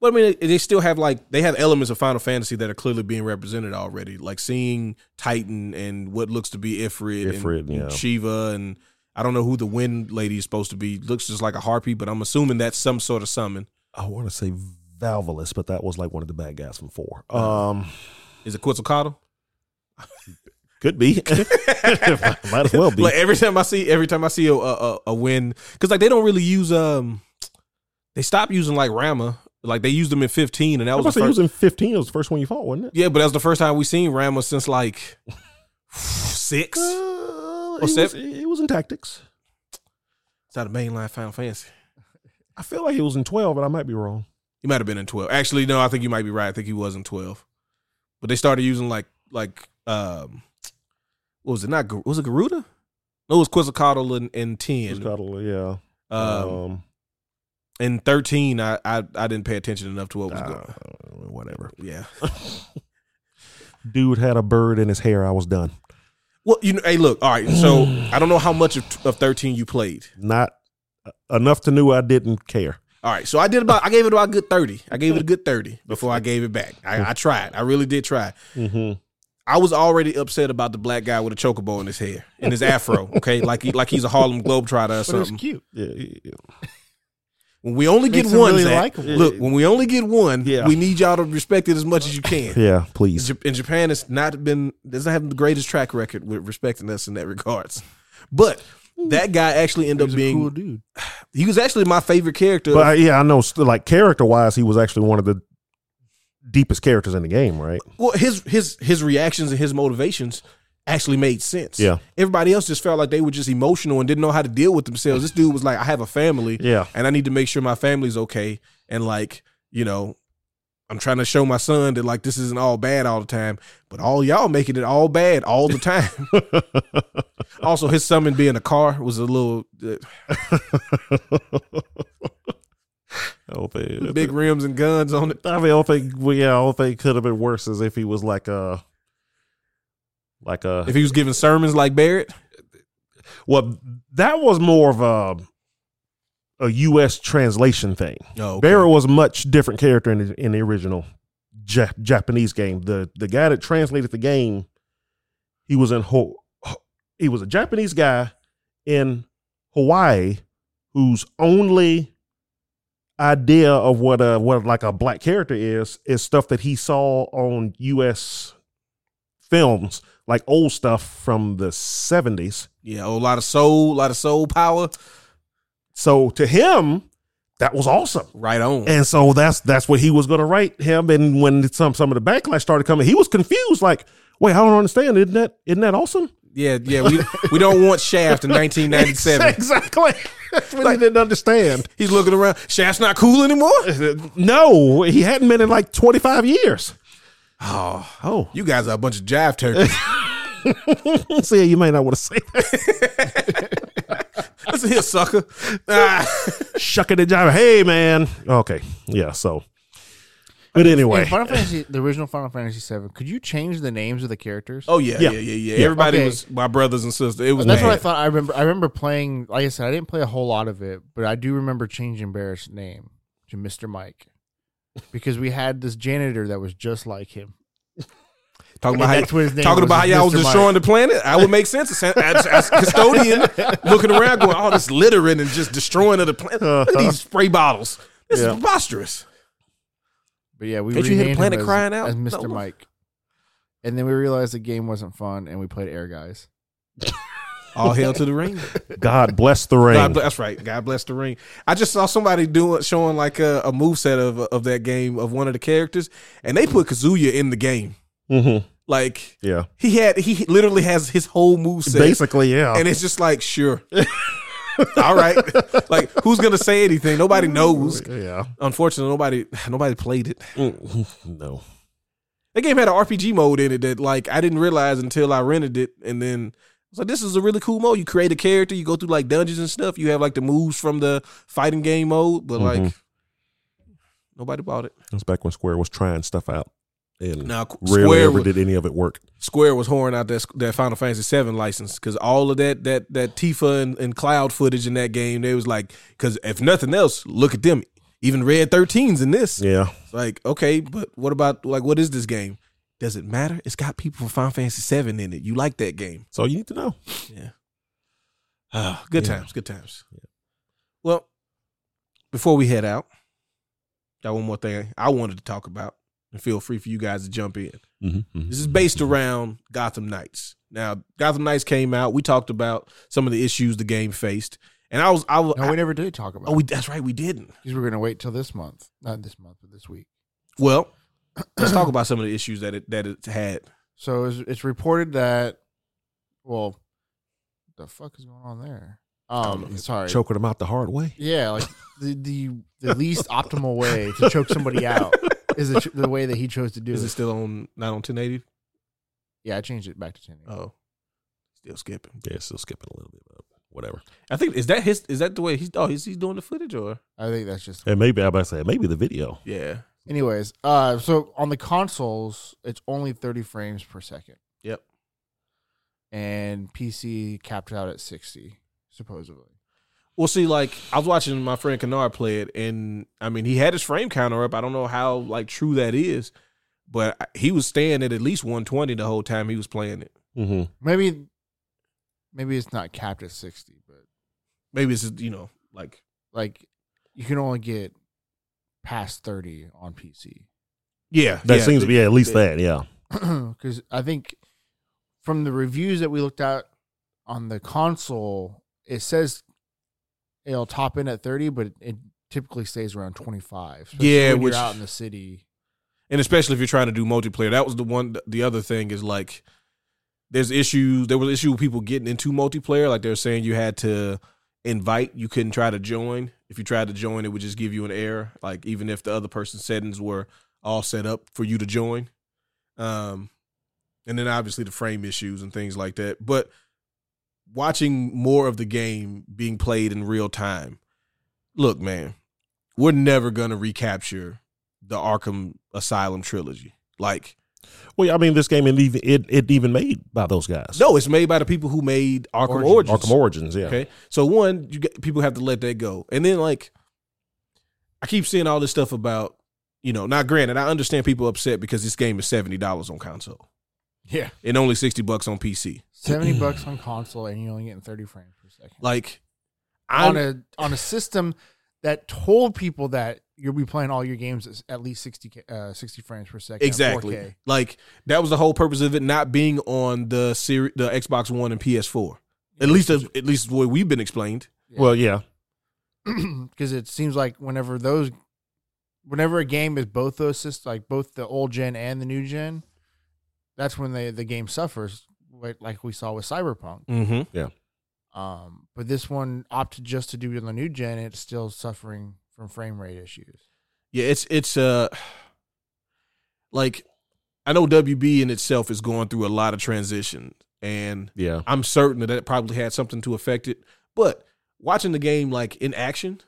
[SPEAKER 1] But I mean, they still have like they have elements of Final Fantasy that are clearly being represented already, like seeing Titan and what looks to be Ifrit,
[SPEAKER 2] Ifrit,
[SPEAKER 1] and
[SPEAKER 2] yeah.
[SPEAKER 1] Shiva, and I don't know who the Wind Lady is supposed to be. Looks just like a harpy, but I'm assuming that's some sort of summon.
[SPEAKER 2] I want to say Valvolus, but that was like one of the bad guys from four. Um,
[SPEAKER 1] Is it Quetzalcoatl?
[SPEAKER 2] could be. Might as well be.
[SPEAKER 1] Like every time I see, every time I see a a, a, a wind, because like they don't really use um, they stopped using like Rama, like they used them in 15, and that
[SPEAKER 2] I
[SPEAKER 1] was
[SPEAKER 2] was
[SPEAKER 1] the
[SPEAKER 2] about to say he
[SPEAKER 1] first,
[SPEAKER 2] was in fifteen. It was the first one you fought, wasn't it?
[SPEAKER 1] yeah, but that was the first time we seen Rama since like six. It's
[SPEAKER 2] Uh,
[SPEAKER 1] Or
[SPEAKER 2] it, was,
[SPEAKER 1] seven?
[SPEAKER 2] it was in tactics.
[SPEAKER 1] not a mainline Final Fantasy.
[SPEAKER 2] I feel like it was in twelve, but I might be wrong.
[SPEAKER 1] He might have been in twelve. Actually, no, I think you might be right. I think he was in twelve. But they started using like like um what was it? Not Gar- was it Garuda? No, it was Quetzalcoatl in, in
[SPEAKER 2] It was
[SPEAKER 1] ten.
[SPEAKER 2] called, yeah.
[SPEAKER 1] Um,
[SPEAKER 2] Um,
[SPEAKER 1] in thirteen, I, I I didn't pay attention enough to what was
[SPEAKER 2] uh,
[SPEAKER 1] going.
[SPEAKER 2] whatever.
[SPEAKER 1] Yeah.
[SPEAKER 2] Dude had a bird in his hair. I was done.
[SPEAKER 1] Well, you know, hey, look. All right. So I don't know how much of, of thirteen you played.
[SPEAKER 2] Not uh, enough to knew I didn't care.
[SPEAKER 1] All right. So I did about. I gave it about a good thirty. I gave it a good thirty before I gave it back. I, I tried. I really did try.
[SPEAKER 2] Mm-hmm.
[SPEAKER 1] I was already upset about the black guy with a chocobo in his hair in his afro. Okay, like he, like he's a Harlem Globetrotter or
[SPEAKER 3] but it's
[SPEAKER 1] something.
[SPEAKER 3] cute.
[SPEAKER 2] Yeah,
[SPEAKER 1] When we only get
[SPEAKER 3] Makes him
[SPEAKER 1] one,
[SPEAKER 3] really
[SPEAKER 1] Zach,
[SPEAKER 3] likable.
[SPEAKER 1] look, when we only get one,
[SPEAKER 2] Yeah.
[SPEAKER 1] we need y'all to respect it as much as you can.
[SPEAKER 2] yeah,
[SPEAKER 1] In
[SPEAKER 2] please.
[SPEAKER 1] Ja- And Japan has not been doesn't have the greatest track record with respecting us in that regards. But that guy actually ended
[SPEAKER 3] He's
[SPEAKER 1] up
[SPEAKER 3] a
[SPEAKER 1] being
[SPEAKER 3] cool dude.
[SPEAKER 1] he was actually my favorite character.
[SPEAKER 2] But I, yeah, I know. Still, like character wise, he was actually one of the deepest characters in the game, right?
[SPEAKER 1] well, his his his reactions and his motivations actually made sense.
[SPEAKER 2] Yeah.
[SPEAKER 1] Everybody else just felt like they were just emotional and didn't know how to deal with themselves. This dude was like, I have a family.
[SPEAKER 2] Yeah,
[SPEAKER 1] and I need to make sure my family's okay. And like, you know, I'm trying to show my son that like this isn't all bad all the time, but all y'all making it all bad all the time. also, his summon being a car was a little uh,
[SPEAKER 2] I don't think-
[SPEAKER 1] big rims and guns on it.
[SPEAKER 2] I mean, I don't think. Well, yeah, I don't think it could have been worse as if he was like a, like a.
[SPEAKER 1] If he was giving sermons like Barrett,
[SPEAKER 2] well, that was more of a, a U.S. translation thing.
[SPEAKER 1] no,
[SPEAKER 2] Barrow was a much different character in the, in the original ja- Japanese game. The the guy that translated the game, he was in Ho- Ho- he was a Japanese guy in Hawaii whose only idea of what a what like a black character is is stuff that he saw on U.S. films, like old stuff from the seventies.
[SPEAKER 1] yeah, a lot of soul, a lot of soul power.
[SPEAKER 2] So to him, that was awesome.
[SPEAKER 1] Right on.
[SPEAKER 2] And so that's that's what he was going to write him. And when some some of the backlash started coming, he was confused. Like, wait, I don't understand. Isn't that isn't that awesome?
[SPEAKER 1] yeah, yeah. We we don't want Shaft in 1997.
[SPEAKER 2] exactly. that's what he didn't understand.
[SPEAKER 1] He's looking around. Shaft's not cool anymore.
[SPEAKER 2] No, he hadn't been in like twenty five years.
[SPEAKER 1] Oh,
[SPEAKER 2] Oh,
[SPEAKER 1] you guys are a bunch of jive turkeys.
[SPEAKER 2] see, you may not want to say that.
[SPEAKER 1] Listen here, sucker. Ah.
[SPEAKER 2] Shucking the job. Hey, man. Okay, yeah. So, but
[SPEAKER 3] In
[SPEAKER 2] anyway,
[SPEAKER 3] Final Fantasy, the original Final Fantasy VII, could you change the names of the characters?
[SPEAKER 1] Oh yeah, yeah, yeah,
[SPEAKER 2] Yeah.
[SPEAKER 1] yeah.
[SPEAKER 2] Yeah.
[SPEAKER 1] Everybody
[SPEAKER 3] Okay.
[SPEAKER 1] was my brothers and sisters. It was
[SPEAKER 3] That's what I
[SPEAKER 1] bad.
[SPEAKER 3] thought. I remember. I remember playing. Like I said, I didn't play a whole lot of it, but I do remember changing Barrett's name to Mister Mike because we had this janitor that was just like him.
[SPEAKER 1] talking
[SPEAKER 3] And
[SPEAKER 1] about how
[SPEAKER 3] that's what his name
[SPEAKER 1] talking
[SPEAKER 3] was,
[SPEAKER 1] about how y'all was
[SPEAKER 3] Mr.
[SPEAKER 1] destroying the planet. I would make sense as, as, as custodian looking around, going, "All this littering and just destroying of the planet. Look at
[SPEAKER 3] Uh-huh.
[SPEAKER 1] these spray bottles. This
[SPEAKER 2] Yeah.
[SPEAKER 1] is preposterous."
[SPEAKER 3] But yeah, we
[SPEAKER 1] Can't you hear the
[SPEAKER 3] renamed
[SPEAKER 1] planet
[SPEAKER 3] him as,
[SPEAKER 1] crying out?
[SPEAKER 3] as
[SPEAKER 1] No,
[SPEAKER 3] Mister
[SPEAKER 1] look.
[SPEAKER 3] Mike, and then we realized the game wasn't fun, and we played Air Guys.
[SPEAKER 1] All hail to the ring.
[SPEAKER 2] God bless the rain.
[SPEAKER 1] God bless, that's right. God bless the ring. I just saw somebody doing showing like a, a move set of of that game of one of the characters, and they put Kazuya in the game.
[SPEAKER 2] Mhm.
[SPEAKER 1] Like
[SPEAKER 2] Yeah,
[SPEAKER 1] he had he literally has his whole move set,
[SPEAKER 2] basically, yeah.
[SPEAKER 1] and it's just like sure. all right. Like who's gonna say anything? Nobody knows.
[SPEAKER 2] Yeah.
[SPEAKER 1] Unfortunately, nobody nobody played it.
[SPEAKER 2] Mm, No.
[SPEAKER 1] That game had an RPG mode in it that like I didn't realize until I rented it, and then I was like, "This is a really cool mode. You create a character, you go through like dungeons and stuff. You have like the moves from the fighting game mode, but like
[SPEAKER 2] Mhm.
[SPEAKER 1] nobody bought it.
[SPEAKER 2] That's back when Square was trying stuff out, and
[SPEAKER 1] Now Qu-
[SPEAKER 2] rarely
[SPEAKER 1] Square
[SPEAKER 2] ever
[SPEAKER 1] was,
[SPEAKER 2] did any of it work.
[SPEAKER 1] Square was whoring out that that Final Fantasy VII license because all of that that that Tifa and, and Cloud footage in that game, they was like, because if nothing else, look at them. Even Red 13's in this.
[SPEAKER 2] Yeah.
[SPEAKER 1] Like, okay, but what about like what is this game? Does it matter? It's got people from Final Fantasy VII in it. You like that game?
[SPEAKER 2] So you need to know.
[SPEAKER 1] Ah, good
[SPEAKER 2] Yeah.
[SPEAKER 1] times, good times. Well, before we head out, got one more thing I wanted to talk about, and feel free for you guys to jump in.
[SPEAKER 2] Mm-hmm,
[SPEAKER 1] This is based around Gotham Knights. Now, Gotham Knights came out. We talked about some of the issues the game faced, and I was, I was,
[SPEAKER 3] No, we never did talk about.
[SPEAKER 1] oh, we, that's right, we didn't.
[SPEAKER 3] because we're gonna wait till this month, not this month, but this week.
[SPEAKER 1] Well, let's talk about some of the issues that it that it had.
[SPEAKER 3] So it's, it's reported that, well, the fuck is going on there? Um,
[SPEAKER 1] Um,
[SPEAKER 3] sorry.
[SPEAKER 2] Choking them out the hard way.
[SPEAKER 3] Yeah, like the the, the least optimal way to choke somebody out is the, ch- the way that he chose to do
[SPEAKER 1] Is it
[SPEAKER 3] it.
[SPEAKER 1] still on? Not on 1080?
[SPEAKER 3] Yeah, I changed it back to ten.
[SPEAKER 1] Oh, still skipping.
[SPEAKER 2] Yeah, still skipping a little bit, but whatever.
[SPEAKER 1] I think is that his? Is that the way he's? Oh, he's he's doing the footage or?
[SPEAKER 3] I think that's just.
[SPEAKER 2] And maybe I about to say maybe the video.
[SPEAKER 1] Yeah.
[SPEAKER 3] Anyways, uh, so on the consoles, it's only thirty frames per second.
[SPEAKER 1] Yep.
[SPEAKER 3] And PC capped out at sixty, supposedly.
[SPEAKER 1] Well, see, like I was watching my friend Kennard play it, and I mean, he had his frame counter up. I don't know how like true that is, but I- he was staying at at least 120 the whole time he was playing it.
[SPEAKER 2] Mm-hmm.
[SPEAKER 3] Maybe, maybe it's not capped at sixty, but
[SPEAKER 1] Maybe it's just, you know like
[SPEAKER 3] like you can only get past thirty on PC.
[SPEAKER 1] yeah,
[SPEAKER 2] That
[SPEAKER 1] yeah,
[SPEAKER 2] seems to be at least
[SPEAKER 1] they-
[SPEAKER 2] that. Yeah.
[SPEAKER 3] because I think from the reviews that we looked at on the console, it says it'll top in at thirty, but it typically stays around twenty five.
[SPEAKER 1] Yeah,
[SPEAKER 3] when
[SPEAKER 1] which-
[SPEAKER 3] you're out in the city.
[SPEAKER 1] and especially if you're trying to do multiplayer. That was the one. The other thing is like there's issues. There was issue with people getting into multiplayer. Like they're saying you had to invite. You couldn't try to join. If you tried to join, it would just give you an error. Like even if the other person's settings were all set up for you to join. Um, and then obviously the frame issues and things like that. But watching more of the game being played in real time. Look, man, we're never gonna recapture the Arkham Asylum trilogy. Like,
[SPEAKER 2] Well, I mean, this game it even it, it even made by those guys.
[SPEAKER 1] no, it's made by the people who made Arkham Origins.
[SPEAKER 3] Origins.
[SPEAKER 2] Arkham Origins. Yeah.
[SPEAKER 1] Okay, so one, you get, people have to let that go, and then like, I keep seeing all this stuff about, you know, not granted, I understand people upset because this game is seventy dollars on console
[SPEAKER 3] Yeah,
[SPEAKER 1] and only sixty bucks on PC.
[SPEAKER 3] seventy bucks on console, and you're only getting thirty frames per second
[SPEAKER 1] Like,
[SPEAKER 3] on
[SPEAKER 1] I
[SPEAKER 3] a on a system that told people that you'll be playing all your games at- at least 60, uh, 60 frames per second. at
[SPEAKER 1] exactly
[SPEAKER 3] 4K.
[SPEAKER 1] like that was the whole purpose of it not being on the series, the Xbox One and PS4. At least, at least the way we've been explained.
[SPEAKER 2] Well, yeah.
[SPEAKER 3] because it seems like whenever those whenever a game is both those systems like both the old gen and the new gen that's when they the game suffers like like we saw with cyberpunk
[SPEAKER 1] Mm-hmm.
[SPEAKER 3] um but this one opted just to do it on the new gen and it's still suffering from frame rate issues
[SPEAKER 1] Yeah, it's it's uh like I know WB in itself is going through a lot of transition and
[SPEAKER 2] Yeah.
[SPEAKER 1] I'm certain that that probably had something to affect it. But watching the game like in action,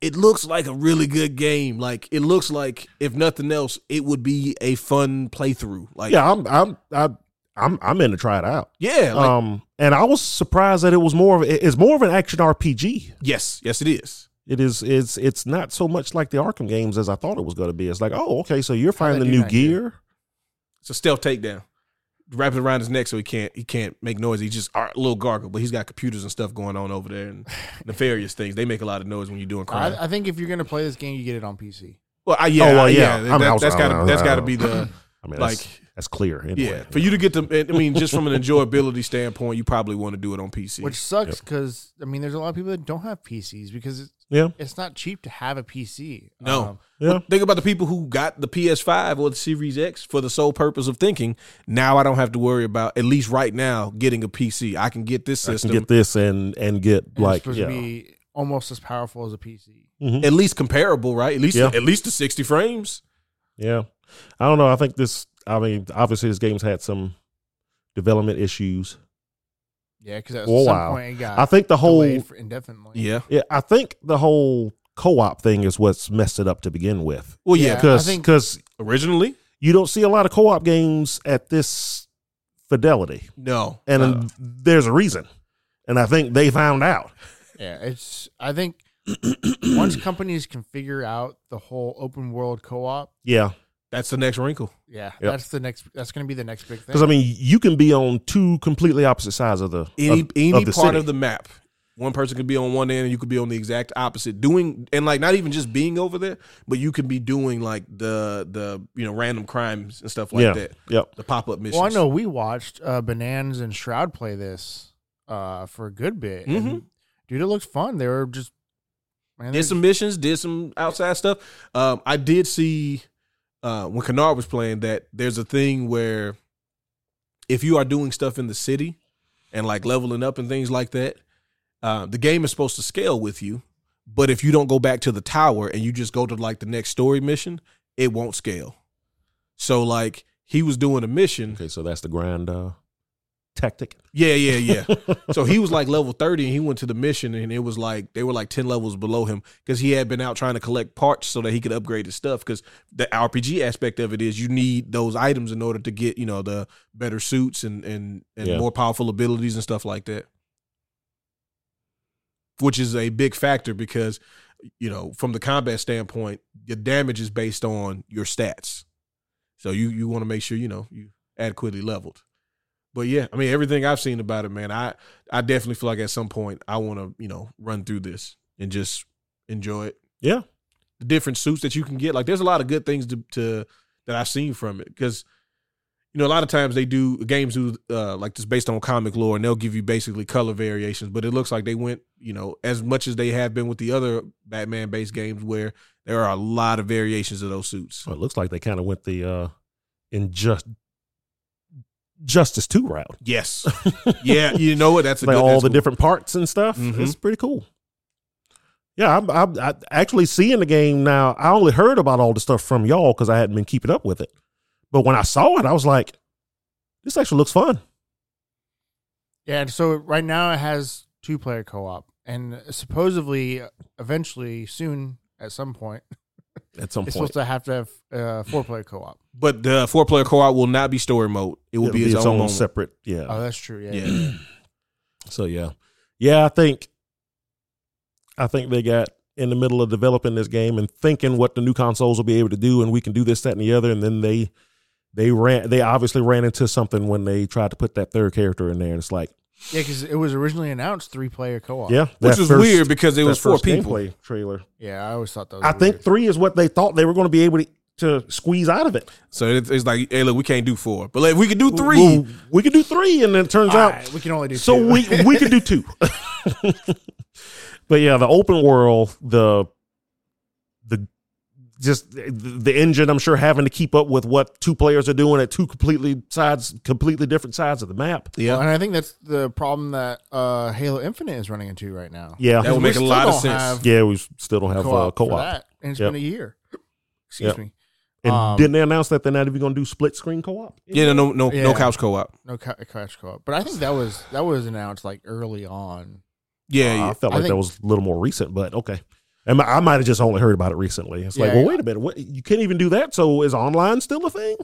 [SPEAKER 1] it looks like a really good game. Like it looks like if nothing else, it would be a fun playthrough. Like
[SPEAKER 2] Yeah. I'm I'm I, I'm I'm in to try it out.
[SPEAKER 1] yeah, like,
[SPEAKER 2] um, and I was surprised that it was more of it- it's more of an action RPG.
[SPEAKER 1] yes, yes it is.
[SPEAKER 2] It is it's it's not so much like the Arkham games as I thought it was going to be. It's like oh okay, so you're finding the
[SPEAKER 3] do
[SPEAKER 2] new
[SPEAKER 3] that here?
[SPEAKER 2] gear.
[SPEAKER 1] It's a stealth takedown. Wrap it around his neck so he can't he can't make noise. He's just a little gargle, but he's got computers and stuff going on over there and nefarious things. They make a lot of noise when you're doing crime.
[SPEAKER 3] I, I think if you're gonna play this game you get it on pc
[SPEAKER 1] well, I, yeah,
[SPEAKER 2] Oh, well,
[SPEAKER 1] I-
[SPEAKER 2] yeah.
[SPEAKER 1] yeah,
[SPEAKER 2] I'm
[SPEAKER 1] That,
[SPEAKER 2] out-
[SPEAKER 1] has
[SPEAKER 2] I'm
[SPEAKER 1] gotta
[SPEAKER 2] out-
[SPEAKER 1] that's gotta
[SPEAKER 2] I'm
[SPEAKER 1] be the
[SPEAKER 2] I mean,
[SPEAKER 1] like
[SPEAKER 2] like That's clear. Anyway.
[SPEAKER 1] Yeah, for you to get the, I mean, just from an enjoyability standpoint, you probably want to do it on PC.
[SPEAKER 3] Which sucks because I mean, there's a lot of people that don't have PCs because it's,
[SPEAKER 2] Yeah.
[SPEAKER 3] it's not cheap to have a Um, PC.
[SPEAKER 1] No.
[SPEAKER 2] Yeah.
[SPEAKER 1] Think about the people who got the PS5 or the Series X for the sole purpose of thinking, now I don't have to worry about, at least right now, getting a PC. I can get this
[SPEAKER 2] I can
[SPEAKER 1] system,
[SPEAKER 2] get this and and get
[SPEAKER 3] and it's
[SPEAKER 2] like
[SPEAKER 3] supposed
[SPEAKER 2] yeah. Mm-hmm.
[SPEAKER 3] to be almost as powerful as a PC.
[SPEAKER 1] at least comparable, right? At least,
[SPEAKER 2] Yeah.
[SPEAKER 1] at least the 60 frames.
[SPEAKER 2] Yeah. I don't know. I think this, I mean, obviously this game's had some development issues.
[SPEAKER 3] Yeah, because at
[SPEAKER 2] For a
[SPEAKER 3] some
[SPEAKER 2] while.
[SPEAKER 3] point it got
[SPEAKER 2] I think the whole,
[SPEAKER 3] delayed for indefinitely.
[SPEAKER 1] Yeah.
[SPEAKER 2] yeah, I think the whole co op thing is what's messed it up to begin with.
[SPEAKER 1] Well, yeah.
[SPEAKER 3] Yeah.
[SPEAKER 2] Because
[SPEAKER 3] I think-
[SPEAKER 1] Originally,
[SPEAKER 2] you don't see a lot of co op games at this fidelity.
[SPEAKER 1] no.
[SPEAKER 2] And
[SPEAKER 1] Uh,
[SPEAKER 2] there's a reason. And I think they found out.
[SPEAKER 3] Yeah, it's. I think once companies can figure out the whole open world co-op,
[SPEAKER 2] Yeah.
[SPEAKER 1] that's the next wrinkle.
[SPEAKER 3] yeah, that's the next. That's going to be the next big thing.
[SPEAKER 2] Because, I mean, you can be on two completely opposite sides of the.
[SPEAKER 1] Any,
[SPEAKER 2] of-
[SPEAKER 1] any
[SPEAKER 2] of the
[SPEAKER 1] part
[SPEAKER 2] city.
[SPEAKER 1] of the map. One person could be on one end and you could be on the exact opposite. Doing and like not even just being over there, but you could be doing like the the you know random crimes and stuff like
[SPEAKER 2] yeah.
[SPEAKER 1] that.
[SPEAKER 2] Yep.
[SPEAKER 1] The pop up missions.
[SPEAKER 3] well, I know we watched uh, Bananas and Shroud play this uh, for a good bit. and
[SPEAKER 1] Mhm.
[SPEAKER 3] dude, it looked fun. They were just man,
[SPEAKER 1] did
[SPEAKER 3] they're-
[SPEAKER 1] some missions, did some outside stuff. Um, I did see uh, when Kennard was playing that there's a thing where if you are doing stuff in the city and like leveling up and things like that, uh, the game is supposed to scale with you. But if you don't go back to the tower and you just go to like the next story mission, it won't scale. So like he was doing a mission.
[SPEAKER 2] Okay. So that's the grand uh, tactic.
[SPEAKER 1] Yeah, yeah, yeah. So he was like level 30 and he went to the mission and it was like they were like 10 levels below him because he had been out trying to collect parts so that he could upgrade his stuff because the RPG aspect of it is you need those items in order to get, you know, the better suits and and, and
[SPEAKER 2] Yeah.
[SPEAKER 1] more powerful abilities and stuff like that. Which is a big factor because, you know, from the combat standpoint, your damage is based on your stats. So you you want to make sure, you know, you adequately leveled. But yeah, I mean everything I've seen about it, man, I I definitely feel like at some point I want to, you know, run through this and just enjoy it.
[SPEAKER 2] Yeah.
[SPEAKER 1] The different suits that you can get. Like there's a lot of good things to, to that I've seen from it cuz you know, a lot of times they do games do uh, like this based on comic lore, and they'll give you basically color variations. But it looks like they went, you know, as much as they have been with the other Batman-based games, where there are a lot of variations of those suits.
[SPEAKER 2] Well, it looks like they kind of went the uh, injust justice two route.
[SPEAKER 1] Yes, yeah, you know what? That's a
[SPEAKER 2] like
[SPEAKER 1] good,
[SPEAKER 2] all
[SPEAKER 1] that's
[SPEAKER 2] the
[SPEAKER 1] cool.
[SPEAKER 2] different parts and stuff.
[SPEAKER 1] Mhm.
[SPEAKER 2] It's pretty cool. Yeah, I'm, I'm, i actually seeing the game now. I only heard about all the stuff from y'all because I hadn't been keeping up with it. But when I saw it, I was like, "This actually looks fun."
[SPEAKER 3] yeah. and So right now it has two player co-op, and supposedly, uh, eventually, soon at some point,
[SPEAKER 2] At some
[SPEAKER 3] it's
[SPEAKER 2] point,
[SPEAKER 3] supposed to have to have uh, four player co-op.
[SPEAKER 1] But the four-player co-op will not be story mode. It will
[SPEAKER 2] It'll
[SPEAKER 1] be its, own, Uh, moment.
[SPEAKER 2] separate. Yeah.
[SPEAKER 3] Oh, that's true. Yeah.
[SPEAKER 1] Yeah.
[SPEAKER 2] So yeah, yeah, I think, I think they got in the middle of developing this game and thinking what the new consoles will be able to do, and we can do this, that, and the other, and then they, they ran, they obviously ran into something when they tried to put that third character in there, and it's like,
[SPEAKER 3] Yeah, because it was originally announced three player co op.
[SPEAKER 2] yeah,
[SPEAKER 1] which
[SPEAKER 2] that
[SPEAKER 1] was
[SPEAKER 2] first-
[SPEAKER 1] weird because it
[SPEAKER 2] that
[SPEAKER 1] was four
[SPEAKER 2] first
[SPEAKER 1] people.
[SPEAKER 2] gameplay trailer.
[SPEAKER 3] Yeah, I always thought that was
[SPEAKER 2] I think
[SPEAKER 3] weird.
[SPEAKER 2] three is what they thought they were going to be able to. To squeeze out of it,
[SPEAKER 1] So it, it's like, hey, look, we can't do four, but like, if we could do three.
[SPEAKER 2] Well, we could do three, and then it turns
[SPEAKER 3] All
[SPEAKER 2] out
[SPEAKER 3] right, we can only do
[SPEAKER 2] so
[SPEAKER 3] two.
[SPEAKER 2] we we could do two. but yeah, the open world, the the just the, the engine. I'm sure having to keep up with what two players are doing at two completely sides, completely different sides of the map.
[SPEAKER 1] yeah,
[SPEAKER 3] Well, and I think that's the problem that uh, Halo Infinite is running into right now.
[SPEAKER 2] Yeah,
[SPEAKER 1] That would
[SPEAKER 3] We
[SPEAKER 1] make a
[SPEAKER 3] still
[SPEAKER 1] lot of
[SPEAKER 3] don't
[SPEAKER 1] sense.
[SPEAKER 3] have
[SPEAKER 2] yeah. We still don't have
[SPEAKER 3] co-op,
[SPEAKER 2] uh,
[SPEAKER 3] for
[SPEAKER 2] co-op.
[SPEAKER 3] that, and it's
[SPEAKER 2] Yep.
[SPEAKER 3] been a year. Excuse
[SPEAKER 2] Yep.
[SPEAKER 3] me.
[SPEAKER 2] And
[SPEAKER 3] Um,
[SPEAKER 2] didn't they announce that they're not even going to do split screen co-op?
[SPEAKER 1] yeah, no, no, no
[SPEAKER 3] Yeah.
[SPEAKER 1] couch co-op.
[SPEAKER 3] No ca- couch co-op, but I think that was that was announced like early on.
[SPEAKER 1] Yeah,
[SPEAKER 2] Uh,
[SPEAKER 1] yeah.
[SPEAKER 2] I felt
[SPEAKER 3] I
[SPEAKER 2] like that
[SPEAKER 3] think-
[SPEAKER 2] was a little more recent, but okay. And my- I might have just only heard about it recently. It's like,
[SPEAKER 3] Yeah,
[SPEAKER 2] well,
[SPEAKER 3] yeah.
[SPEAKER 2] wait a minute, what, you can't even do that. So is online still a thing?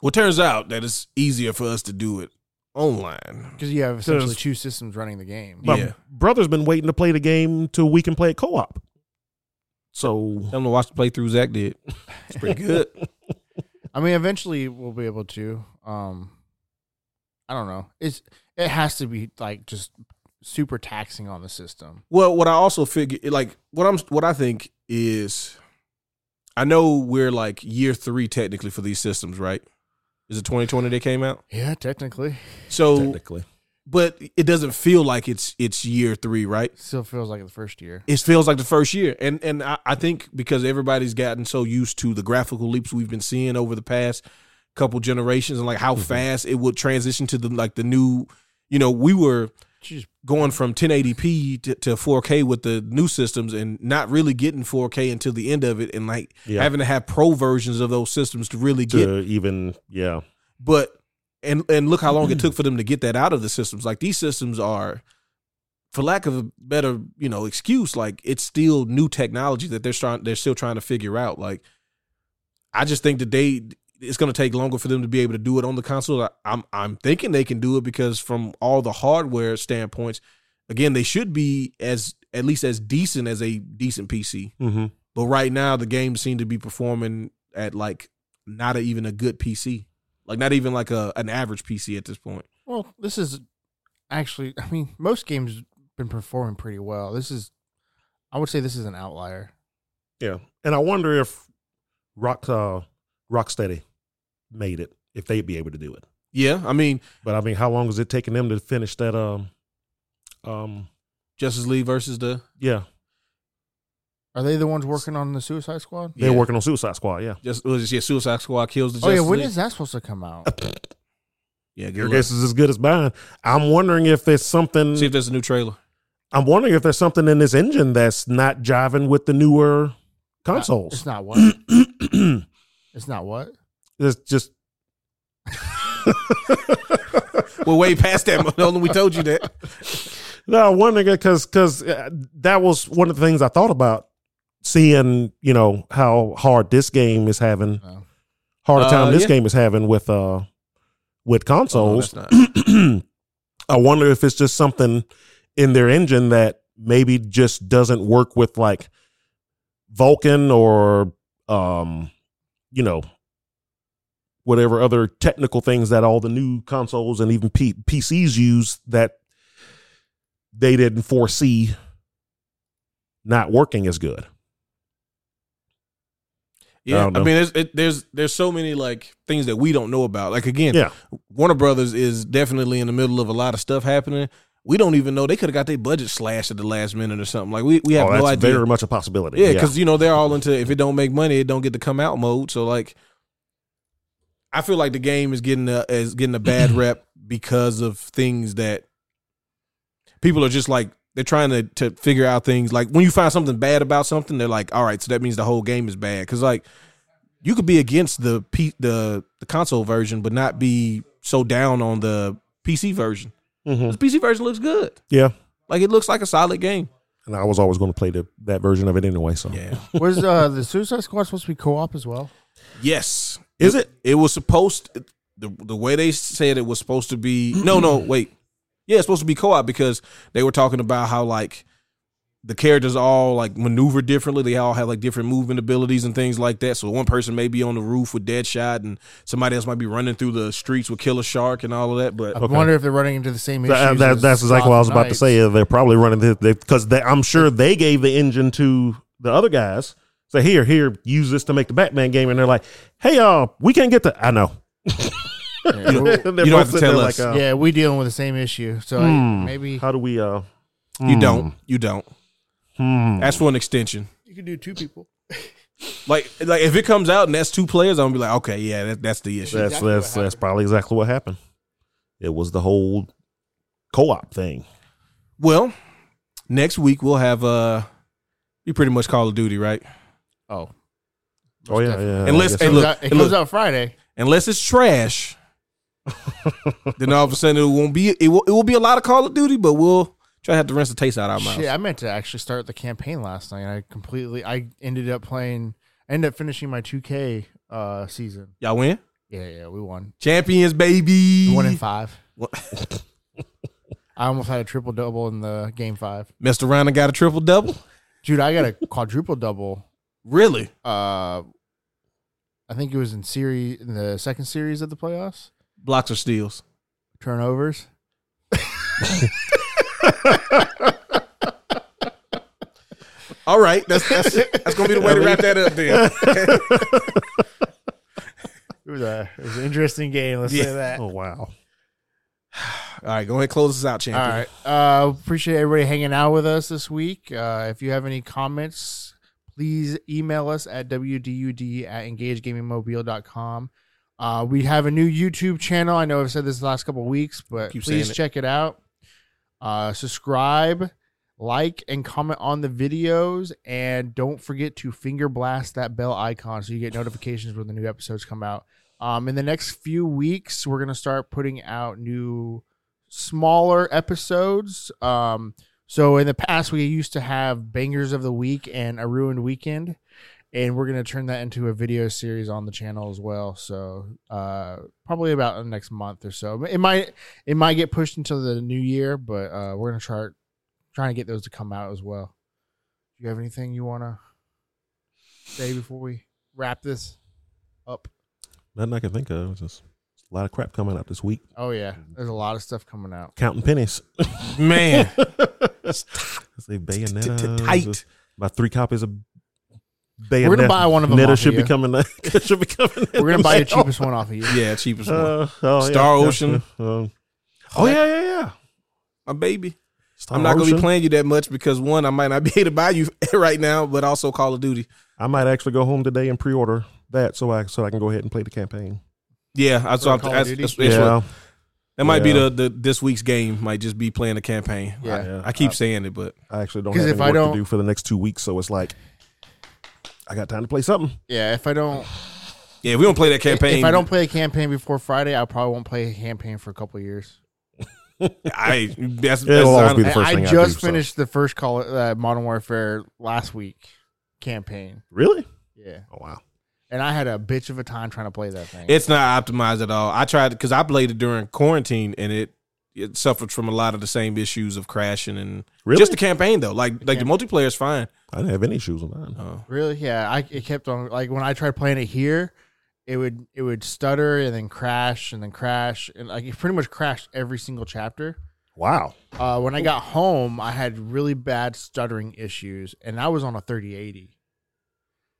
[SPEAKER 1] Well, turns out that it's easier for us to do it online.
[SPEAKER 3] Because you have essentially
[SPEAKER 2] Does-
[SPEAKER 3] two systems running the game.
[SPEAKER 2] My
[SPEAKER 1] Yeah.
[SPEAKER 2] brother's been waiting to play the game till we can play it co-op. So
[SPEAKER 1] Tell them to watch the playthrough Zach did. It's pretty good.
[SPEAKER 3] I mean, eventually we'll be able to. Um, I don't know. It's it has to be like just super taxing on the system.
[SPEAKER 1] well, what I also figure, like, what I'm, what I think is, I know we're like year three technically for these systems, right? Is it 2020 they came out?
[SPEAKER 3] Yeah, technically,
[SPEAKER 1] So,
[SPEAKER 2] technically.
[SPEAKER 1] but it doesn't feel like it's it's year three, right?
[SPEAKER 3] still feels like the first year.
[SPEAKER 1] It feels like the first year, and and I, I think because everybody's gotten so used to the graphical leaps we've been seeing over the past couple generations, and like how
[SPEAKER 2] Mhm.
[SPEAKER 1] fast it would transition to the like the new, you know, we were
[SPEAKER 3] Jeez,
[SPEAKER 1] going from 1080p to, to 4K with the new systems and not really getting 4K until the end of it and like
[SPEAKER 2] Yeah.
[SPEAKER 1] having to have pro versions of those systems to really get
[SPEAKER 2] to even yeah.
[SPEAKER 1] but and and look how long it took for them to get that out of the systems like these systems are for lack of a better you know excuse like it's still new technology that they're trying they're still trying to figure out like i just think that they it's going to take longer for them to be able to do it on the console I, i'm i'm thinking they can do it because from all the hardware standpoints again they should be as at least as decent as a decent pc
[SPEAKER 2] Mm-hmm.
[SPEAKER 1] but right now, the games seem to be performing at like not a, even a good PC, like not even like a an average PC at this point.
[SPEAKER 3] Well, this is actually, I mean, most games been performing pretty well. This is, I would say, this is an outlier.
[SPEAKER 2] Yeah. And I wonder if Rock uh, Rocksteady made it, if they'd be able to do it.
[SPEAKER 1] Yeah, I mean
[SPEAKER 2] But I mean, how long is it taking them to finish that um um
[SPEAKER 1] Justice League versus the
[SPEAKER 2] yeah.
[SPEAKER 3] Are they the ones working on the Suicide Squad?
[SPEAKER 2] They're
[SPEAKER 1] Yeah.
[SPEAKER 2] working on Suicide Squad, yeah.
[SPEAKER 1] just was it, yeah Suicide Squad kills the
[SPEAKER 3] oh
[SPEAKER 1] Justice
[SPEAKER 3] yeah, when
[SPEAKER 1] League.
[SPEAKER 3] is that supposed to come out?
[SPEAKER 1] yeah, good
[SPEAKER 2] Your
[SPEAKER 1] luck.
[SPEAKER 2] guess is as good as mine. I'm wondering if there's something
[SPEAKER 1] see if there's a new trailer.
[SPEAKER 2] I'm wondering if there's something in this engine that's not jiving with the newer
[SPEAKER 3] It's
[SPEAKER 2] consoles.
[SPEAKER 3] not what.
[SPEAKER 2] it's
[SPEAKER 3] It's not what.
[SPEAKER 2] just
[SPEAKER 1] We're way past that. Nolan, we told you that.
[SPEAKER 2] no, I'm wondering because because uh, that was one of the things I thought about seeing you know how hard this game is having
[SPEAKER 3] No.
[SPEAKER 2] hard
[SPEAKER 1] Uh,
[SPEAKER 2] time this
[SPEAKER 1] yeah.
[SPEAKER 2] game is having with uh with
[SPEAKER 1] Oh,
[SPEAKER 2] consoles.
[SPEAKER 1] that's not.
[SPEAKER 2] I wonder if it's just something in their engine that maybe just doesn't work with like Vulcan or um you know whatever other technical things that all the new consoles and even P- PCs use that they didn't foresee not working as good.
[SPEAKER 1] Yeah, I,
[SPEAKER 2] don't know.
[SPEAKER 1] mean, there's it, there's there's so many like things that we don't know about. Like again,
[SPEAKER 2] Yeah.
[SPEAKER 1] Warner Brothers is definitely in the middle of a lot of stuff happening. We don't even know they could have got their budget slashed at the last minute or something. Like we we have
[SPEAKER 2] oh,
[SPEAKER 1] no
[SPEAKER 2] that's
[SPEAKER 1] idea.
[SPEAKER 2] very much a possibility.
[SPEAKER 1] yeah, because you know they're all into if it don't make money, it don't get to come out mode. So like, I feel like the game is getting a is getting a bad rep because of things that people are just like they're trying to to figure out things. Like when you find something bad about something, they're like, all right, so that means the whole game is bad. Because like you could be against the P, the the console version, but not be so down on the PC version.
[SPEAKER 2] Mhm.
[SPEAKER 1] The PC version looks good.
[SPEAKER 2] yeah.
[SPEAKER 1] Like it looks like a solid game.
[SPEAKER 2] And I was always going to play the, that version of it anyway. So
[SPEAKER 1] Yeah.
[SPEAKER 3] Was uh, the Suicide Squad supposed to be co-op as well?
[SPEAKER 1] Yes.
[SPEAKER 2] Is it?
[SPEAKER 1] It was supposed the the way they said it was supposed to be. No, no, wait. Yeah, it's supposed to be co-op because they were talking about how like the characters all like maneuver differently. They all have like different movement abilities and things like that. So one person may be on the roof with Deadshot, and somebody else might be running through the streets with Killer Shark and all of that. But
[SPEAKER 3] I wonder if they're running into the same issues.
[SPEAKER 2] That, that,
[SPEAKER 3] as
[SPEAKER 2] that's exactly what I was
[SPEAKER 3] Gotham
[SPEAKER 2] about to
[SPEAKER 3] Knights.
[SPEAKER 2] say. They're probably running because I'm sure they gave the engine to the other guys. Say here, here, use this to make the Batman game, and they're like, "Hey, uh, we can't get the." I know.
[SPEAKER 3] Yeah, we're-
[SPEAKER 2] They're
[SPEAKER 1] you don't
[SPEAKER 2] both
[SPEAKER 1] have to
[SPEAKER 2] sitting
[SPEAKER 1] tell
[SPEAKER 2] there
[SPEAKER 1] us.
[SPEAKER 2] uh,
[SPEAKER 3] yeah, we dealing with the same issue, so
[SPEAKER 2] Hmm.
[SPEAKER 3] maybe
[SPEAKER 2] How do we? Uh,
[SPEAKER 1] you
[SPEAKER 2] hmm,
[SPEAKER 1] don't, you don't
[SPEAKER 2] hmm.
[SPEAKER 1] ask for an extension.
[SPEAKER 3] you could do two people.
[SPEAKER 1] Like, like if it comes out and that's two players, I'm gonna be like, okay, yeah, that, that's the issue.
[SPEAKER 2] That's
[SPEAKER 3] exactly what
[SPEAKER 2] that's that's
[SPEAKER 3] happened.
[SPEAKER 2] probably exactly what happened. It was the whole co-op thing.
[SPEAKER 1] Well, next week we'll have uh, you pretty much Call of Duty, right?
[SPEAKER 3] Oh,
[SPEAKER 2] Oh yeah, yeah. I
[SPEAKER 1] Unless-
[SPEAKER 2] guess
[SPEAKER 1] hey,
[SPEAKER 2] so.
[SPEAKER 3] It
[SPEAKER 1] look,
[SPEAKER 3] comes out-
[SPEAKER 1] hey,
[SPEAKER 3] it comes
[SPEAKER 1] look.
[SPEAKER 3] out Friday.
[SPEAKER 1] unless it's trash, then all of a sudden it won't be. It will, it will be a lot of Call of Duty, but we'll try to have to rinse the taste out of our mouths.
[SPEAKER 3] Shit, I meant to actually start the campaign last night. I completely, I ended up playing, I ended up finishing my 2K uh, season.
[SPEAKER 1] Y'all win,
[SPEAKER 3] Yeah, yeah, we won.
[SPEAKER 1] champions, baby.
[SPEAKER 3] One in five.
[SPEAKER 1] What?
[SPEAKER 3] I almost had a triple double in the game five.
[SPEAKER 1] Messed around and got a triple double.
[SPEAKER 3] Dude, I got a quadruple double.
[SPEAKER 1] Really?
[SPEAKER 3] Uh, I think it was in series in the second series of the playoffs.
[SPEAKER 1] Blocks or steals?
[SPEAKER 3] Turnovers.
[SPEAKER 1] All right, that's that's that's gonna be the way to wrap that up. Then
[SPEAKER 3] It was a it was an interesting game. Let's say
[SPEAKER 1] Yeah.
[SPEAKER 3] that.
[SPEAKER 2] Oh wow.
[SPEAKER 1] All right, go ahead and close this out, champion.
[SPEAKER 3] All right. Uh, appreciate everybody hanging out with us this week. Uh, if you have any comments, please email us at wdud at engagegamingmobile.com. Uh, we have a new YouTube channel. I know I've said this the last couple of weeks, but
[SPEAKER 1] Keep
[SPEAKER 3] please
[SPEAKER 1] saying it.
[SPEAKER 3] check it out. Uh, subscribe, like, and comment on the videos. And don't forget to finger blast that bell icon so you get notifications when the new episodes come out. Um, in the next few weeks, we're going to start putting out new smaller episodes. Um, so in the past, we used to have bangers of the week and a ruined weekend, and we're gonna turn that into a video series on the channel as well. So uh, probably about the next month or so. It might it might get pushed into the new year, but uh, we're gonna try trying to get those to come out as well. Do you have anything you wanna say before we wrap this up?
[SPEAKER 2] Nothing I can think of. It's just a lot of crap coming out this week.
[SPEAKER 3] Oh yeah, there's a lot of stuff coming out.
[SPEAKER 2] Counting pennies.
[SPEAKER 1] man.
[SPEAKER 2] Let's
[SPEAKER 1] T-
[SPEAKER 2] say
[SPEAKER 1] t-
[SPEAKER 2] Bayonetta.
[SPEAKER 1] Tight.
[SPEAKER 2] My three copies of Bayonetta.
[SPEAKER 3] We're gonna buy one of them.
[SPEAKER 2] Netta
[SPEAKER 3] off
[SPEAKER 2] should
[SPEAKER 3] of
[SPEAKER 2] be
[SPEAKER 3] you.
[SPEAKER 2] coming. should be coming. in
[SPEAKER 3] We're gonna buy the
[SPEAKER 2] now.
[SPEAKER 3] cheapest one off of you.
[SPEAKER 1] Yeah, cheapest one.
[SPEAKER 2] Uh, oh, yeah,
[SPEAKER 1] Star
[SPEAKER 2] yeah,
[SPEAKER 1] Ocean.
[SPEAKER 2] yeah, um, oh yeah, yeah, yeah.
[SPEAKER 1] My baby.
[SPEAKER 2] Star
[SPEAKER 1] I'm not gonna
[SPEAKER 2] Ocean.
[SPEAKER 1] be playing you that much because one, I might not be able to buy you right now, but also Call of Duty.
[SPEAKER 2] I might actually go home today and pre-order that so I so I can go ahead and play the campaign.
[SPEAKER 1] Yeah, that's
[SPEAKER 3] For
[SPEAKER 1] what,
[SPEAKER 3] Call
[SPEAKER 1] I'm-
[SPEAKER 3] of
[SPEAKER 1] that's,
[SPEAKER 3] Duty?
[SPEAKER 1] that's- that's what-
[SPEAKER 2] yeah,
[SPEAKER 1] that might be
[SPEAKER 2] Yeah.
[SPEAKER 1] the, the this week's game. Might just be playing the campaign.
[SPEAKER 3] Yeah. Uh,
[SPEAKER 1] I-
[SPEAKER 2] Yeah.
[SPEAKER 1] I, keep saying it, but
[SPEAKER 2] I actually don't
[SPEAKER 3] 'Cause
[SPEAKER 2] have
[SPEAKER 3] if
[SPEAKER 2] any
[SPEAKER 3] I
[SPEAKER 2] work
[SPEAKER 3] don't-
[SPEAKER 2] to do for the next two weeks, so it's like I got time to play something.
[SPEAKER 3] Yeah, if I don't
[SPEAKER 1] yeah, if we don't play that campaign.
[SPEAKER 3] If I don't play a campaign before Friday, I probably won't play a campaign for a couple of years.
[SPEAKER 1] I that's, that's
[SPEAKER 2] It'll always be the
[SPEAKER 3] I-
[SPEAKER 2] first
[SPEAKER 3] I
[SPEAKER 2] thing I
[SPEAKER 3] just
[SPEAKER 2] do, so-
[SPEAKER 3] finished the first call uh, Modern Warfare last week campaign.
[SPEAKER 2] Really?
[SPEAKER 3] Yeah,
[SPEAKER 2] Oh wow.
[SPEAKER 3] and I had a bitch of a time trying to play that thing.
[SPEAKER 1] It's not optimized at all. I tried because I played it during quarantine and it it suffered from a lot of the same issues of crashing and
[SPEAKER 2] Really?
[SPEAKER 1] just the campaign though. Like like
[SPEAKER 3] Yeah.
[SPEAKER 1] the multiplayer is fine.
[SPEAKER 2] I didn't have any shoes on mine.
[SPEAKER 1] Oh.
[SPEAKER 3] really, yeah. I it kept on like when I tried playing it here, it would it would stutter and then crash and then crash and like it pretty much crashed every single chapter.
[SPEAKER 2] Wow.
[SPEAKER 3] Uh, when I got home, I had really bad stuttering issues, and I was on a thirty eighty.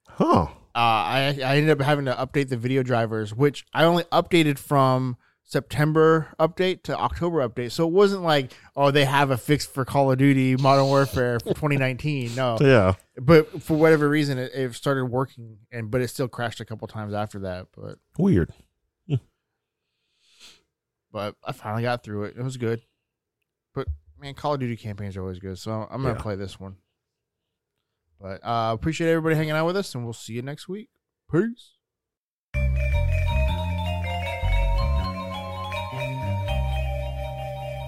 [SPEAKER 2] Huh.
[SPEAKER 3] uh, I I ended up having to update the video drivers, which I only updated from September update to October update. So it wasn't like oh they have a fix for Call of Duty Modern Warfare for 2019. No,
[SPEAKER 2] Yeah.
[SPEAKER 3] but for whatever reason it, it started working, and but it still crashed a couple times after that. But
[SPEAKER 2] Weird.
[SPEAKER 3] but I finally got through it. It was good. But man, Call of Duty campaigns are always good, so I'm gonna
[SPEAKER 2] Yeah.
[SPEAKER 3] play this one. But uh, appreciate everybody hanging out with us, and we'll see you next week. Peace.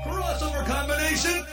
[SPEAKER 4] Crossover combination